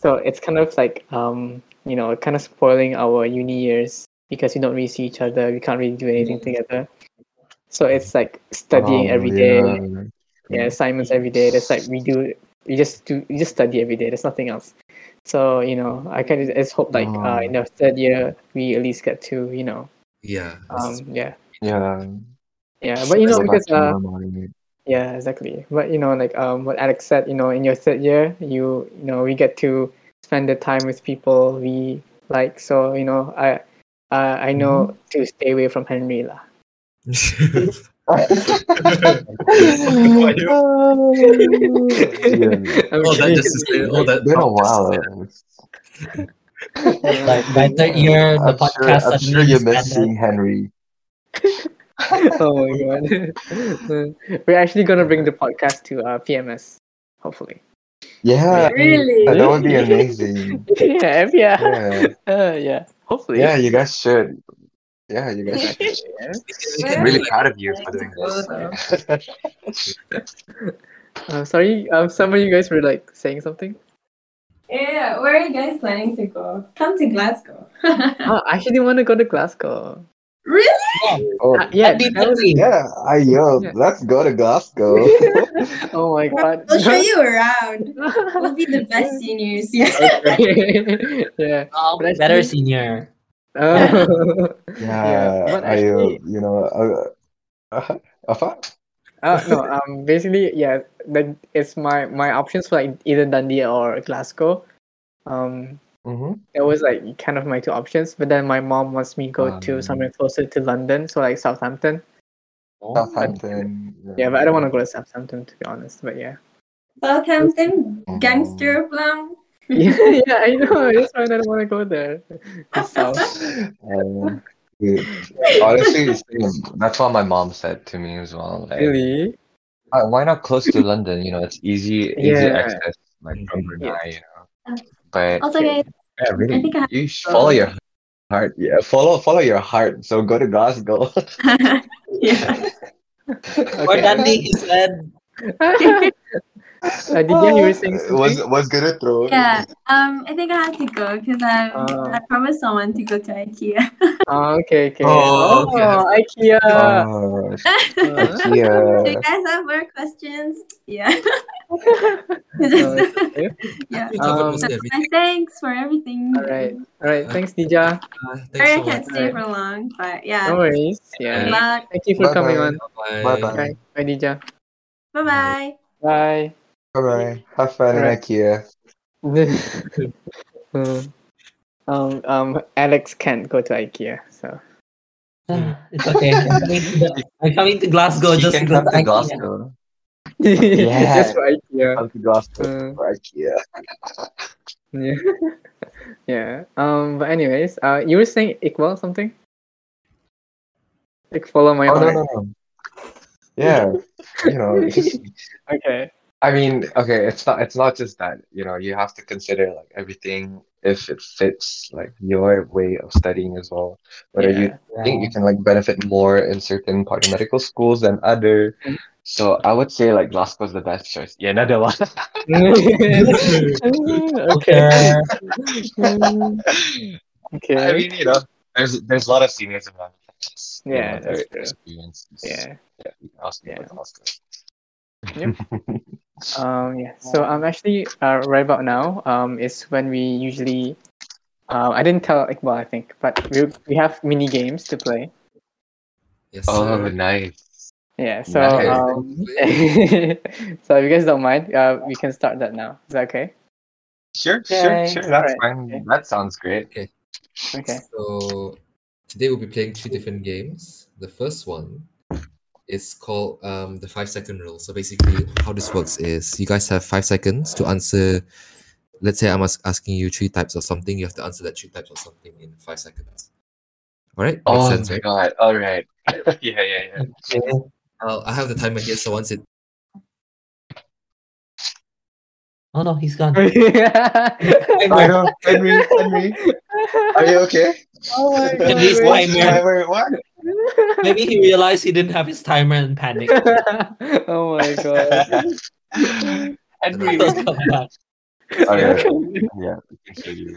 A: So it's kind of like, um, you know, kind of spoiling our uni years because we don't really see each other, we can't really do anything
G: Mm-hmm.
A: together. So it's like studying
G: Um,
A: every day
G: yeah.
A: yeah assignments every day that's like we do we just do we just study every day there's nothing else so you know i can just- just hope like uh,
G: Oh.
A: in the third year we at least get to you know
B: Yeah.
A: um yeah
G: Yeah.
A: yeah Uh, but you know
G: Go back
A: because
G: to
A: uh
G: normal.
A: yeah exactly but you know like um what alex said you know in your third year you you know we get to spend the time with people we like so you know i uh, I know to stay away from Henry lah.
B: Why you-
G: yeah.
B: all Oh, that just to say, all that.
G: It's been a
B: talk just to
G: while.
B: say
G: uh,
C: Like by third year, the
G: I'm
C: podcast
G: sure, I'm sure
C: suddenly
G: you miss
C: standard.
G: seeing Henry.
A: oh my god. We're actually gonna bring the podcast to uh, PMS, hopefully.
G: Yeah,
D: Really?
G: that would be amazing.
A: yeah, if- yeah,
G: Yeah,
A: uh, yeah. Hopefully.
G: yeah, you guys should. Yeah, you guys should.
A: Yeah.
B: We
G: I'm
B: can
G: really
B: do like-
G: proud of you for doing this.
A: Uh, sorry, um, some of you guys were like saying something.
D: Yeah, where are you guys planning to go? Come to Glasgow.
A: Oh, I actually want to go to Glasgow.
D: really?
G: oh,
A: Uh, yeah.
C: That'd be
A: that was-
C: lovely.
G: yeah, I yo,
A: Yeah.
G: let's go to Glasgow.
A: oh my god.
D: We'll show you around. We'll be the best seniors. Yeah.
A: Okay. yeah.
C: Oh,
A: But I
C: better
A: think-
C: senior.
A: Oh.
G: yeah,
A: But
G: I,
A: actually,
G: uh, you know, uh, uh, uh,
A: Uh, no, um, basically, yeah, like it's my my options for like either Dundee or Glasgow. Um,
G: mm-hmm.
A: it was like kind of my two options, but then my mom wants me go
B: Um.
A: to somewhere closer to London, so like Southampton.
G: Southampton.
A: Yeah, but I don't want to go to Southampton to be honest. But yeah,
D: Southampton,
A: Oh.
G: Mhm.
D: gangster plum.
A: yeah, yeah, I know. That's why I don't want to go there. The South.
G: Um, it- honestly, it's same. that's what my mom said to me as well. Like,
A: Really?
G: "Uh, why not close to London? You know, it's easy, easy
A: Yeah.
G: access, like from
B: Mhm.
G: Brunei. You
D: Uh,
G: know, but
D: Also, guys,
G: yeah, really,
D: think I have-
G: you should follow your heart. Yeah, follow, follow your heart. So go to Glasgow.
D: yeah.
C: Or
A: Okay. Ah,
C: Dundee instead.
A: Uh, did you hear saying something?
G: was was gonna throw.
H: Yeah. Um, I think I have to go because I
A: Oh.
H: I promised someone to go to IKEA.
A: Ah, okay, okay.
B: Oh, okay.
A: IKEA.
G: Oh,
A: Uh,
H: Do you
G: yeah.
H: guys have more questions? Yeah.
A: uh,
H: yeah.
B: We covered
A: Um,
B: most of everything.
H: My thanks for everything.
A: all right, all right. Thanks, Dija.
B: Uh,
H: Sorry I
B: thanks so
H: can't
B: much.
H: stay for long, but yeah.
A: No worries.
H: Good
A: Yeah.
H: luck.
A: Thank you for coming
G: Bye-bye.
A: on.
G: Bye bye.
A: Bye, bye, Dija.
H: Bye bye.
A: Bye.
G: All right. Have fun in
A: Alright.
G: IKEA.
A: um, Hmm. um, Alex can't go to IKEA, so
C: it's okay. I'm coming to- I'm coming to Glasgow
G: She
C: just
G: can
C: to go
G: come
C: to
G: to
C: IKEA.
G: Glasgow.
A: just for IKEA.
G: Come to Glasgow
A: Uh,
G: for IKEA.
A: yeah. yeah. Um. But anyways, uh, you were saying Iqbal something. Like follow my
G: Oh no
A: heart.
G: no no. Yeah, you know, just
A: Okay.
G: I mean, okay, it's not it's not just that, you know, you have to consider like everything if it fits like your way of studying as well. Whether you think you can like benefit more in certain biomedical schools than other.
C: Mm-hmm.
A: Mm.
G: So I would say like Glasgow's the best choice. Yeah, another one.
A: okay.
C: Okay.
G: I
A: Okay.
G: mean, you know, there's there's a lot of seniors around. campus, you
A: Yeah,
G: know,
A: that's
G: their
A: true.
G: experiences.
A: Yeah.
G: Yeah, you can ask people
A: Yeah.
G: to Glasgow.
A: Um. Yeah. So um. Actually, uh, right about now, um, is when we usually, um, I didn't tell Iqbal, I think, but we we have mini games to play.
B: Yes,
G: Oh,
B: sir.
G: nice.
A: Yeah. So
G: Nice.
A: um. so if you guys don't mind, uh, we can start that now. Is that okay?
G: Sure, sure,
C: Okay.
G: sure. That's
A: Alright,
G: fine.
A: okay.
G: That sounds great.
A: Okay.
B: So today we'll be playing two different games. The first one is called um, the five second rule. So basically, how this works is you guys have five seconds to answer. Let's say I'm as- asking you three types of something. You have to answer that three types of something in five seconds. All right, makes
G: Oh
B: sense,
G: my
B: right?
G: God. All right. Yeah, yeah, yeah.
B: I'll, I have the timer here, so once it
C: Oh no, he's gone.
G: I know. Henry, Henry, are you okay?
A: Oh my
C: At least
A: God,
C: I
G: What?
C: man.
G: Wait, wait, what?
C: Maybe he realized he didn't have his timer and panicked.
A: oh my god.
G: Henry.
C: He'll come back.
G: All right. Yeah, we can show you.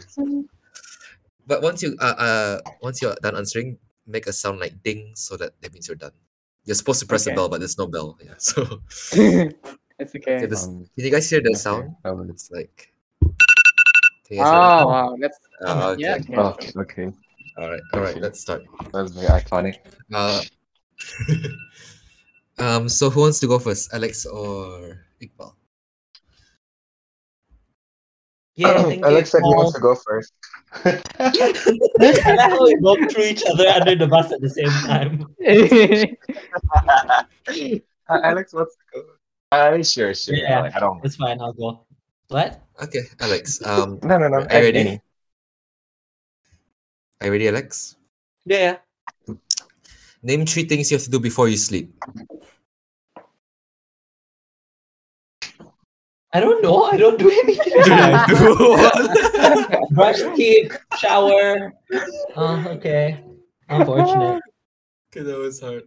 B: But once you uh, uh once you're done answering, make a sound like ding so that that means you're done. You're supposed to press
A: Okay.
B: a bell, but there's no bell. Yeah. So
A: it's
B: so
A: okay.
B: this-
G: Um,
B: can you guys hear the
G: okay.
B: sound?
G: Um,
B: It's like. Can you guys
A: Oh
B: hear
G: Ah,
B: that?
A: wow, that's
B: Ah, okay.
A: yeah. okay.
G: Oh, okay.
B: All right. All right.
G: Okay.
B: Let's start.
G: That's very iconic.
B: Uh, um. So who wants to go first, Alex or Iqbal?
C: Yeah, thank
G: Alex
C: you.
G: said he wants to go first.
C: I like how we both threw each other under the bus at the same time.
G: Uh, Alex wants to go. Uh, sure, sure.
C: Yeah.
G: Alex, I don't.
C: It's fine, I'll go. What?
B: Okay, Alex. Um,
G: No, no, no.
B: Are you ready?
G: Henry.
B: are you ready, Alex?
C: Yeah.
B: Name three things you have to do before you sleep.
C: I don't know. I don't do anything. Brush teeth, shower. Uh, okay. Unfortunate.
B: okay, that was hard.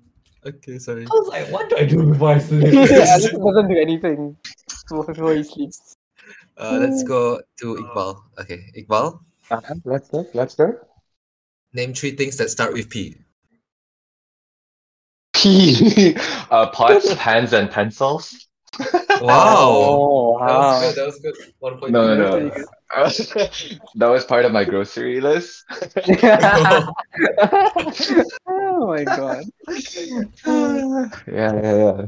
B: Okay, sorry.
C: I was like, what do I do before I sleep?
A: Alex doesn't do anything before he sleeps.
B: Uh, let's go to Iqbal. Okay, Iqbal,
G: Uh-huh. Let's go. Let's go.
B: name three things that start with P.
G: P. uh, pots, pens, and pencils.
B: Wow.
A: Oh wow.
B: That was good. One point.
G: No,
A: no,
G: no. that was part of my grocery list.
A: oh my god.
G: yeah, yeah, yeah.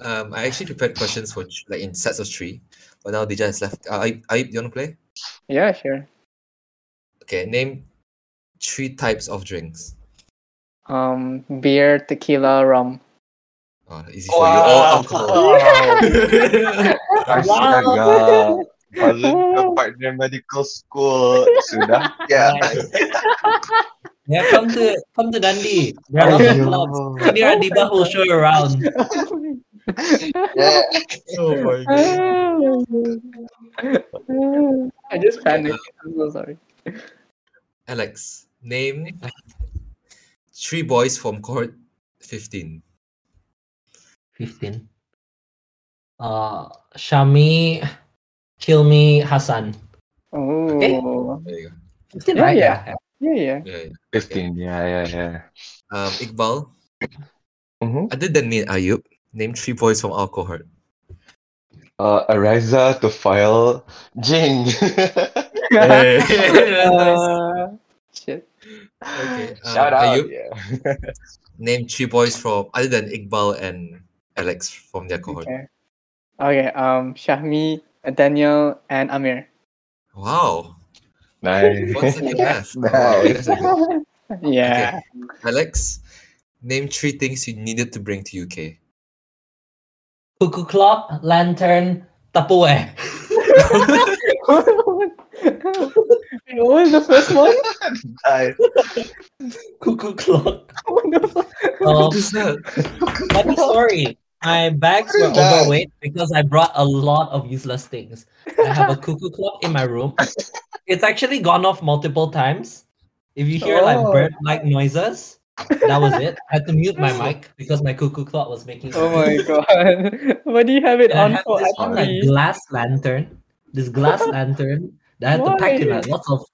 B: um, I actually prepared questions for th- like in sets of three, but now Dija has left. Uh, Aib, Aib, do you want to play?
A: Yeah, sure.
B: Okay, name three types of drinks.
A: Um, beer, tequila, rum.
B: Oh, easy for you. All alcohol.
G: I swear to God. Masuk ke partner medical school sudah. Yeah.
C: Yeah, come to come to Dundee. There are local clubs. Senior Adiba will show you around.
G: Yeah.
B: oh my
A: I just panicked. I'm so sorry.
B: Alex, name three boys from cohort fifteen.
C: Fifteen. uh, Shami, Kilmi, Hassan.
A: Oh,
B: There you go.
C: Fifteen,
A: Yeah,
C: right?
A: oh, yeah. yeah, yeah.
B: Yeah, yeah.
G: Fifteen. Yeah, yeah, yeah.
B: Um, Iqbal,
G: Mm-hmm.
B: other than me and Ayub, name three boys from our cohort.
G: Uh, Ariza to file Jing.
A: Uh, shit.
B: Okay, uh,
G: Shout out.
B: Ayub?
G: Yeah.
B: Name three boys from other than Iqbal and Alex from their cohort.
A: Okay. Okay. Um, Shahmi, Daniel, and Amir.
B: Wow.
G: nice.
B: One second pass. Wow,
G: Nice.
B: that's a good-
A: Yeah.
B: Alex, name three things you needed to bring to UK.
C: Cuckoo clock, lantern, Tupperware.
A: what was the first one?
G: Nice.
C: Cuckoo clock.
A: What the fuck?
C: Uh,
B: What is that?
C: funny story. My bags
G: What
C: were
G: is that?
C: overweight because I brought a lot of useless things. I have a cuckoo clock in my room. It's actually gone off multiple times. If you hear like
A: Oh.
C: bird like noises, that was it. I had to mute my mic because my cuckoo clock was making
A: Oh my
C: noise.
A: god. What do you have it
C: And I
A: on
C: have
A: for?
C: this one, like,
A: Abby?
C: glass lantern. This glass lantern that I had to pack in
A: Why?
C: like lots of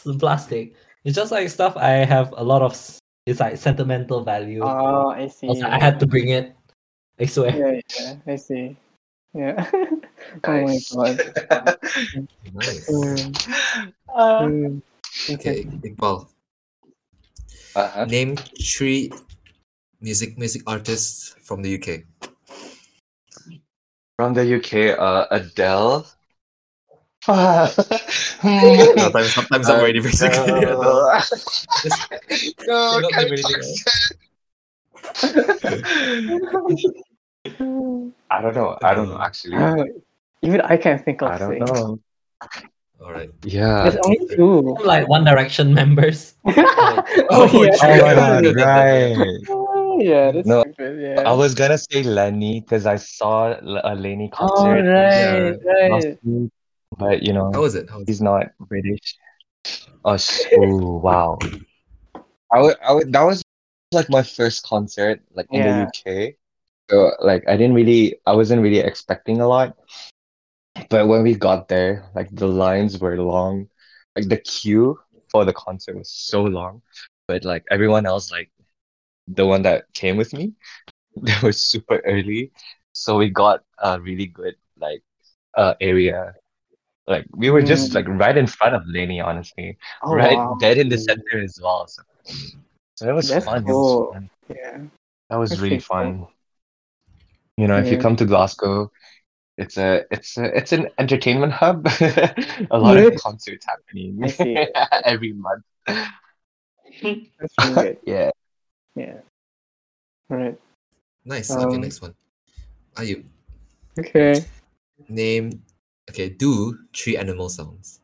C: s- plastic. It's just like stuff I have a lot of. s- It's like sentimental value.
A: Oh, I see.
C: Also, I had to bring it. I swear.
A: Yeah, yeah, I see. Yeah. oh my
G: Nice.
A: god.
B: Nice.
A: Mm, mm.
B: Okay, Iqbal,
G: Uh-huh.
B: name three music music artists from the UK.
G: From the UK, uh, Adele.
B: No, times sometimes
A: Uh,
B: I'm already basically. yeah, no.
G: Adele.
B: Just-
G: No,
B: Cannot do
G: can't
B: anything
G: I don't know. I don't know actually.
A: Oh, even I can't think of
G: I don't
A: six.
G: know.
B: All right.
G: Yeah.
A: There's only two.
C: I'm like One Direction members.
A: oh, yeah.
B: Oh,
G: Oh my
B: God,
G: god, right.
A: Oh, yeah, that's
G: No,
A: stupid. Yeah.
G: I was gonna say Lenny because I saw L- a Lenny
A: oh,
G: concert
A: right,
G: last
A: right.
G: week, but you know
B: How was it? How was it?
G: he's not British. Oh, s- ooh, wow. I would, I would, that was like my first concert like in
A: Yeah.
G: the UK. So like I didn't really, I wasn't really expecting a lot. But when we got there, like the lines were long. Like the queue for the concert was so long. But like everyone else, like the one that came with me, they were super early. So we got a really good like uh area. Like we were just
A: Mm.
G: like right in front of Laney, honestly
A: Oh,
G: right
A: wow.
G: dead in the center as well. So, so that was
A: That's
G: fun. it was
A: cool.
G: fun.
A: Yeah.
G: That was
A: That's pretty
G: really
A: cool.
G: fun. You know, if you
A: Yeah.
G: come to Glasgow, it's a it's a it's an entertainment hub. a lot of
A: Yeah.
G: concerts happening
A: I see.
G: every month.
A: That's really good.
G: Yeah.
A: Yeah. Right.
B: Nice. okay,
A: Um,
B: next one. Ayub,
A: Okay.
B: name. Okay, do three animal sounds.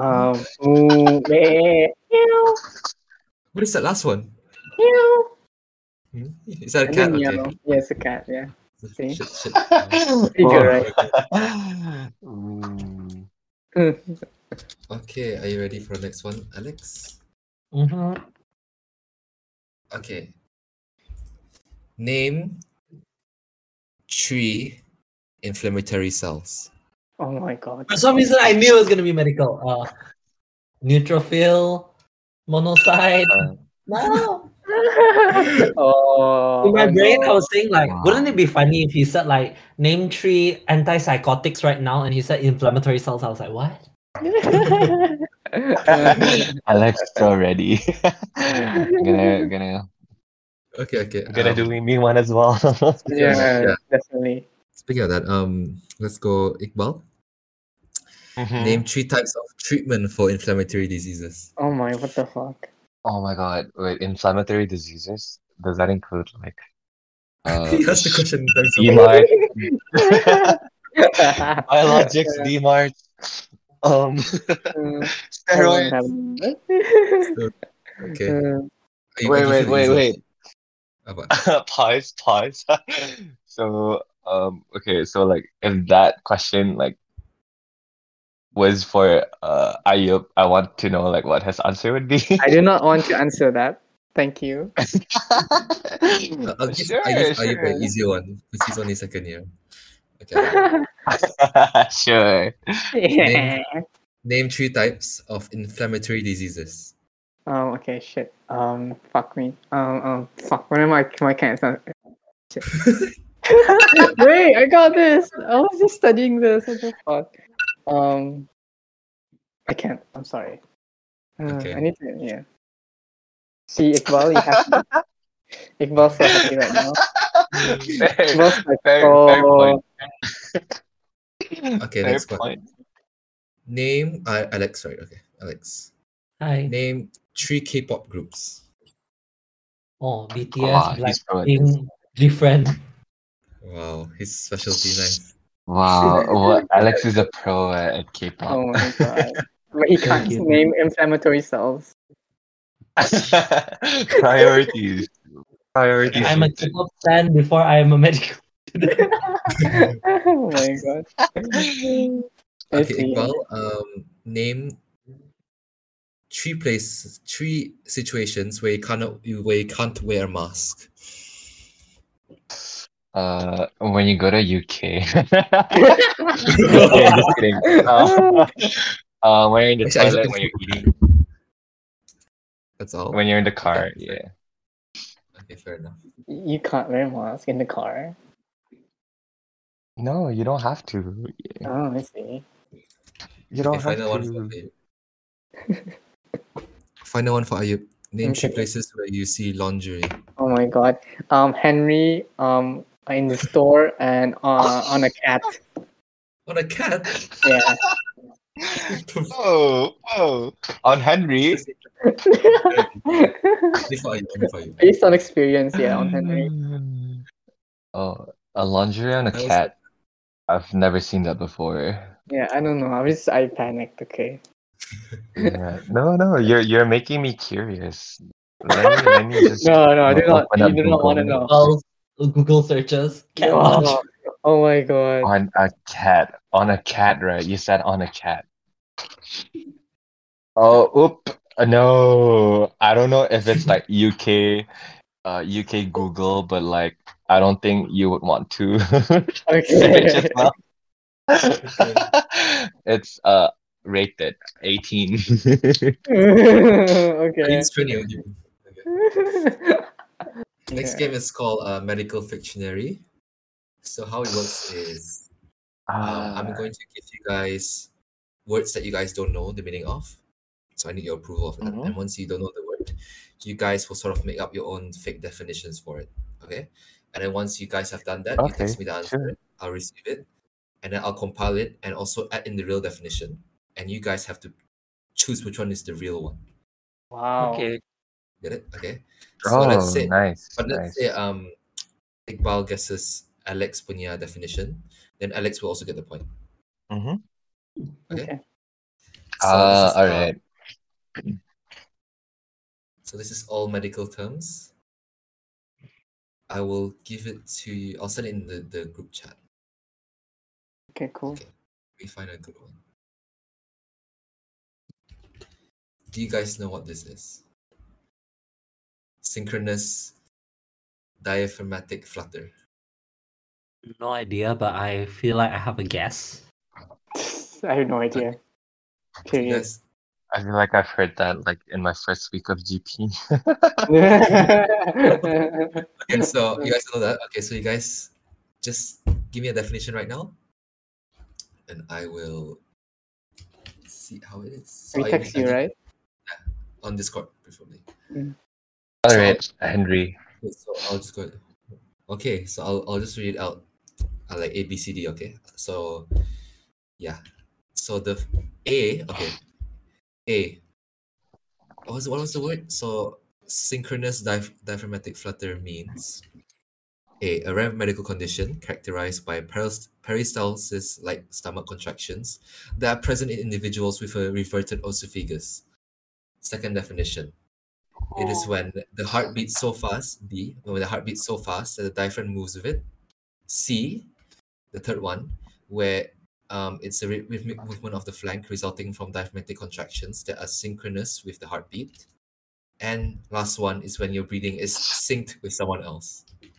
A: Um. eh, ooh, meh, meow,
B: What is that last one?
A: meow.
B: Hmm? Is that a
A: And
B: cat?
A: then
B: Okay.
A: meow. Yeah, it's a cat. Yeah.
C: Oh.
A: see?
B: Shit, shit.
A: You're right.
G: Mm.
B: Okay, are you ready for the next one, Alex?
A: Mm-hmm.
C: Mhm.
B: Okay. Name three inflammatory cells.
A: Oh my god.
C: For some reason, I knew it was gonna be medical. Uh, neutrophil, monocyte.
G: Uh,
C: No.
A: oh.
C: In my
A: oh
C: brain, I
A: no.
C: was saying like,
G: Wow.
C: wouldn't it be funny if he said like, name three antipsychotics right now, and he said inflammatory cells. I was like, what?
G: Alex is already. I'm gonna I'm gonna
B: Okay, okay.
G: I'm gonna
B: um,
G: do me- me one as well.
A: yeah, definitely.
B: Speaking of that, um, let's go, Iqbal.
G: Mhm.
B: Name three types of treatment for inflammatory diseases.
A: Oh my, what the fuck?
G: Oh my God. Wait, inflammatory diseases? Does that include like uh
B: He asked the question in terms of-
G: DMARD? Biologics, DMARD, um steroids.
B: Okay.
A: Mm.
B: Are you- are
G: Wait,
B: you
G: wait,
B: feeling
G: wait,
B: easy?
G: wait.
B: Apa?
G: Pause, pause. So, um, okay, so like if that question like was for uh Ayub, I want to know like what his answer would be.
A: I do not want to answer that. Thank you.
B: Uh, I'll give, I give Ayub an
G: Sure, sure.
B: easier one because he's only second year. Okay. Ayub.
A: yeah.
G: sure.
B: Name three types of inflammatory diseases.
A: Um. Okay. Shit. Um. Fuck me. Um. Um. Fuck. What am I? Why can't I? Shit. Wait. I got this. I was just studying this. What the fuck? Um. I can't. I'm sorry. Uh,
B: Okay.
A: I need to. Yeah. See, Iqbal, you have to. Iqbal's so happy right now.
G: fair,
A: Iqbal's like,
G: fair, fair
A: oh,
G: point.
B: Okay,
G: fair
B: next one.
G: point.
B: Name uh, Alex. Sorry. Okay, Alex.
C: Hi.
B: Name three K-pop groups.
C: Oh, BTS,
G: Wow, Ah, he's probably-
C: Blackpink, different.
B: Wow, his specialty nice.
G: Wow, well, Alex is a pro at at K-pop.
A: oh my god. But he can't
C: you.
A: name inflammatory cells.
G: Priorities. Priorities.
C: I'm a K-pop fan before I am a medical.
A: oh my god. I
B: Okay,
A: see.
B: Iqbal. Um, name three places, three situations where you cannot, where you can't wear a mask.
G: Uh, when you go to UK. okay, just kidding. Uh, uh, when you're in the
B: Actually, I
G: toilet,
B: just-
G: when you're eating,
B: That's all.
G: when you're in the car. Yeah.
B: Okay, fair enough.
A: You can't wear a mask in the car.
G: No, you don't have to.
A: Oh, I see.
G: You don't
B: okay,
G: have
B: final one for
G: to.
B: Ayub. final one for Ayub. Name three
A: Okay.
B: places where you see lingerie.
A: Oh my god. Um, Henry, um, in the store and uh, on a cat.
B: On a cat.
A: Yeah.
G: Oh, oh. On Henry.
B: Only for Ayub. Only for Ayub.
A: Based on experience, yeah, on
G: Mm.
A: Henry.
G: Oh, a lingerie on a
B: That was-
G: cat. I've never seen that before.
A: Yeah, I don't know. I was I panicked. Okay.
G: Yeah. No, no, you're you're making me curious. Let me, let me just
A: No, no, I do
G: o-
A: not.
G: open
A: You
G: up
A: do not want to
G: Google.
A: know.
C: All Google searches. Cat
A: Oh,
C: lounge.
A: oh my god.
G: On a cat. On a cat, right? You said on a cat. Oh, oop. Uh, No. I don't know if it's like UK, uh, UK Google, but like I don't think you would want to search
A: Okay.
G: as well. It's uh rated 18.
A: okay.
B: It's funny, Ayub. Okay. Next game is called uh, Medical Fictionary. So how it works is um,
G: Uh,
B: I'm going to give you guys words that you guys don't know the meaning of. So I need your approval of that. And
G: Mhm.
B: once you don't know the word, you guys will sort of make up your own fake definitions for it. Okay. And then once you guys have done that, you text
G: Okay,
B: me the answer.
G: sure.
B: I'll receive it, and then I'll compile it and also add in the real definition. And you guys have to choose which one is the real one.
A: Wow.
C: Okay.
B: Get it? Okay. So let's
G: Oh,
B: say
G: nice,
B: But let's
G: nice.
B: say um Iqbal guesses Alex punya definition, then Alex will also get the point.
G: Mhm.
A: Okay.
B: So
G: Uh,
B: this is,
G: all
B: uh,
G: right.
B: so this is all medical terms. I will give it to you. I'll send it in the, the group chat.
A: Okay. Cool.
B: We find a good one. Do you guys know what this is? Synchronous diaphragmatic flutter.
C: No idea, but I feel like I have a guess.
A: I have no idea. Period.
B: Yes.
G: I feel like I've heard that like in my first week of GP.
B: Okay, so you guys know that. Okay, so you guys just give me a definition right now, and I will see how it is. So
A: we
B: I-
A: text
B: I
A: you,
B: did
A: right?
B: On Discord, preferably.
G: All right, Henry.
B: Okay, so I'll just go. Okay, so I'll I'll just read it out. Uh, like A B C D. Okay, so yeah, so the f- A. Okay, A. What was what was the word? So synchronous diph- diaphragmatic flutter means A. A rare medical condition characterized by peris- peristalsis-like stomach contractions that are present in individuals with a reverted oesophagus. Second definition. It is when the heart beats so fast, B, when the heart beats so fast that the diaphragm moves with it. C, the third one, where um, it's a rhy- rhythmic movement of the flank resulting from diaphragmatic contractions that are synchronous with the heartbeat. And last one is when your breathing is synced with someone else.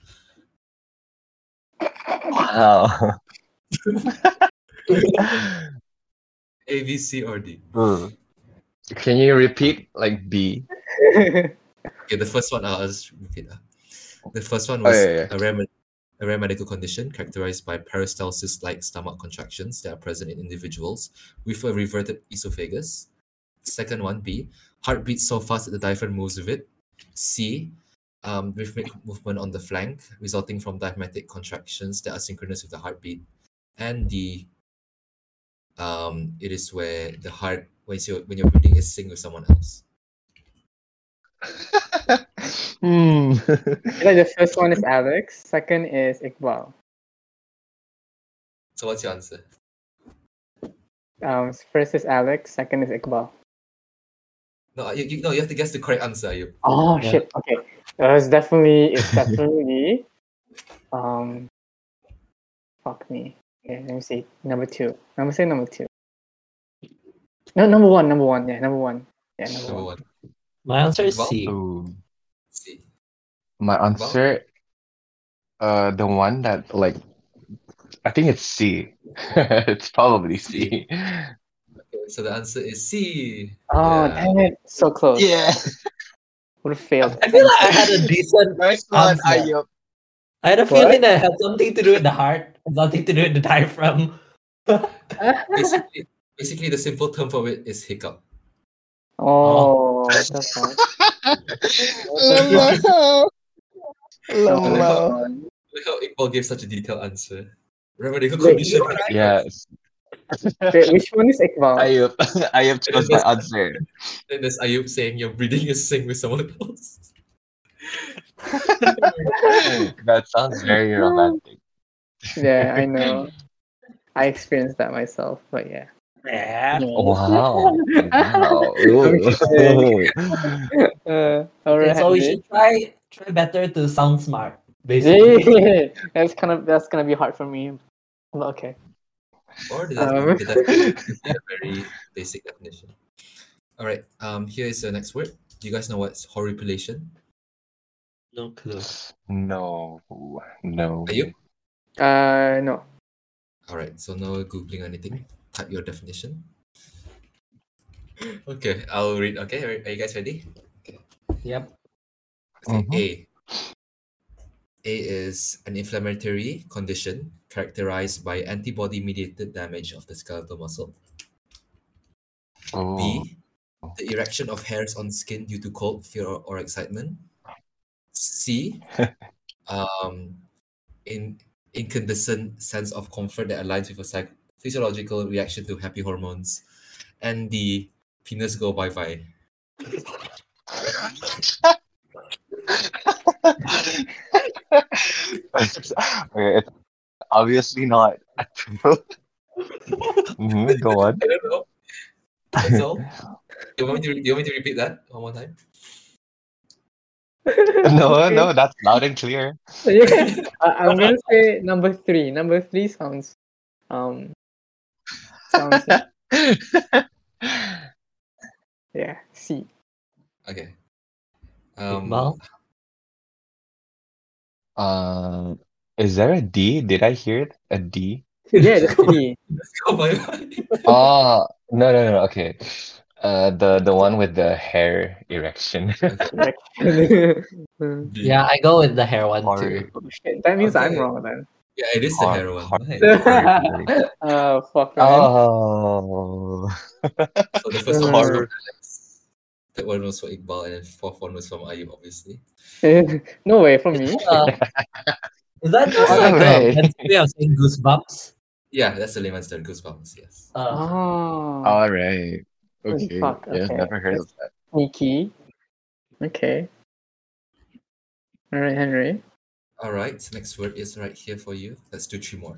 G: Wow.
B: A, B, C, or D.
G: Hmm. Can you repeat like B?
B: Okay, the first one, I'll just repeat. ah. The first one
G: Oh,
B: was
G: yeah, yeah.
B: A, rare, me- a rare medical condition characterized by peristalsis like stomach contractions that are present in individuals with a reverted esophagus. Second one, B, heartbeat so fast that the diaphragm moves with it. C, um, rhythmic movement on the flank resulting from diaphragmatic contractions that are synchronous with the heartbeat. And D, um, it is where the heart, when, you when your breathing is synced with someone else.
G: Hmm.
A: Like, the first one is Alex. Second is Iqbal.
B: So, what's your answer?
A: Um, first is Alex. Second is Iqbal.
B: No, you, you, no, you have to guess the correct answer. You.
A: Oh
C: Yeah.
A: shit! Okay, uh, it's definitely it's definitely um, fuck me. Okay, let me see. Number two. Let me say number two. No, number one. Number one. Yeah, number one. Yeah, number,
B: Number
A: one.
B: one.
C: My answer is
B: Well,
C: C.
G: Ooh.
B: C.
G: My
B: Well-
G: answer, uh, the one that like, I think it's C. It's probably C.
B: Okay, so the answer is C.
A: Oh
B: Yeah.
A: damn it! So close.
G: Yeah,
A: Would have failed.
C: I feel like I had a decent.
G: nice
C: one, Ayub. I had a
A: What?
C: feeling that it had something to do with the heart, something to do with the diaphragm.
B: Basically, basically, the simple term for it is hiccup.
A: Oh, what the fuck?
G: Oh,
B: Look how Iqbal gave such a detailed answer. Remember the
A: Wait,
B: condition.
G: Yes.
A: uh, Wait, which one is Iqbal?
G: Ayub, Ayub chose my answer.
B: Then there's Ayub saying your breathing is sync with someone else.
G: That sounds very romantic.
A: yeah, I know. I experienced that myself, but yeah.
C: Yeah.
G: Oh. Wow. Wow.
A: kidding. Uh, alright.
C: Okay, so we should try try better to sound smart, basically.
A: Yeah, that's kind of that's gonna be hard for me. But okay.
B: Or the,
A: Um.
B: the definition is a very basic definition. All right. Um. Here is the next word. Do you guys know what's horripilation?
C: No clue.
G: No, no.
B: Are you?
A: Uh, no.
B: All right. So no googling or anything. Type your definition. Okay. I'll read. Okay. Are, are you guys ready?
C: Yep.
B: Okay,
G: Mhm.
B: A. A is an inflammatory condition characterized by antibody mediated damage of the skeletal muscle.
G: Oh,
B: B. The erection of hairs on skin due to cold, fear, or, or excitement. C. um, in incandescent sense of comfort that aligns with a psych- physiological reaction to happy hormones. And D. Penis go bye bye.
G: okay, it's obviously not. Mhm, go on.
B: I don't know. That's all. you, want me to, re- you want me to repeat that one more time?
G: No, no, that's loud and clear.
A: Yeah. I, I'm gonna say number three. Number three sounds, um, sounds yeah. C.
B: Okay. Um,
C: Iqbal?
G: Um, is there a D? Did I hear it? A D?
A: Yeah, that's D.
B: Oh my god.
G: Oh, no, no, no. Okay. Uh, the the one with the hair erection.
A: oh,
C: Yeah, I go with the hair one
G: Or
C: too.
A: shit, that means I'm
B: Okay.
A: wrong then.
B: Yeah, it is the
G: Har-
B: heroin.
G: har-
B: right?
G: har-
A: Uh, fuck. Man.
G: Oh,
B: So the first one was
A: Horror.
B: from Alex. That one was for Iqbal, and then fourth one was from Ayub, obviously.
A: no way for me.
C: Uh, is that just
G: All
C: like um,
G: right.
C: a fancy way of saying goosebumps?
B: Yeah, that's the layman's term, goosebumps. Yes.
C: Uh,
A: Oh,
G: all right.
A: Holy
G: Okay.
A: fuck,
G: Yeah,
A: okay.
G: never heard of that.
A: sneaky. Okay. All right, Henry.
B: All right. Next word is right here for you. Let's do three more.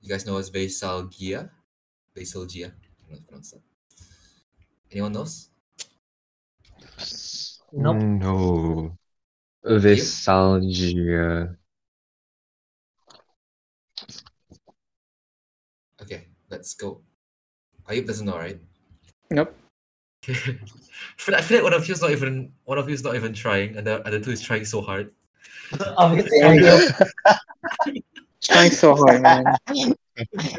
B: You guys know what's basalgia? Basalgia. I don't know how to pronounce that. Anyone knows?
C: Nope.
G: No. Visalgia.
B: Okay, let's go. Ayub doesn't know, right?
A: Nope.
B: I feel, I feel like one of you's not even one of you's not even trying, and the other two is trying so hard.
C: Obviously, I know.
A: Trying so hard, man.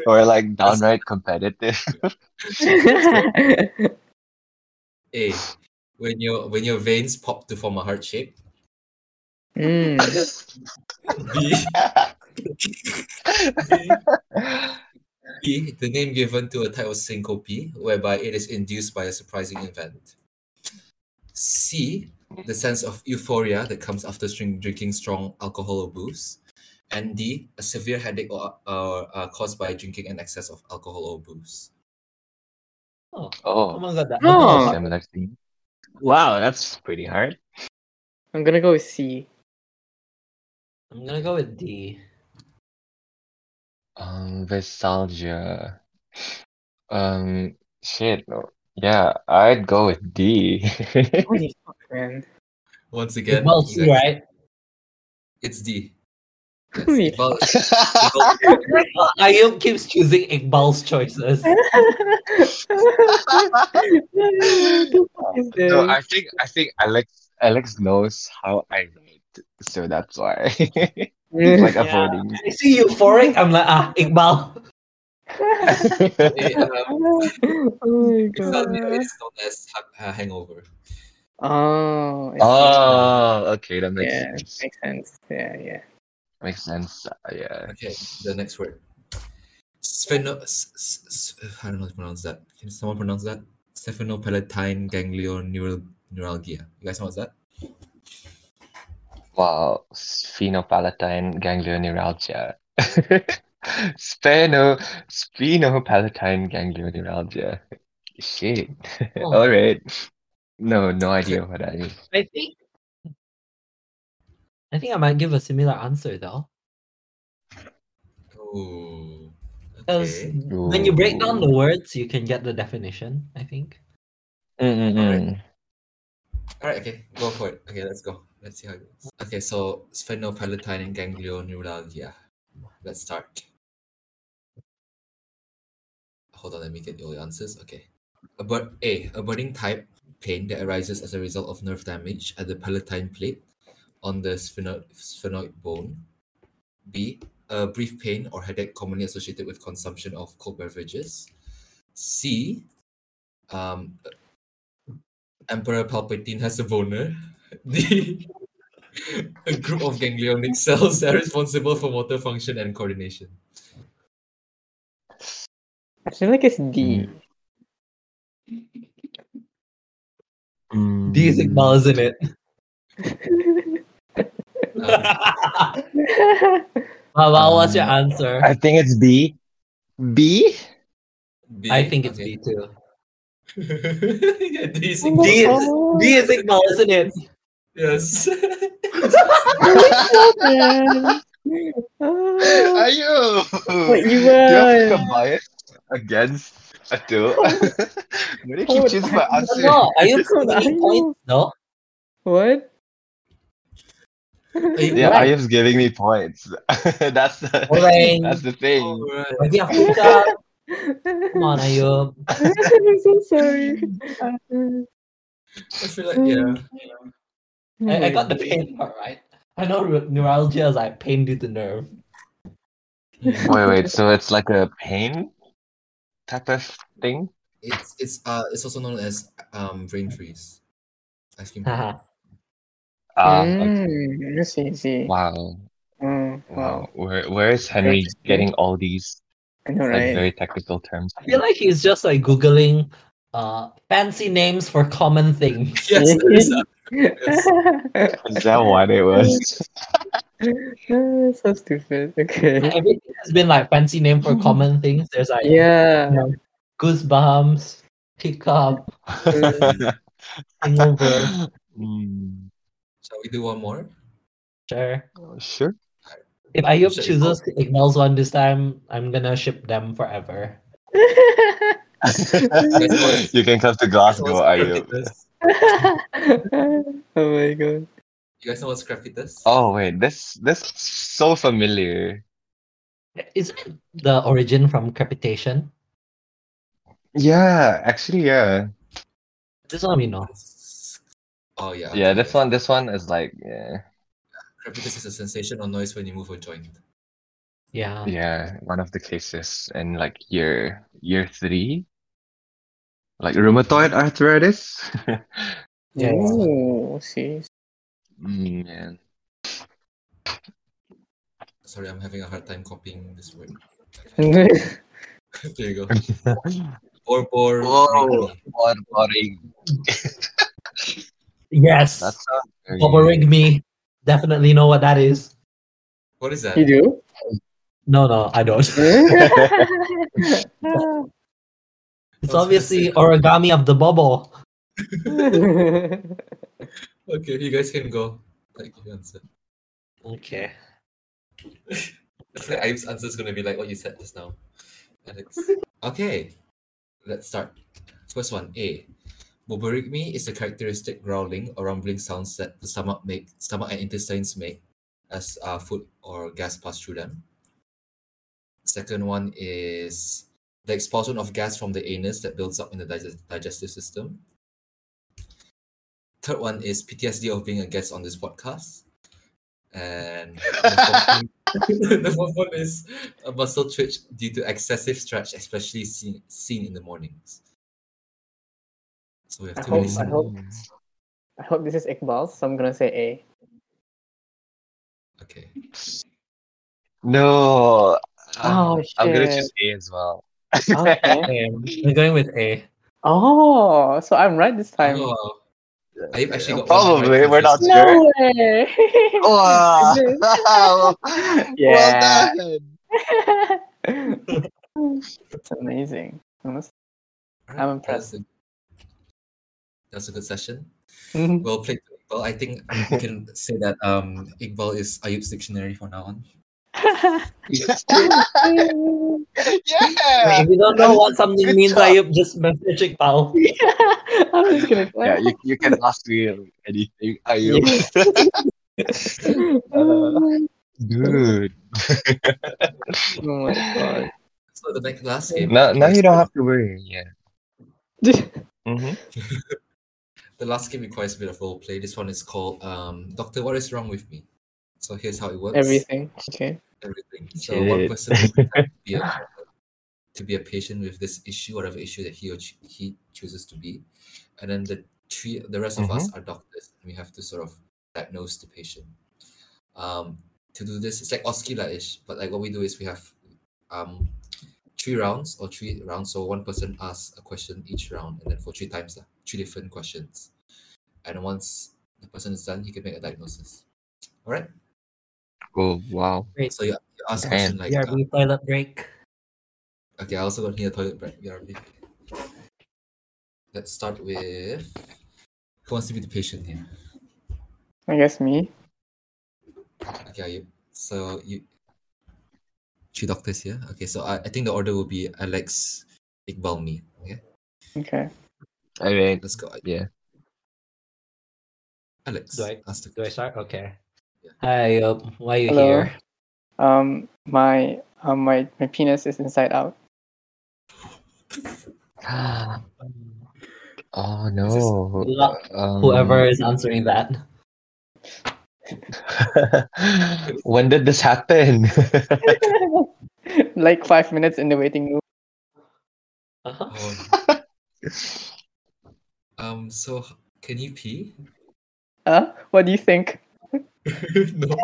G: or like downright competitive.
B: Hey, when your when your veins pop to form a heart shape.
A: Mm.
B: B, B, B, the name given to a type of syncope whereby it is induced by a surprising event. C, the sense of euphoria that comes after string- drinking strong alcohol or booze. And D, a severe headache or, or uh, caused by drinking an excess of alcohol or booze.
C: Oh, oh
G: Oh,
C: my god, that
A: Oh.
G: similar thing. Wow, that's pretty hard.
A: I'm gonna go with C.
C: I'm gonna go with D.
G: Um, Vesalgia. Um, shit. no. Yeah, I'd go with D.
A: Holy fuck, man.
B: Once again,
C: Well,
B: you
C: C,
B: guys-
C: right?
B: it's D. Yes,
A: Holy
B: Iqbal-
C: Ayub keeps choosing Iqbal's choices.
G: No, I think I think Alex Alex knows how I write, so that's why. He's like
C: Yeah.
G: avoiding.
C: I see euphoric. I'm like, ah, Iqbal.
B: Hey, um,
A: oh my
B: Insomnia
A: god.
B: is known as ha- uh, hangover.
A: Oh, I see.
G: Oh, okay, that makes
A: yeah,
G: sense.
A: makes sense. Yeah, yeah.
G: Makes sense. uh, Yeah.
B: Okay, the next word. Spheno- s- s- s- I don't know how to pronounce that. Can someone pronounce that? Stephanopallatine ganglioneural neuralgia. You guys know what's that?
G: Wow, sphenopalatine ganglioneuralgia. Speno sphenopalatine ganglioneuralgia. Shit.
C: Oh.
G: All right. No, no idea what that is.
C: I think. I think I might give a similar answer though,
B: Oh.
C: because
B: Okay.
C: when you break down the
G: Ooh.
C: words, you can get the definition. I think.
G: Mm, mm, mm.
B: All right. Okay. Go for it. Okay. Let's go. Let's see how it goes. Okay. So sphenopalatine ganglioneuralgia. Let's start. Hold on. Let me get all the answers. Okay. A bur- A. A burning type pain that arises as a result of nerve damage at the palatine plate on the spheno- sphenoid bone. B. A brief pain or headache commonly associated with consumption of cold beverages. C. Um, Emperor Palpatine has a boner. D. A group of ganglionic cells that are responsible for motor function and coordination.
A: I feel like it's D.
G: Mm.
C: D is Iqbal, isn't it?
B: Um,
C: Well, what's your
G: Um,
C: answer?
G: I think it's B. B?
B: B,
C: I think it's
B: okay.
C: B too.
B: yeah, D is
C: D
B: equal-
C: is D is Iqbal, isn't it?
B: Yes.
A: Ah.
G: you?
A: But you
G: you have
A: were-
G: become biased against Atul. Why do you keep
A: Oh,
G: choosing my
C: I'm
G: answer?
C: not. Are you
A: I
C: giving
A: know.
C: points? No.
A: what?
B: Ayub,
G: Yeah,
C: Right.
G: Ayub's giving me points. that's the
C: Orang.
G: that's the thing.
B: alright.
C: Bagi aku kak. Come on, Ayub.
A: I'm so sorry.
B: I feel like yeah.
C: I, I got the pain part right. I know re- neuralgia is like pain due to nerve.
G: Wait, wait. So it's like a pain type of thing.
B: It's it's uh it's also known as um brain freeze. Ice cream.
C: Haha.
G: Ah, okay.
A: Mm, I see, I see.
G: wow,
A: Mm, wow.
G: wow. Where where is Henry
A: Interesting.
G: getting all these
A: I know, right?
G: like very technical terms?
C: I feel like he's just like googling uh fancy names for common things.
B: Yes, that is that.
G: Is that what it was?
A: Ah, so stupid. Okay.
C: Everything has been like fancy name for common things. There's like
A: Yeah.
C: goosebumps, hiccup, hangover.
G: Mm,
B: Shall we do one more?
C: Sure.
G: sure.
C: If Ayub
B: Sure.
C: chooses to ignore one this time, I'm gonna ship them forever.
B: was-
G: you can come to Glasgow, Ayub.
B: Scrappitas?
A: oh my god.
B: You guys know what scrappitas?
G: Oh wait, this this is so familiar.
C: Isn't the origin from crepitation?
G: Yeah, actually, yeah.
C: Just let me know.
B: Oh yeah.
G: Yeah,
B: okay,
G: this one, this one is like, yeah,
B: Crepitus is a sensation or noise when you move or joint.
C: Yeah.
G: yeah, one of the cases in like year year three, like rheumatoid arthritis.
C: Yeah.
A: Ooh, Oh, see.
G: Mm, man.
B: Sorry, I'm having a hard time copying this word.
A: yeah,
B: there you go. Or or
G: Whoa, what boring.
C: Yes.
G: That sounds very-
C: Boborig me. Definitely know what that is.
B: What is that?
A: you do?
C: No, no, I don't. It's
B: I was gonna
C: obviously
B: say-
C: origami of the bubble.
B: Okay, you guys can go. Like you answer.
C: Okay.
B: It's like Ive's answer is gonna be like what you said just now, Alex. okay, let's start. First one, A. Boborygmy is the characteristic growling or rumbling sounds that the stomach make, stomach and intestines make as uh, food or gas pass through them. Second one is the expulsion of gas from the anus that builds up in the digest- digestive system. Third one is PTSD of being a guest on this podcast. And the fourth one the fourth one is a muscle twitch due to excessive stretch, especially seen, seen in the mornings. So we
A: I
B: have two
A: hope-
B: minutes.
A: Oh, I hope- I hope this is Iqbal, so I'm gonna say A.
B: Okay.
G: No.
A: Oh,
G: um, I'm gonna choose
A: shit.
G: A as well.
A: Okay.
C: Um, I'm going with A.
A: Oh, so I'm right this time.
B: Oh, I actually got one
G: Probably,
B: right
G: we're not
B: from
G: sure.
A: way.
G: Wow. Well
A: Yeah.
G: done.
A: it's amazing. Honest-
B: Alright,
A: I'm impressed.
B: That was a, that was a good session.
A: Mhm.
B: Well played, Iqbal. I think we can say that um, Iqbal is Ayub's dictionary for now on.
C: Wait,
G: Yeah.
C: if you don't know what something
G: Good
C: means,
G: job.
C: I just message Iqbal.
A: I'm just gonna.
G: Yeah, you, you can ask me anything. Are you? Dude.
A: oh my god.
B: So the next, last game.
G: Now, now
B: requires-
G: you don't have to worry. Yeah. Mm-hmm.
B: The last game requires a bit of role play. This one is called um, Doctor, What is Wrong with Me? So here's how it works.
A: Everything. Okay.
B: everything. So one
G: Shit.
B: person would have to be, a, to be a patient with this issue, whatever issue that he or ch- he chooses to be, and then the three, the rest of us are doctors, and we have to sort of diagnose the patient. Um, to do this, it's like Oscula-ish, but like what we do is we have um three rounds or three rounds. So one person asks a question each round, and then for three times, lah, three different questions, and once the person is done, he can make a diagnosis. All right.
G: Oh, wow.
B: So you, you ask a question
G: Damn.
B: like. uh,
C: BRB toilet break.
B: Okay, I also got need a toilet break. Yeah, okay. Let's start with who wants to be the patient here.
A: I guess me.
B: Okay, you, so you three doctors here. Okay, so I, I think the order will be Alex, Iqbal, me. Okay,
A: Okay.
G: I mean,
B: let's go. Ayub.
G: Yeah.
B: Alex,
C: Do I-
B: ask the
C: Do I
B: question.
C: start? Okay.
B: Yeah.
C: Hi, Ayub. Why you
A: Hello.
C: here?
A: Um, my um, my my penis is inside out.
G: Oh
B: This is
G: no.
C: Good luck, Whoever is answering that.
G: Um, when did this happen?
A: like five minutes in the waiting room.
C: Uh-huh.
B: Oh, um, so h- can you pee?
A: Huh? What do you think?
B: no.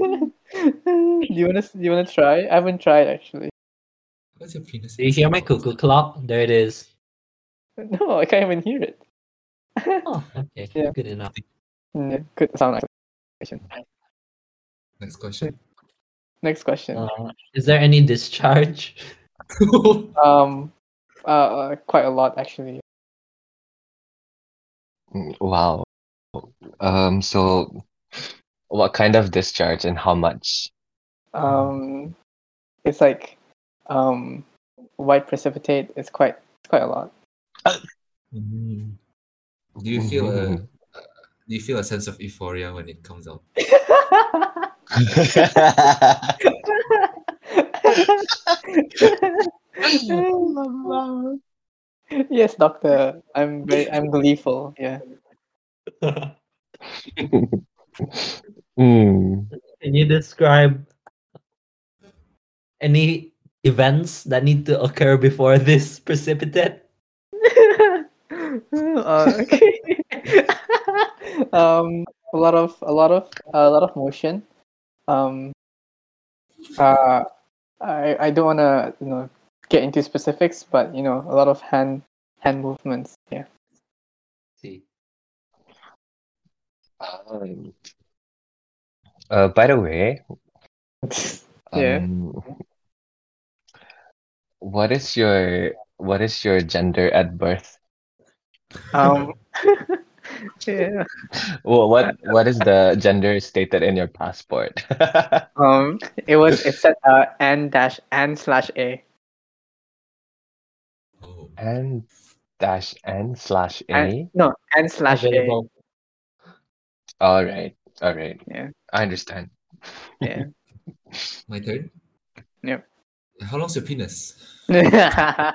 A: do you wanna do you wanna try? I haven't tried actually.
B: What's your penis?
C: Do you hear my
B: inside out?
C: cuckoo clock? There it is.
A: No, I can't even hear it.
C: Oh, okay.
A: Yeah.
C: Good enough.
A: Mm, Good sound isolation.
B: Next question.
A: Next question.
C: Uh, is there any discharge?
A: Um, uh, uh, quite a lot actually.
G: Wow. Um, so what kind of discharge and how much?
A: Um, it's like, um, white precipitate is quite it's quite a lot.
B: Mm. Do
G: Oh,
B: you feel a, a do you feel a sense of euphoria when it comes out?
A: yes, doctor. I'm very, I'm gleeful. Yeah.
G: Hmm.
C: Can you describe any events that need to occur before this precipitate?
A: uh, okay. um, a lot of a lot of a lot of motion. Um, uh, I I don't wanna you know get into specifics, but you know a lot of hand hand movements. Yeah.
C: See.
G: Um, uh, by the way,
A: Yeah.
G: um, what is your what is your gender at birth?
A: Um. yeah.
G: Well, what what is the gender stated in your passport?
A: Um. It was it said uh n dash n slash a
B: Oh,
G: N dash N slash A.
A: N- no n slash a.
C: Available.
G: All right, all right.
A: Yeah.
G: I understand.
A: Yeah.
B: my turn.
A: Yep.
B: How long's your penis?
A: Uh,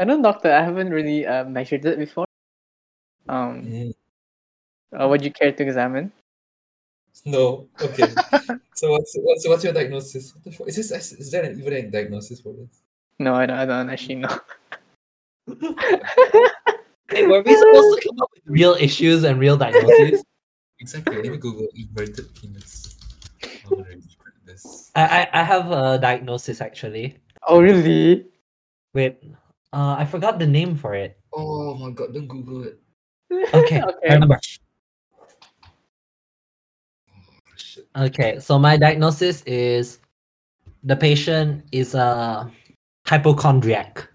A: I don't doctor. I haven't really uh, measured it before. Um,
B: Mm,
A: uh, would you care to examine?
B: No. Okay. so what's what's what's your diagnosis? What the fu- Is this is is there an, even a diagnosis for this?
A: No, I don't. I don't actually know.
C: Hey, were we supposed to come up with real issues and real diagnoses?
B: Exactly. Let me Google inverted penis. Oh, I wanna read this.
C: I, I I have a diagnosis actually.
A: oh, really?
C: Wait, uh, I forgot the name for it.
B: Oh my god! Don't Google it.
C: Okay,
A: Okay.
C: I remember.
B: Oh, shit.
C: Okay, so my diagnosis is the patient is a hypochondriac.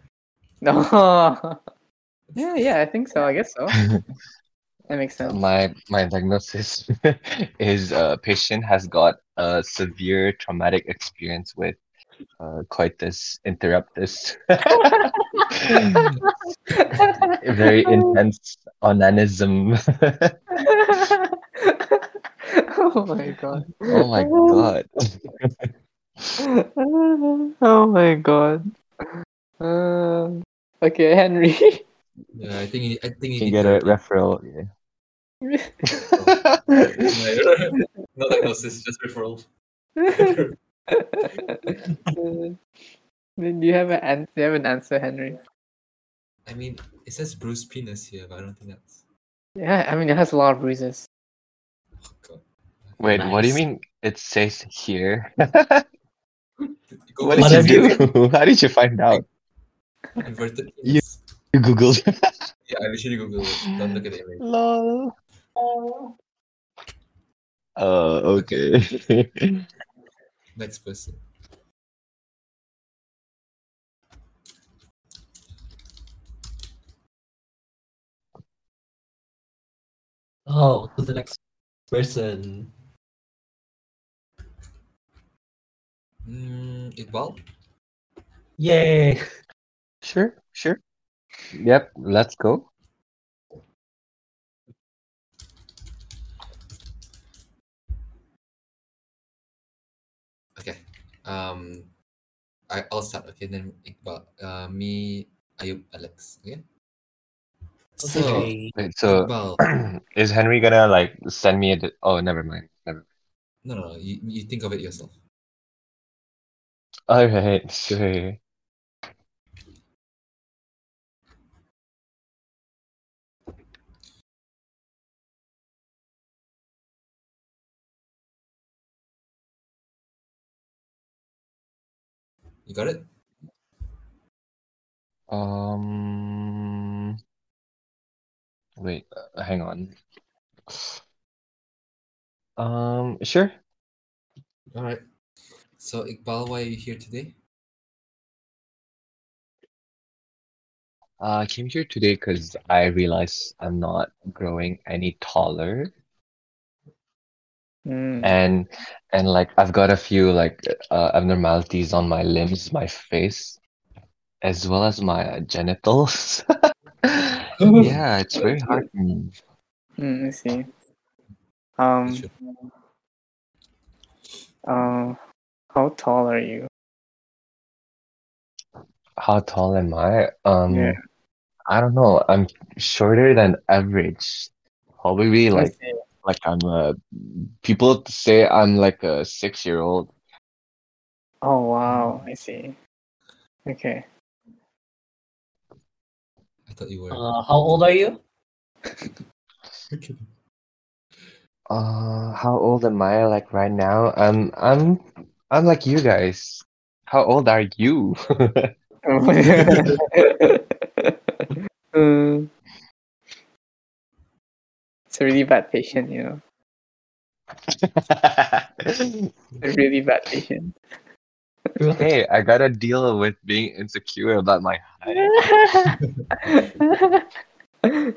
A: No. yeah, yeah. I think so. I guess so. That makes sense.
G: My my diagnosis is a patient has got a severe traumatic experience with uh, coitus interruptus. Very intense onanism.
A: oh my god.
G: Oh my god.
A: oh my god. Um, okay, Henry.
B: Yeah, I think you- I think you
G: Can
B: need
G: get a
B: therapy.
G: referral. Yeah.
B: no diagnosis, just referral.
A: Uh, Do you have an answer? You have an answer, Henry.
B: I mean, it says Bruce penis here, but I don't think that's.
A: Yeah, I mean it has a lot of bruises.
B: Oh god.
G: Wait, what do you
C: Nice.
G: mean it says here?
B: Google
G: what
C: What
G: did
C: have
G: you do? How did you find out?
B: inverted
G: You-
B: penis.
G: You googled.
B: Yeah, I literally Google it. Don't look at the image.
G: Lol. Oh, okay.
B: Next person.
C: Oh, to the next person.
B: Mm, Iqbal?
C: Yay!
G: sure, sure. Yep, let's go.
B: Okay. Um, I, I'll start. Okay, then Iqbal, uh, me, Ayub, Alex. Okay. So,
C: Okay.
G: Wait, so
B: Iqbal,
G: is Henry gonna like send me a? d- Oh, never mind. Never. Mind.
B: no, no, no, you, you think of it yourself.
G: All right, sure.
B: You got it?
G: Um. Wait, uh, hang on. Um, sure.
B: All right. So, Iqbal, why are you here today?
G: Uh, I came here today because I realized I'm not growing any taller.
A: Mm.
G: and and like I've got a few like uh, abnormalities on my limbs, my face, as well as my uh, genitals. yeah, it's very hard for me.
A: Mm, I see.
B: You
A: Um.
B: should-
A: Um. How tall are you?
G: How tall am I? Um,
A: Yeah.
G: I don't know. I'm shorter than average. Probably
A: I
G: like
A: see.
G: like I'm a people say I'm like a six year old.
A: Oh wow, I see. Okay.
B: I thought you were.
C: Uh, how old are you?
G: Uh, how old am I like right now? Um, I'm I'm like you guys. How old are you?
A: Um, it's a really bad patient, you know. A really bad patient.
G: Hey, I gotta deal with being insecure about my height.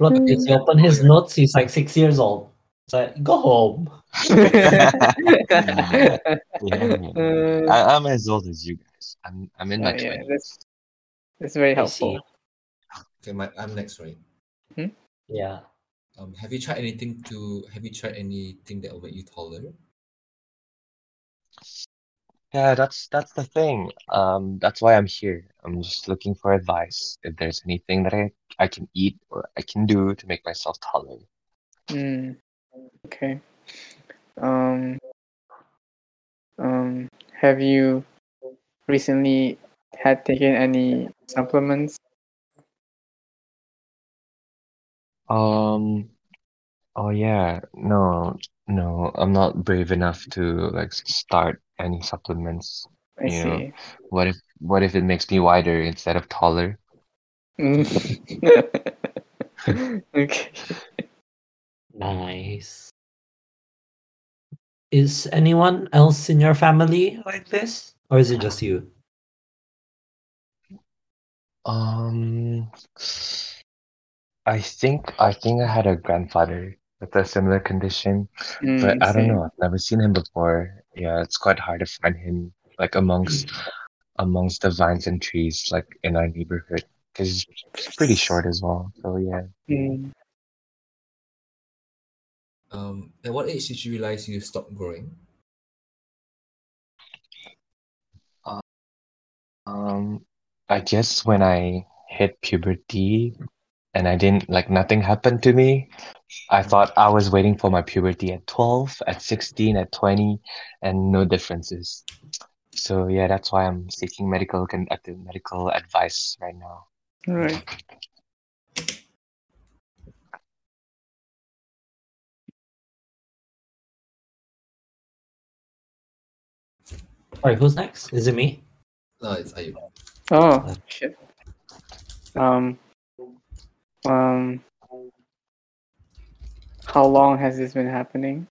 C: Look,
A: Hmm.
C: if you open his notes, he's like six years old. It's like, go home.
G: Yeah.
A: Uh,
G: I, I'm as old as you guys. I'm I'm in my
A: Oh, yeah,
G: twenties.
A: It's very
C: I see.
A: helpful.
B: Okay, my, I'm next, right?
C: Yeah.
B: Um, have you tried anything to? Have you tried anything that will make you taller?
G: Yeah, that's that's the thing. Um, that's why I'm here. I'm just looking for advice if there's anything that I I can eat or I can do to make myself taller.
A: Mm. Okay. Um, um, have you recently had taken any supplements?
G: Um, oh yeah, no, no, I'm not brave enough to like s- start any supplements.
A: I
G: Yeah.
A: see.
G: What if what if it makes me wider instead of taller?
A: Mm. okay.
C: Nice. Is anyone else in your family like this? Or is it just you?
G: Um, I think I think I had a grandfather with a similar condition,
A: Mm,
G: but I
A: see.
G: don't know. I've never seen him before. Yeah, it's quite hard to find him like amongst amongst the vines and trees like in our neighborhood because he's pretty short as well. So yeah.
A: Mm.
B: Um, at what age did you realize you stopped growing?
G: Um, I guess when I hit puberty and I didn't like nothing happened to me, I thought I was waiting for my puberty at 12, at 16, at 20, and no differences. So yeah, that's why I'm seeking medical con active medical advice right now.
A: All right.
C: Sorry, who's next? Is it me?
B: No, it's Ayub.
A: Oh shit. Um. Um. How long has this been happening?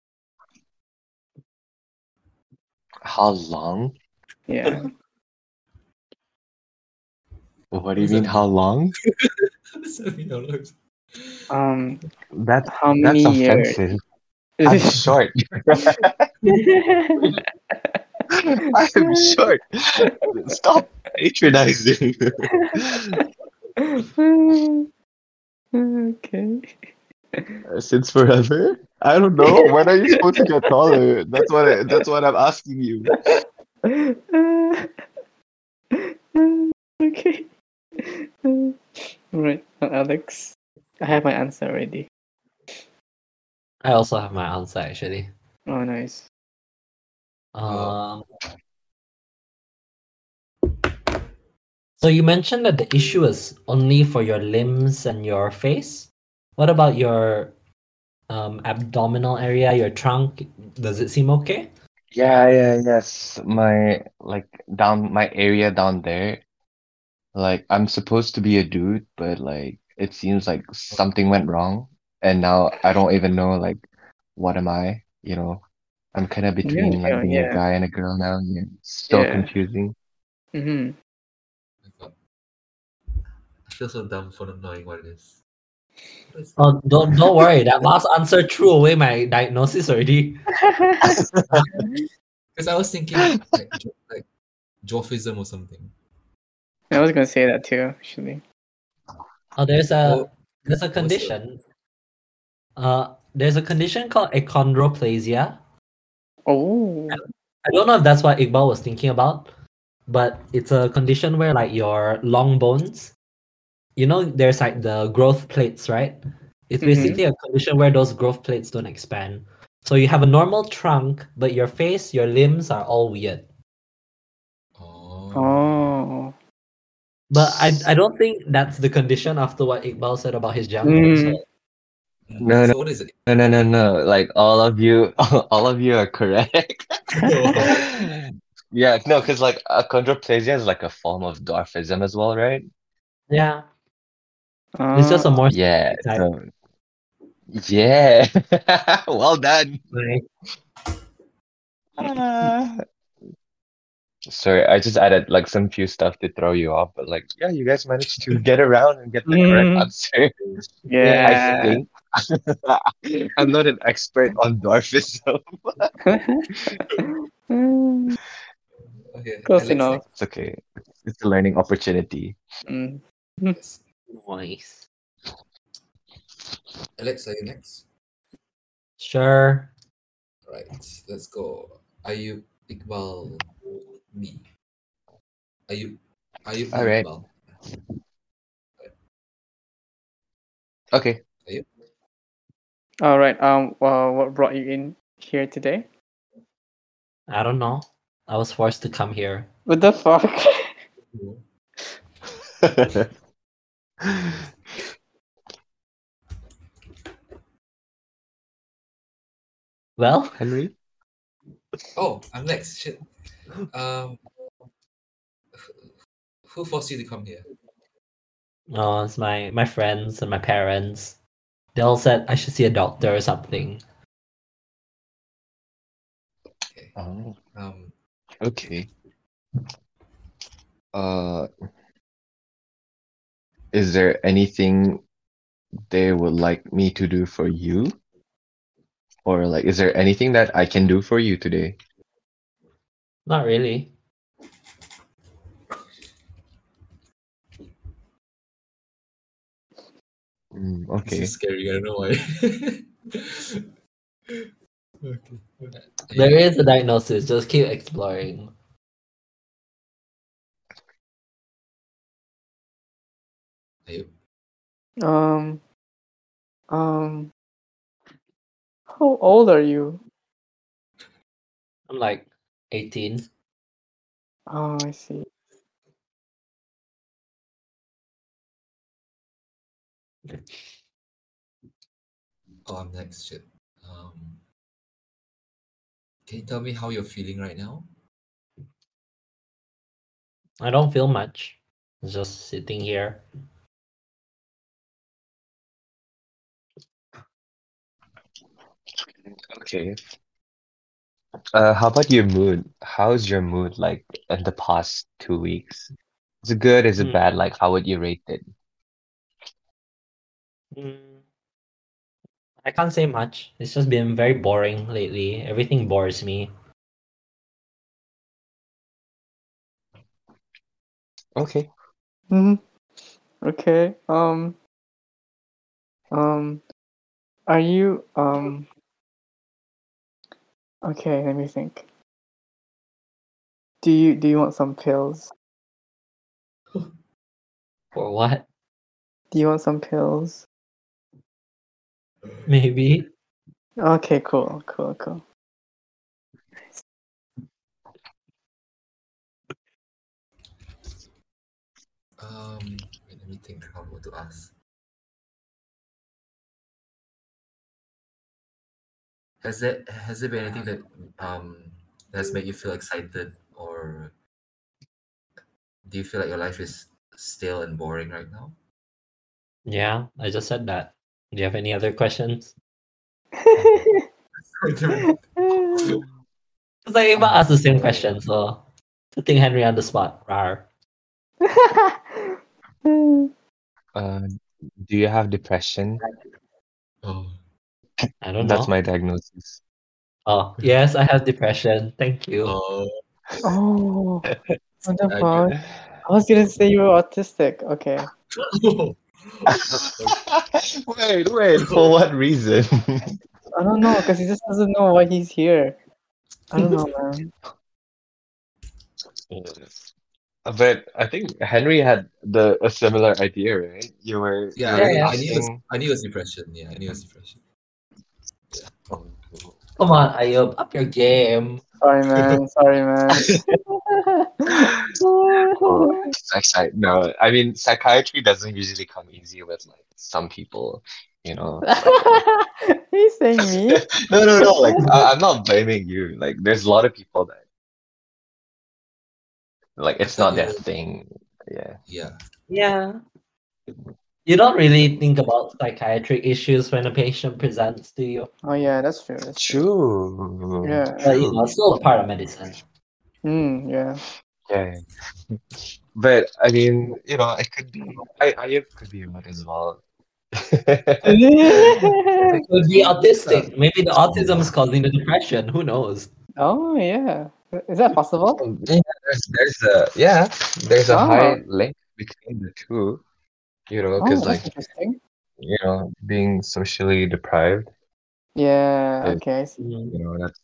G: How long?
A: Yeah.
G: What do you
B: Is
G: mean
B: it-
G: how long?
B: Sorry, no, no, it's-
A: Um.
G: That's
A: How
G: that's
A: many years?
G: offensive. I'm short. I'm short. Stop patronizing.
A: okay.
G: Since forever? I don't know. When are you supposed to get taller? That's what I, that's what I'm asking you.
A: okay. right, uh, Alex. I have my answer already.
C: I also have my answer actually.
A: Oh, nice.
C: Um, so you mentioned that the issue is only for your limbs and your face. What about your um, abdominal area, your trunk? Does it seem okay?
G: Yeah, yeah, yes. My like down my area down there. Like I'm supposed to be a dude, but like it seems like something went wrong and now I don't even know like what am I, you know? I'm kind of between like
A: yeah,
G: being
A: yeah.
G: a guy and a girl now. Yeah. It's so
A: Yeah.
G: confusing.
A: Mm-hmm.
B: my God. I feel so dumb for not knowing what it is. What is-
C: Oh, don't don't worry. That last answer threw away my diagnosis already.
B: Because I was thinking like, jo- like dwarfism or something.
A: I was gonna say that too, actually.
C: Oh, there's a
B: Oh,
C: there's a
B: what's
C: condition. Uh, there's a condition called achondroplasia.
A: Oh,
C: I don't know if that's what Iqbal was thinking about, but it's a condition where like your long bones, you know, there's like the growth plates, right? It's
A: Mhm.
C: basically a condition where those growth plates don't expand. So you have a normal trunk, but your face, your limbs are all weird.
B: Oh.
A: Oh.
C: But I, I don't think that's the condition after what Iqbal said about his jungle.
A: Mm.
C: So
G: No,
B: so
G: no.
B: What is it?
G: No, no, no, no. Like all of you, all of you are correct. Yeah, no, because like achondroplasia is like a form of dwarfism as well, right?
C: yeah, it's just a
A: uh,
C: more
G: Yeah.
C: type.
G: So, yeah. Well done.
C: like,
A: Uh.
G: Sorry, I just added like some few stuff to throw you off, but like, yeah, you guys managed to get around and get the correct
A: Mm.
G: answer. I
A: yeah.
G: think I'm not an expert on dwarfism.
A: Mm,
B: Okay.
A: Close
B: Alex
A: enough.
G: It's okay. It's a learning opportunity.
A: Mm.
B: Next.
C: nice.
B: Alex, are you next?
C: Sure.
B: Right. Let's go. Are you Iqbal? Me. Are you? Are you
G: All right.
B: Iqbal?
G: Okay.
A: All right. Um. Well, what brought you in here today?
C: I don't know. I was forced to come here.
A: What the fuck?
C: Well,
G: Henry?
B: Oh, I'm next. Shit. Um. Who forced you to come here?
C: oh, it's my my friends and my parents. They all said I should see a doctor or something.
B: Okay.
G: Oh,
B: Um.
G: okay. Uh, is there anything they would like me to do for you? Or like, is there anything that I can do for you today?
C: Not really.
G: Mm,
B: This
G: okay.
B: is scary. I don't know why. okay. Are you-
C: There is a diagnosis. Just keep exploring.
B: Are you?
A: Um. Um. How old are you?
C: I'm like 18.
A: Oh, I see.
B: Oh, I'm next. Shit. Um. Can you tell me how you're feeling right now?
C: I don't feel much. Just sitting here.
G: Okay. Uh, how about your mood? How's your mood like in the past two weeks? Is it good? Is it
C: Hmm.
G: bad? Like, how would you rate it?
C: Mm. I can't say much. It's just been very boring lately. Everything bores me.
G: Okay.
A: Hmm. Okay. Um. Um. Are you um? Okay. Let me think. Do you do you want some pills?
C: For what?
A: Do you want some pills?
C: Maybe.
A: Okay. Cool. Cool. Cool.
B: Um, wait, let me think how what to ask. Has there has there been anything that um that's made you feel excited or do you feel like your life is stale and boring right now?
C: Yeah, I just said that. Do you have any other questions? Because I even asked the same question, so putting Henry on the spot. Rar.
G: Uh, do you have depression?
B: Oh,
C: I don't
G: That's
C: know.
G: my diagnosis.
C: Oh, yes, I have depression. Thank you.
B: oh
A: oh. What the
B: I
A: fuck? I was gonna say you were autistic. Okay.
G: Wait, wait, for what reason?
A: I don't know, cause he just doesn't know why he's here. I don't know, man.
G: Yes. Uh, But I think Henry had the a similar idea, right? You were you
B: Yeah,
G: were
B: I,
C: yeah.
B: I knew it was,
G: asking-
B: I knew it was depression. Yeah, I knew it was depression.
C: Come on, Ayub, up your game.
A: Sorry, man. Sorry, man.
G: Psych- no, I mean psychiatry doesn't usually come easy with like some people, you know.
A: He's saying me.
G: No, no, no. Like I, I'm not blaming you. Like there's a lot of people that like it's not their thing. Yeah.
B: Yeah.
C: Yeah. You don't really think about psychiatric issues when a patient presents to you.
A: Oh yeah, that's true. That's true.
G: True.
A: Yeah.
C: But you know, it's still a part of medicine.
A: Mm, yeah.
G: Yeah. But I mean, you know, I could be I I could be mad as well.
C: It could be autistic. Maybe the autism is causing the depression. Who knows?
A: oh yeah. Is that possible?
G: Yeah, there's there's a yeah, there's a
A: Oh.
G: high link between the two, you know,
A: Oh,
G: because
A: that's
G: like
A: interesting.
G: you know, being socially deprived,
A: Yeah.
G: Yeah.
A: Okay. I see.
G: you know, that's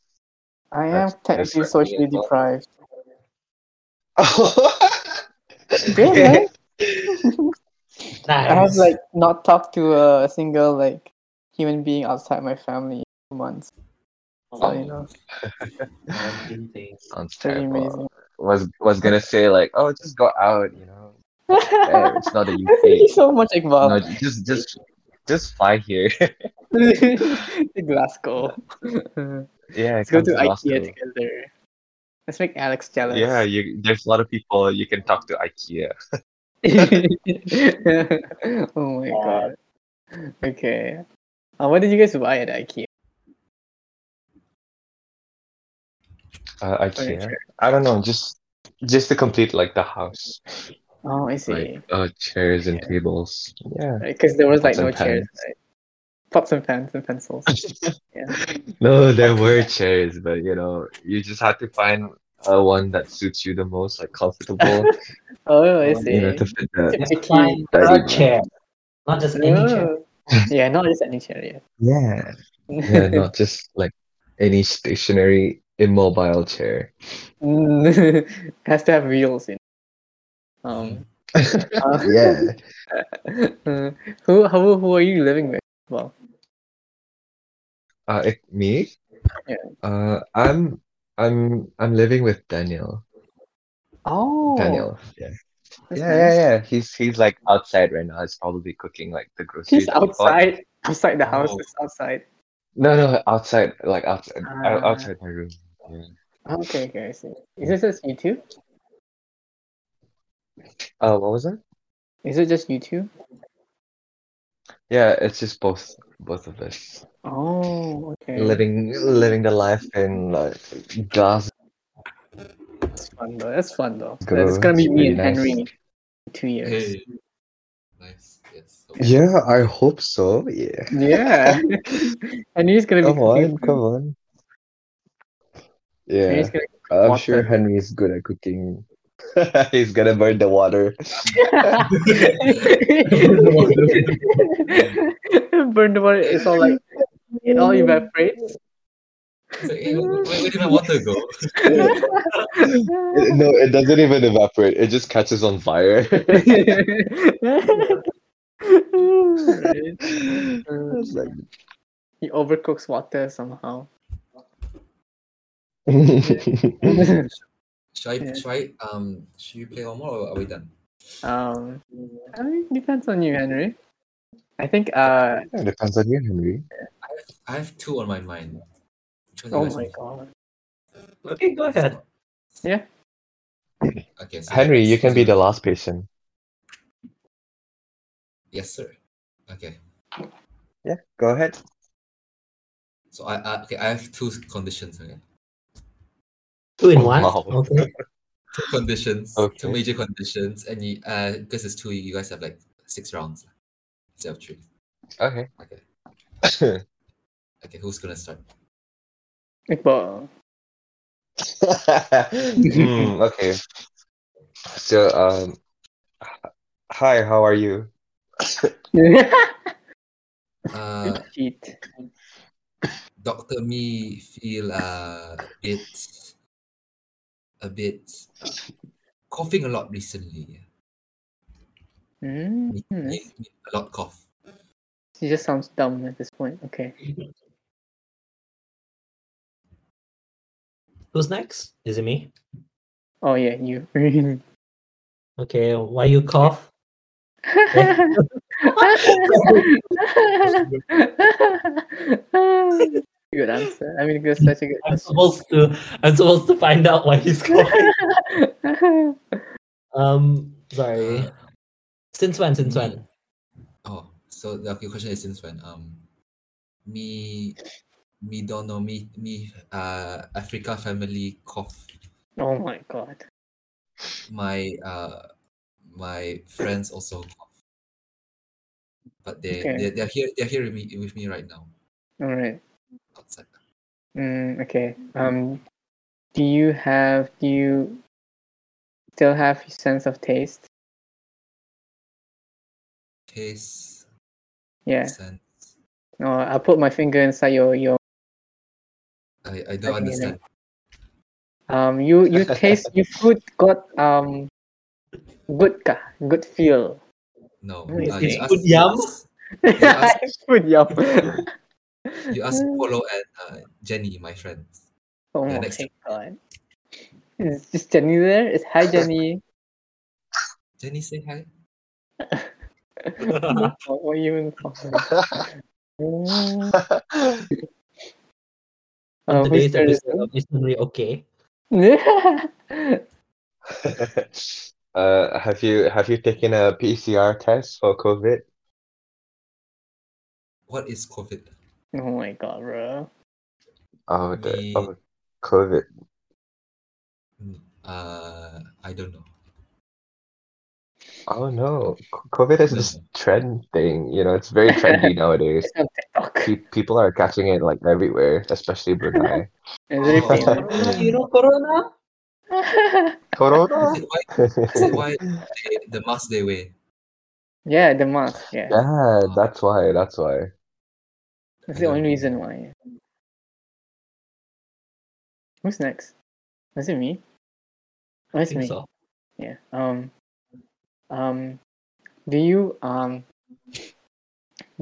A: I am
G: That's- that's
A: technically
G: what we
A: socially
G: as well.
A: deprived.
G: yeah,
A: Yeah. I have
C: Nice.
A: like not talked to a single like human being outside my family for months. So
G: Oh,
A: you know,
G: sounds
A: pretty
G: terrible.
A: amazing.
G: Was was gonna say like, oh, just go out, you know. Yeah, it's not the
A: Thank you
G: UK.
A: so much, Iqbal.
G: No, just just just fly here.
A: Glasgow.
G: yeah,
A: Let's go
G: come
A: to
G: Glasgow.
A: IKEA together. Let's make Alex jealous.
G: Yeah, you, there's a lot of people you can talk to IKEA. uh,
A: oh my god. Okay. Uh, what did you guys buy at E? IKEA?
G: Uh, IKEA.
A: Furniture.
G: I don't know, just just to complete like the house,
A: Oh, I see.
G: like uh, chairs and tables. Yeah.
A: Because there was like
G: Pots
A: no
G: and
A: chairs. Right? Pots and pans and pencils.
G: No, there were chairs, but you know, you just had to find uh, one that suits you the most, like comfortable,
A: Oh, I
G: you know,
A: see.
G: to fit the.
A: It's a
C: Find
A: key.
C: a chair. Not just any chair.
A: Oh. Yeah, not just any chair. Yeah.
G: Yeah. Yeah, not just like any stationary immobile chair.
A: Mm, has to have wheels in. Um. uh,
G: Yeah.
A: uh, who who who are you living with? Well,
G: Uh, it, me?
A: Yeah.
G: Uh, I'm I'm I'm living with Daniel.
A: oh,
G: Daniel. Yeah.
A: that's
G: Yeah,
A: nice.
G: yeah, yeah. He's he's like outside right now. He's probably cooking like the groceries.
A: He's
G: that he bought.
A: outside, outside the house.
B: Oh.
A: It's outside.
G: No, no, outside, like outside,
A: Ah.
G: out outside my room. Yeah.
A: Okay, okay, I see. Is this just you two?
G: Uh, what was that?
A: Is it just you two?
G: Yeah, it's just both both of us
A: Oh, okay.
G: living living the life in like Glasgow.
A: That's fun though. That's fun though.
G: Go.
A: It's gonna be
G: It's
A: me
G: really
A: and
G: nice.
A: Henry in two years.
B: Hey. Nice. Yes. So-
G: Yeah, I hope so. Yeah.
A: Yeah. Henry's gonna be
G: Come on,
A: cooking.
G: come on. Yeah,
A: Henry's gonna
G: I'm
A: water.
G: sure Henry is good at cooking. He's gonna burn the water.
A: Burn the water. It's all like it all evaporates.
B: It's like, hey, where, where did my water go?
G: It- no, it doesn't even evaporate. It just catches on fire.
A: Right. Uh,
G: It's like-
A: he overcooks water somehow.
B: Should I,
A: Yeah.
B: should I, um, should we play one more or are we done?
A: Um, I mean, depends on you, Henry. I think. Uh,
G: Yeah, depends on you, Henry.
B: I have, I have two on my mind. Which one do you
A: oh
B: guys
A: my
B: want?
A: god.
C: Okay, go ahead.
A: Yeah.
B: Okay. So
G: Henry, you
B: let's-
G: can be the last patient.
B: Yes, sir. Okay.
G: Yeah, go ahead.
B: So I, I okay, I have two conditions. Okay.
C: Two
A: Oh,
C: in one.
G: Wow.
C: Okay.
B: Two conditions.
G: Okay.
B: Two major conditions, and you, uh, because it's two, you guys have like six rounds instead of three.
G: Okay.
B: Okay, who's gonna start?
A: Iqbal.
G: Hmm, okay. So, um, h- hi, how are you?
B: Uh,
A: Cheat.
B: Doctor Me feel uh, a bit a bit uh, coughing a lot recently.
A: Mm,
B: Yeah, A lot cough.
A: She just sounds dumb at this point. Okay.
C: Who's next? Is it me?
A: Oh yeah, you. yeah.
C: Okay, why you cough?
A: good answer. I mean, it was such a good
C: I'm supposed to I'm supposed to find out why he's coughing.
A: question.
C: Um sorry. Since when? Since when?
B: Oh, so the your question is since when? Um, me, me don't know me me uh Africa family cough.
A: oh my god.
B: My uh my friends also cough, but they
A: Okay.
B: they they're here they're here with me with me right now
A: All right.
B: outside.
A: Mm, okay. Um, do you have? Do you still have your sense of taste?
B: Taste
A: Yeah.
B: sense.
A: Oh, I put my finger inside your your.
B: I I don't
A: I think you
B: understand.
A: know. Um, you you taste your food got um, good ka good feel.
B: No,
A: Wait,
B: uh,
A: it's
B: you ask,
C: good
B: you
C: yum?
B: ask- you ask,
A: food yum.
B: you ask Polo and uh, Jenny, my friends.
A: Oh
B: Yeah,
A: my
B: next
A: god. Is, is Jenny there? Is hi Jenny.
B: Jenny, say hi.
C: Uh-huh.
A: What- what you even talking about? Mm, uh,
C: On
A: who
C: today's
A: started
C: episode of Is Henry okay?
A: this?
G: Uh, have you have you taken a PCR test for COVID?
B: What is COVID?
A: oh my god, bro.
G: Oh, the
B: Me-
G: oh, COVID.
B: Mm, Uh, I don't know.
G: Oh no, C- COVID is
B: No.
G: this trend thing. You know, it's very trendy nowadays.
A: It's on TikTok.
G: Pe- people are catching it like everywhere, especially Brunei.
A: It's very
B: Oh.
A: famous.
C: Ah, you know Corona?
B: Is
G: Corona.
B: it why, is it why they, the mask they wear?
A: yeah, the mask. Yeah.
G: Yeah, that's why. That's why.
A: That's the only reason why. Who's next? Is it me? Oh, it's
C: I
A: me.
C: think so.
A: Yeah. Um. Um. Do you um.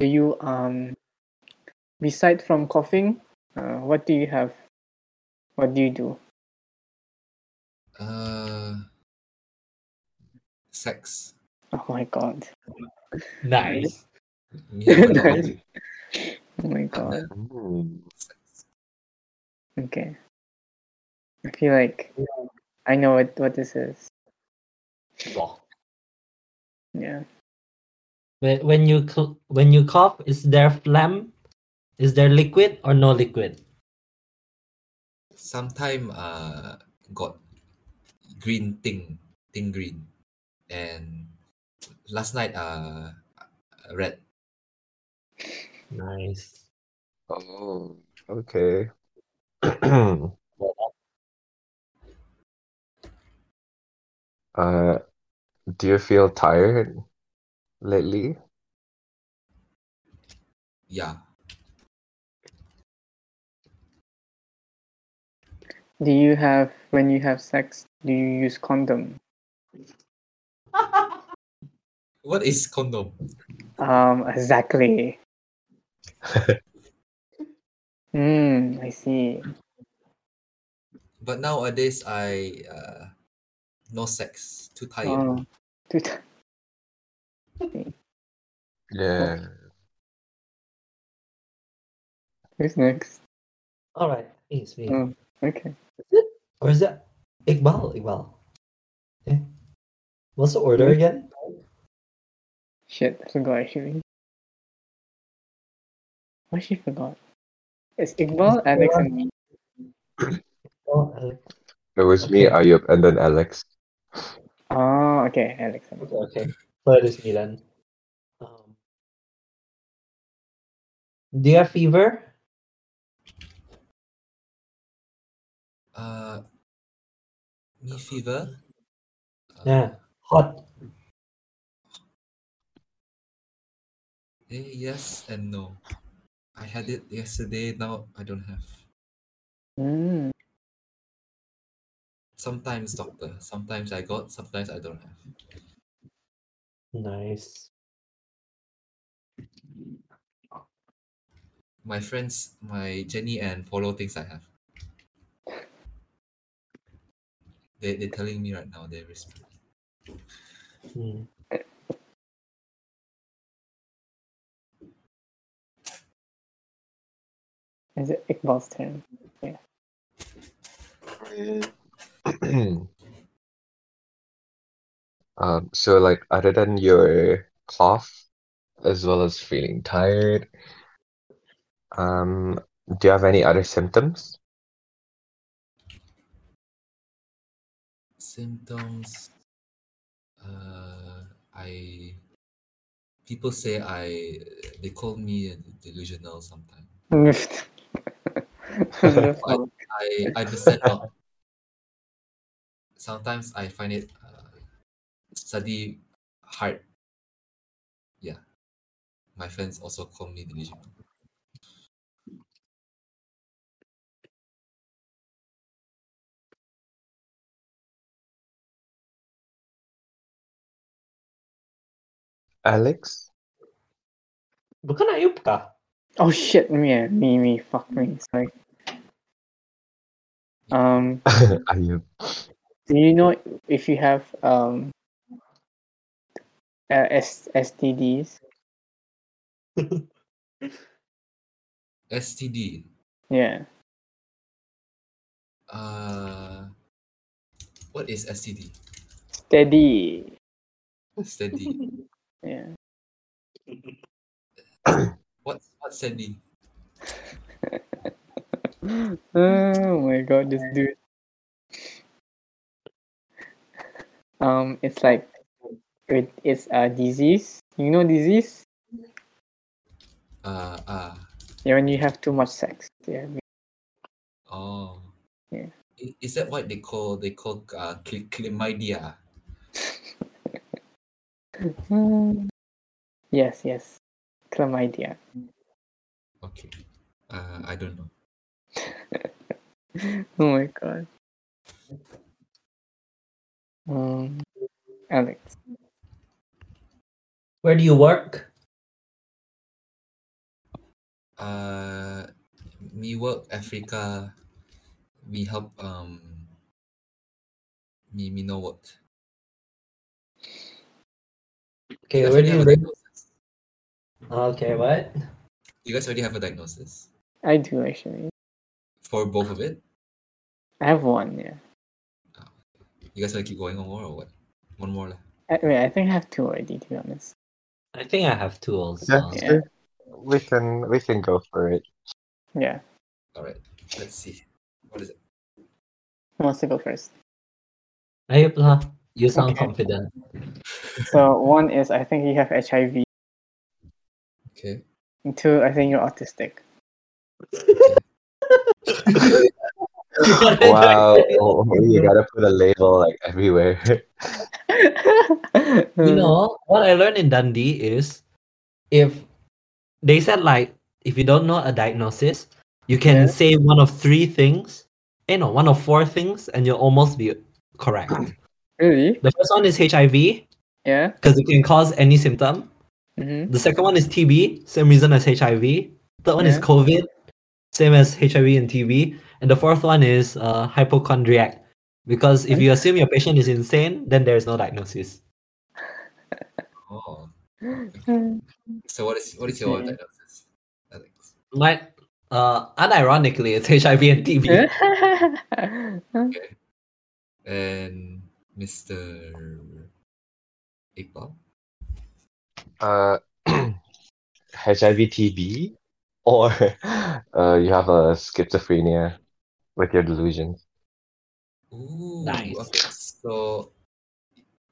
A: Do you um. Beside from coughing, uh, what do you have? What do you do?
B: Uh, sex.
A: Oh my god.
C: Nice.
B: Me and my
A: Nice.
B: dog.
A: Oh my god.
G: Mm.
B: Sex.
A: Okay. I feel like I know what what this is.
C: Wow.
A: Yeah.
C: When when you cl- when you cough, is there phlegm? Is there liquid or no liquid?
B: Sometime uh got green thing, thing green, and last night uh red.
C: Nice.
G: Oh, okay. Uh, do you feel tired lately?
B: Yeah.
A: Do you have when you have sex? Do you use condom?
B: What is condom?
A: Um. Exactly. Hmm. I see.
B: But nowadays I uh no sex. Too tired.
A: Oh, too ti-
G: Yeah.
A: Who's next?
C: All right, I think it's me.
A: Mm. Okay.
C: Or is that Iqbal? Iqbal. Eh? What's the order
A: Hmm?
C: again?
A: Shit, I forgot actually. What she forgot? It's Iqbal, Alex, and me.
C: Oh, Alex.
G: It was me, Ayub, and then Alex.
A: Oh, okay, Alex. and me.
C: Okay, okay. So it is me then. Um, do you have fever?
B: Uh, me fever. Uh,
C: Yeah. Hot.
B: Eh, yes and no. I had it
A: Hmm.
B: yesterday, now I don't have.
A: Mm.
B: Sometimes doctor, sometimes I got, sometimes I don't have.
C: Nice.
B: My friends, my Jenny and Polo thinks I have. They they're telling me right now. They're whispering.
C: Hmm.
A: Is it Iqbal's turn?
G: Um, so like other than your cough as well as feeling tired, um, do you have any other symptoms?
B: symptoms uh i people say i they call me delusional sometimes i i understand not sometimes i find it uh, study hard yeah my friends also call me delusional
G: Alex?
C: Bukan Ayub kah?
A: oh shit! Me, me, me. Fuck me. Sorry. Um.
G: Are you?
A: Do you know if you have um uh, S- STDs?
B: std
A: Yeah.
B: uh what is std
A: Steady.
B: steady
A: Yeah.
B: What what's Sandy?
A: Oh my god, this dude. Um, it's like it, it's a disease. You know disease?
B: Uh uh
A: Yeah, when you have too much sex. Yeah.
B: oh.
A: Yeah.
B: I- Is that what they call they call uh cl- chlamydia?
A: Hmm. Yes, yes. Chlamydia.
B: Okay. Uh I don't know.
A: Oh my god. Um, Alex.
C: Where do you work?
B: Uh me work Africa we help um me me know what.
C: Okay,
B: guys
C: where
B: already
C: do you
B: have a
C: live?
B: diagnosis?
C: Okay, what?
B: You guys already have a diagnosis
A: I do actually.
B: for both of it?
A: I have one. Yeah.
B: You guys wanna keep going on more or what? One more lah.
A: I I mean, I think I have two already, to be honest.
C: I think I have uh, two also.
G: Yeah, sure. We can we can go for it.
A: Yeah.
B: Alright, let's see. What is it?
A: Who wants to go first?
C: Ayub lah. You sound
A: Okay.
C: confident.
A: So one is I think you have HIV.
B: Okay.
A: And two, I think you're autistic.
G: Wow, oh, you gotta put a label like everywhere.
A: Hmm.
C: you know what i learned in dundee is if they said like if you don't know a diagnosis you can
A: Yeah.
C: say one of three things eh no one of four things and you'll almost be correct
A: really?
C: the first one is hiv because
A: Yeah.
C: it can cause any symptom
A: Mm-hmm.
C: the second one is tb same reason as hiv third one is
A: Yeah.
C: covid same as hiv and tb and the fourth one is uh, hypochondriac because if you assume your patient is insane then there is no diagnosis
B: Oh. So what is what is your
A: Okay.
B: diagnosis, Alex?
C: My uh unironically it's HIV and TB.
A: Eh?
B: And Mr. Iqbal?
G: Uh, HIV TB, or uh, you have a schizophrenia with your delusions.
B: Ooh,
C: Nice.
B: okay. So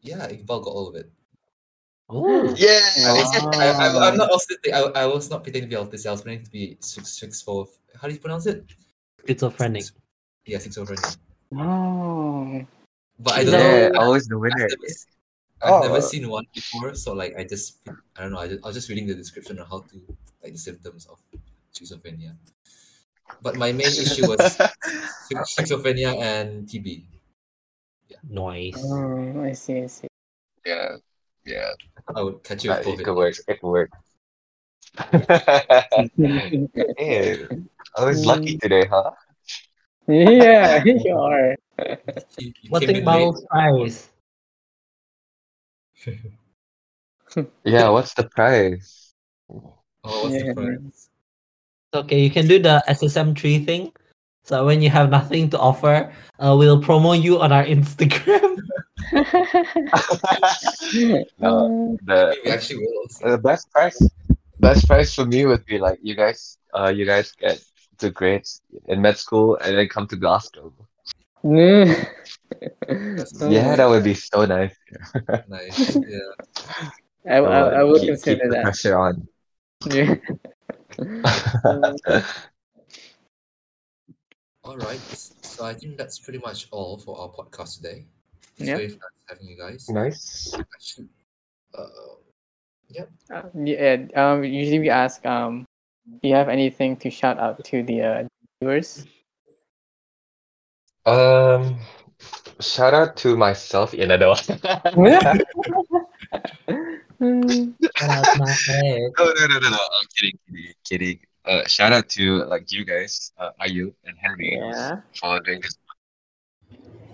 B: yeah, Iqbal got all of it.
C: Oh,
B: Yeah,
A: Wow.
B: I, I, I'm
C: Ah.
B: not autistic. I, I was not pretending to be autistic. I was pretending to be six six four. How do you pronounce it?
C: schizophrenic.
B: Yeah, six over nine.
A: Oh.
B: But I don't
C: Yeah,
B: know.
G: always the
B: I've
G: winner.
B: never, s- I've never
G: Oh.
B: seen one before, so like I just I don't know. I, just, I was just reading the description on how to like the symptoms of schizophrenia. But my main issue was schi- schizophrenia and TB.
C: noise.
A: Oh, I see. I see.
G: Yeah, yeah.
B: I would Oh, catch you
G: Uh,
B: with
G: it
B: COVID.
G: could work. It could work. hey, I was lucky today, huh?
A: yeah, you are.
B: You- you
C: What
B: came in
C: thing
B: late.
C: about price?
G: Yeah. What's the price?
B: Oh, what's
A: Yeah.
B: the price?
C: Okay, you can do the SSM tree thing. So when you have nothing to offer, uh, we'll promote you on our Instagram.
G: no, the
B: We actually will. also.
G: the best price best price for me would be like you guys uh you guys get the grades in med school and then come to Glasgow. yeah, that would be so nice.
B: Nice. Yeah.
A: I, I, I will consider
G: uh, keep the
A: that.
G: pressure on.
A: Yeah. Um,
B: All right. So I think that's pretty much all for our podcast today. It's
A: Yeah.
B: very fun having you guys.
G: nice.
B: Actually, uh,
A: Uh, yeah, um, usually we ask, um, do you have anything to shout out to the uh, viewers?
G: Um, shout out to myself in another one.
A: Hmm.
C: That's my head.
G: No, no, no, no, no. I'm kidding, kidding, kidding. Uh, shout out to like you guys, uh, Ayu and Henry,
A: Yeah.
G: for doing this.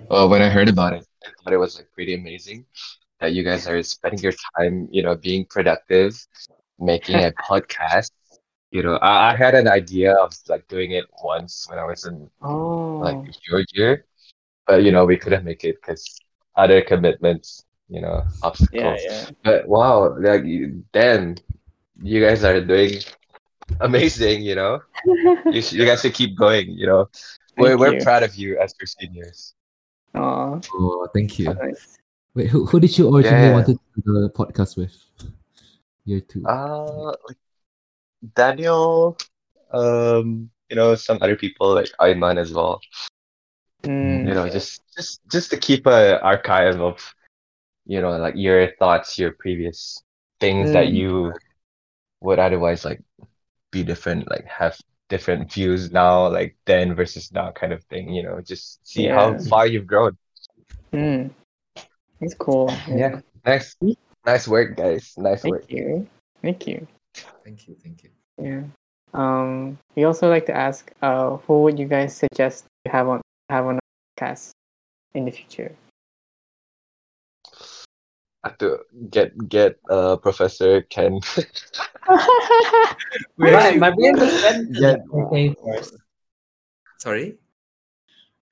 G: Well, when I heard about it, I thought it was like pretty amazing that you guys are spending your time, you know, being productive, making a podcast. You know, I, I had an idea of like doing it once when I was in
A: Oh.
G: like your year, but you know, we couldn't make it because other commitments, you know, obstacles.
A: yeah, yeah.
G: But wow, like you- damn, you guys are doing amazing. You know, you, sh- you guys should keep going. You know, we're
A: Thank
G: we're
A: you.
G: proud of you as your seniors.
A: Aw,
I: Oh, thank you.
A: nice.
I: Wait, who, who did you originally
G: Yeah.
I: wanted to do the podcast with? Year two.
G: Uh, like Daniel, um, you know, some other people like Ayman as well.
A: Mm,
G: You know, just just just to keep a archive of, you know, like your thoughts, your previous things that
A: Mm.
G: you would otherwise like be different, like have different views now, like then versus now kind of thing, you know, just see how
A: Yeah.
G: far you've grown.
A: mm. It's cool.
G: Yeah. Nice. Nice work, guys. Nice
A: Thank
G: work.
A: you. Thank you.
B: thank you. Thank you.
A: Yeah. Um, we also like to ask, uh, who would you guys suggest to have on have on a podcast in the future?
G: Have to get get uh Professor Ken.
C: Right, my brain was went to
G: Yeah.
C: Dr. Faye first.
B: Sorry.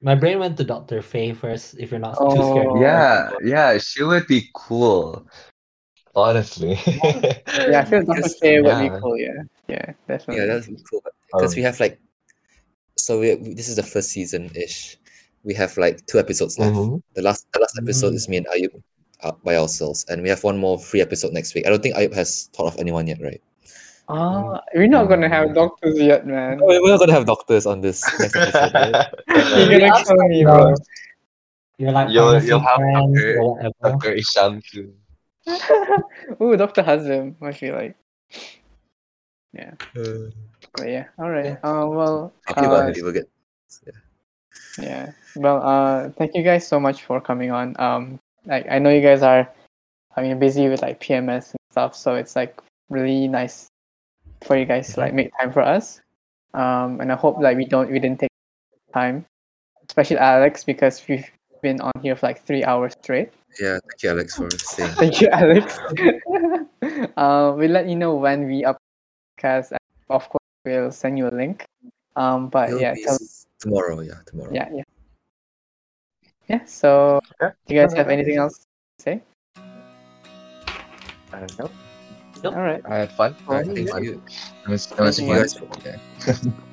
C: My brain went to Dr. Faye first. If you're not too
A: Oh.
C: scared.
G: Yeah, yeah, she would be cool. Honestly.
A: yeah, I feel Dr.
B: Yes,
A: Faye would be
G: yeah.
A: cool. Yeah, yeah, definitely.
B: Yeah, that's cool. Because we have like, so we, we- this is the first season ish. We have like two episodes left.
G: Mhm.
B: The last the last episode is me and Ayub uh, by ourselves, and we have one more free episode next week. I don't think Ayub has thought of anyone yet, right?
A: Oh, we're not gonna have doctors yet, man.
B: Oh, we're not gonna have doctors on this next episode. right?
A: You're
G: You're
A: gonna kill me, bro.
C: You're like
G: You'll-
C: pharmacy
G: you'll have
C: friends
G: Dr.
C: or whatever.
G: Dr. Isham too.
A: Ooh, Doctor Hazim. I feel like. Yeah. But yeah. All right. Uh, well.
B: Happy
A: uh,
B: about it, we'll get-
A: yeah. Well. Uh. Thank you guys so much for coming on. Um. Like I know you guys are, I mean, busy with like PMS and stuff. So it's like really nice for you guys to like make time for us. Um. And I hope like we don't we didn't take time, especially Alex because we've been on here for like three hours straight.
B: Yeah, thank you, Alex, for saying.
A: Thank you, Alex. uh, we'll let you know when we up podcast. and Of course, we'll send you a link. Um, but
B: It'll
A: yeah,
B: be
A: tell-
B: s- tomorrow. Yeah, tomorrow.
A: yeah, yeah, yeah. So,
G: Yeah.
A: do you guys have anything else to say?
G: I don't know.
A: All right.
G: I had fun.
A: Oh,
B: All right,
G: I
B: thank
G: had fun.
B: you.
G: It was, it
A: Thank
G: was
B: Thank
A: you
B: you guys
G: fun.
B: for yeah.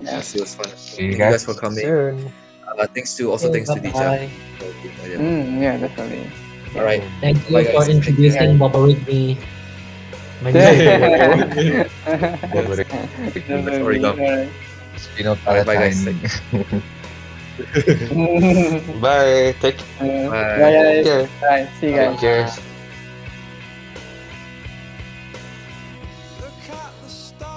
A: Yeah.
B: Yes, it was fun.
G: See
B: Thank
G: you
B: you guys for
G: guys
B: coming.
G: soon.
B: Uh, thanks to also thanks to Dija.
C: Bye-bye.
B: Yeah.
A: Mm, yeah, definitely.
B: All right.
C: Thank you
B: Bye,
C: for
B: guys.
C: introducing Bob Whitney. My
A: Yeah.
C: new
A: Definitely,
B: Sorry, Dom.
A: alright.
G: Spinal
B: Alright, bye, guys.
G: Palatine. Bye. Take
A: Uh,
B: Bye.
A: bye, guys.
G: care.
A: Bye. See you guys.
G: Take care.
J: Look at the stars.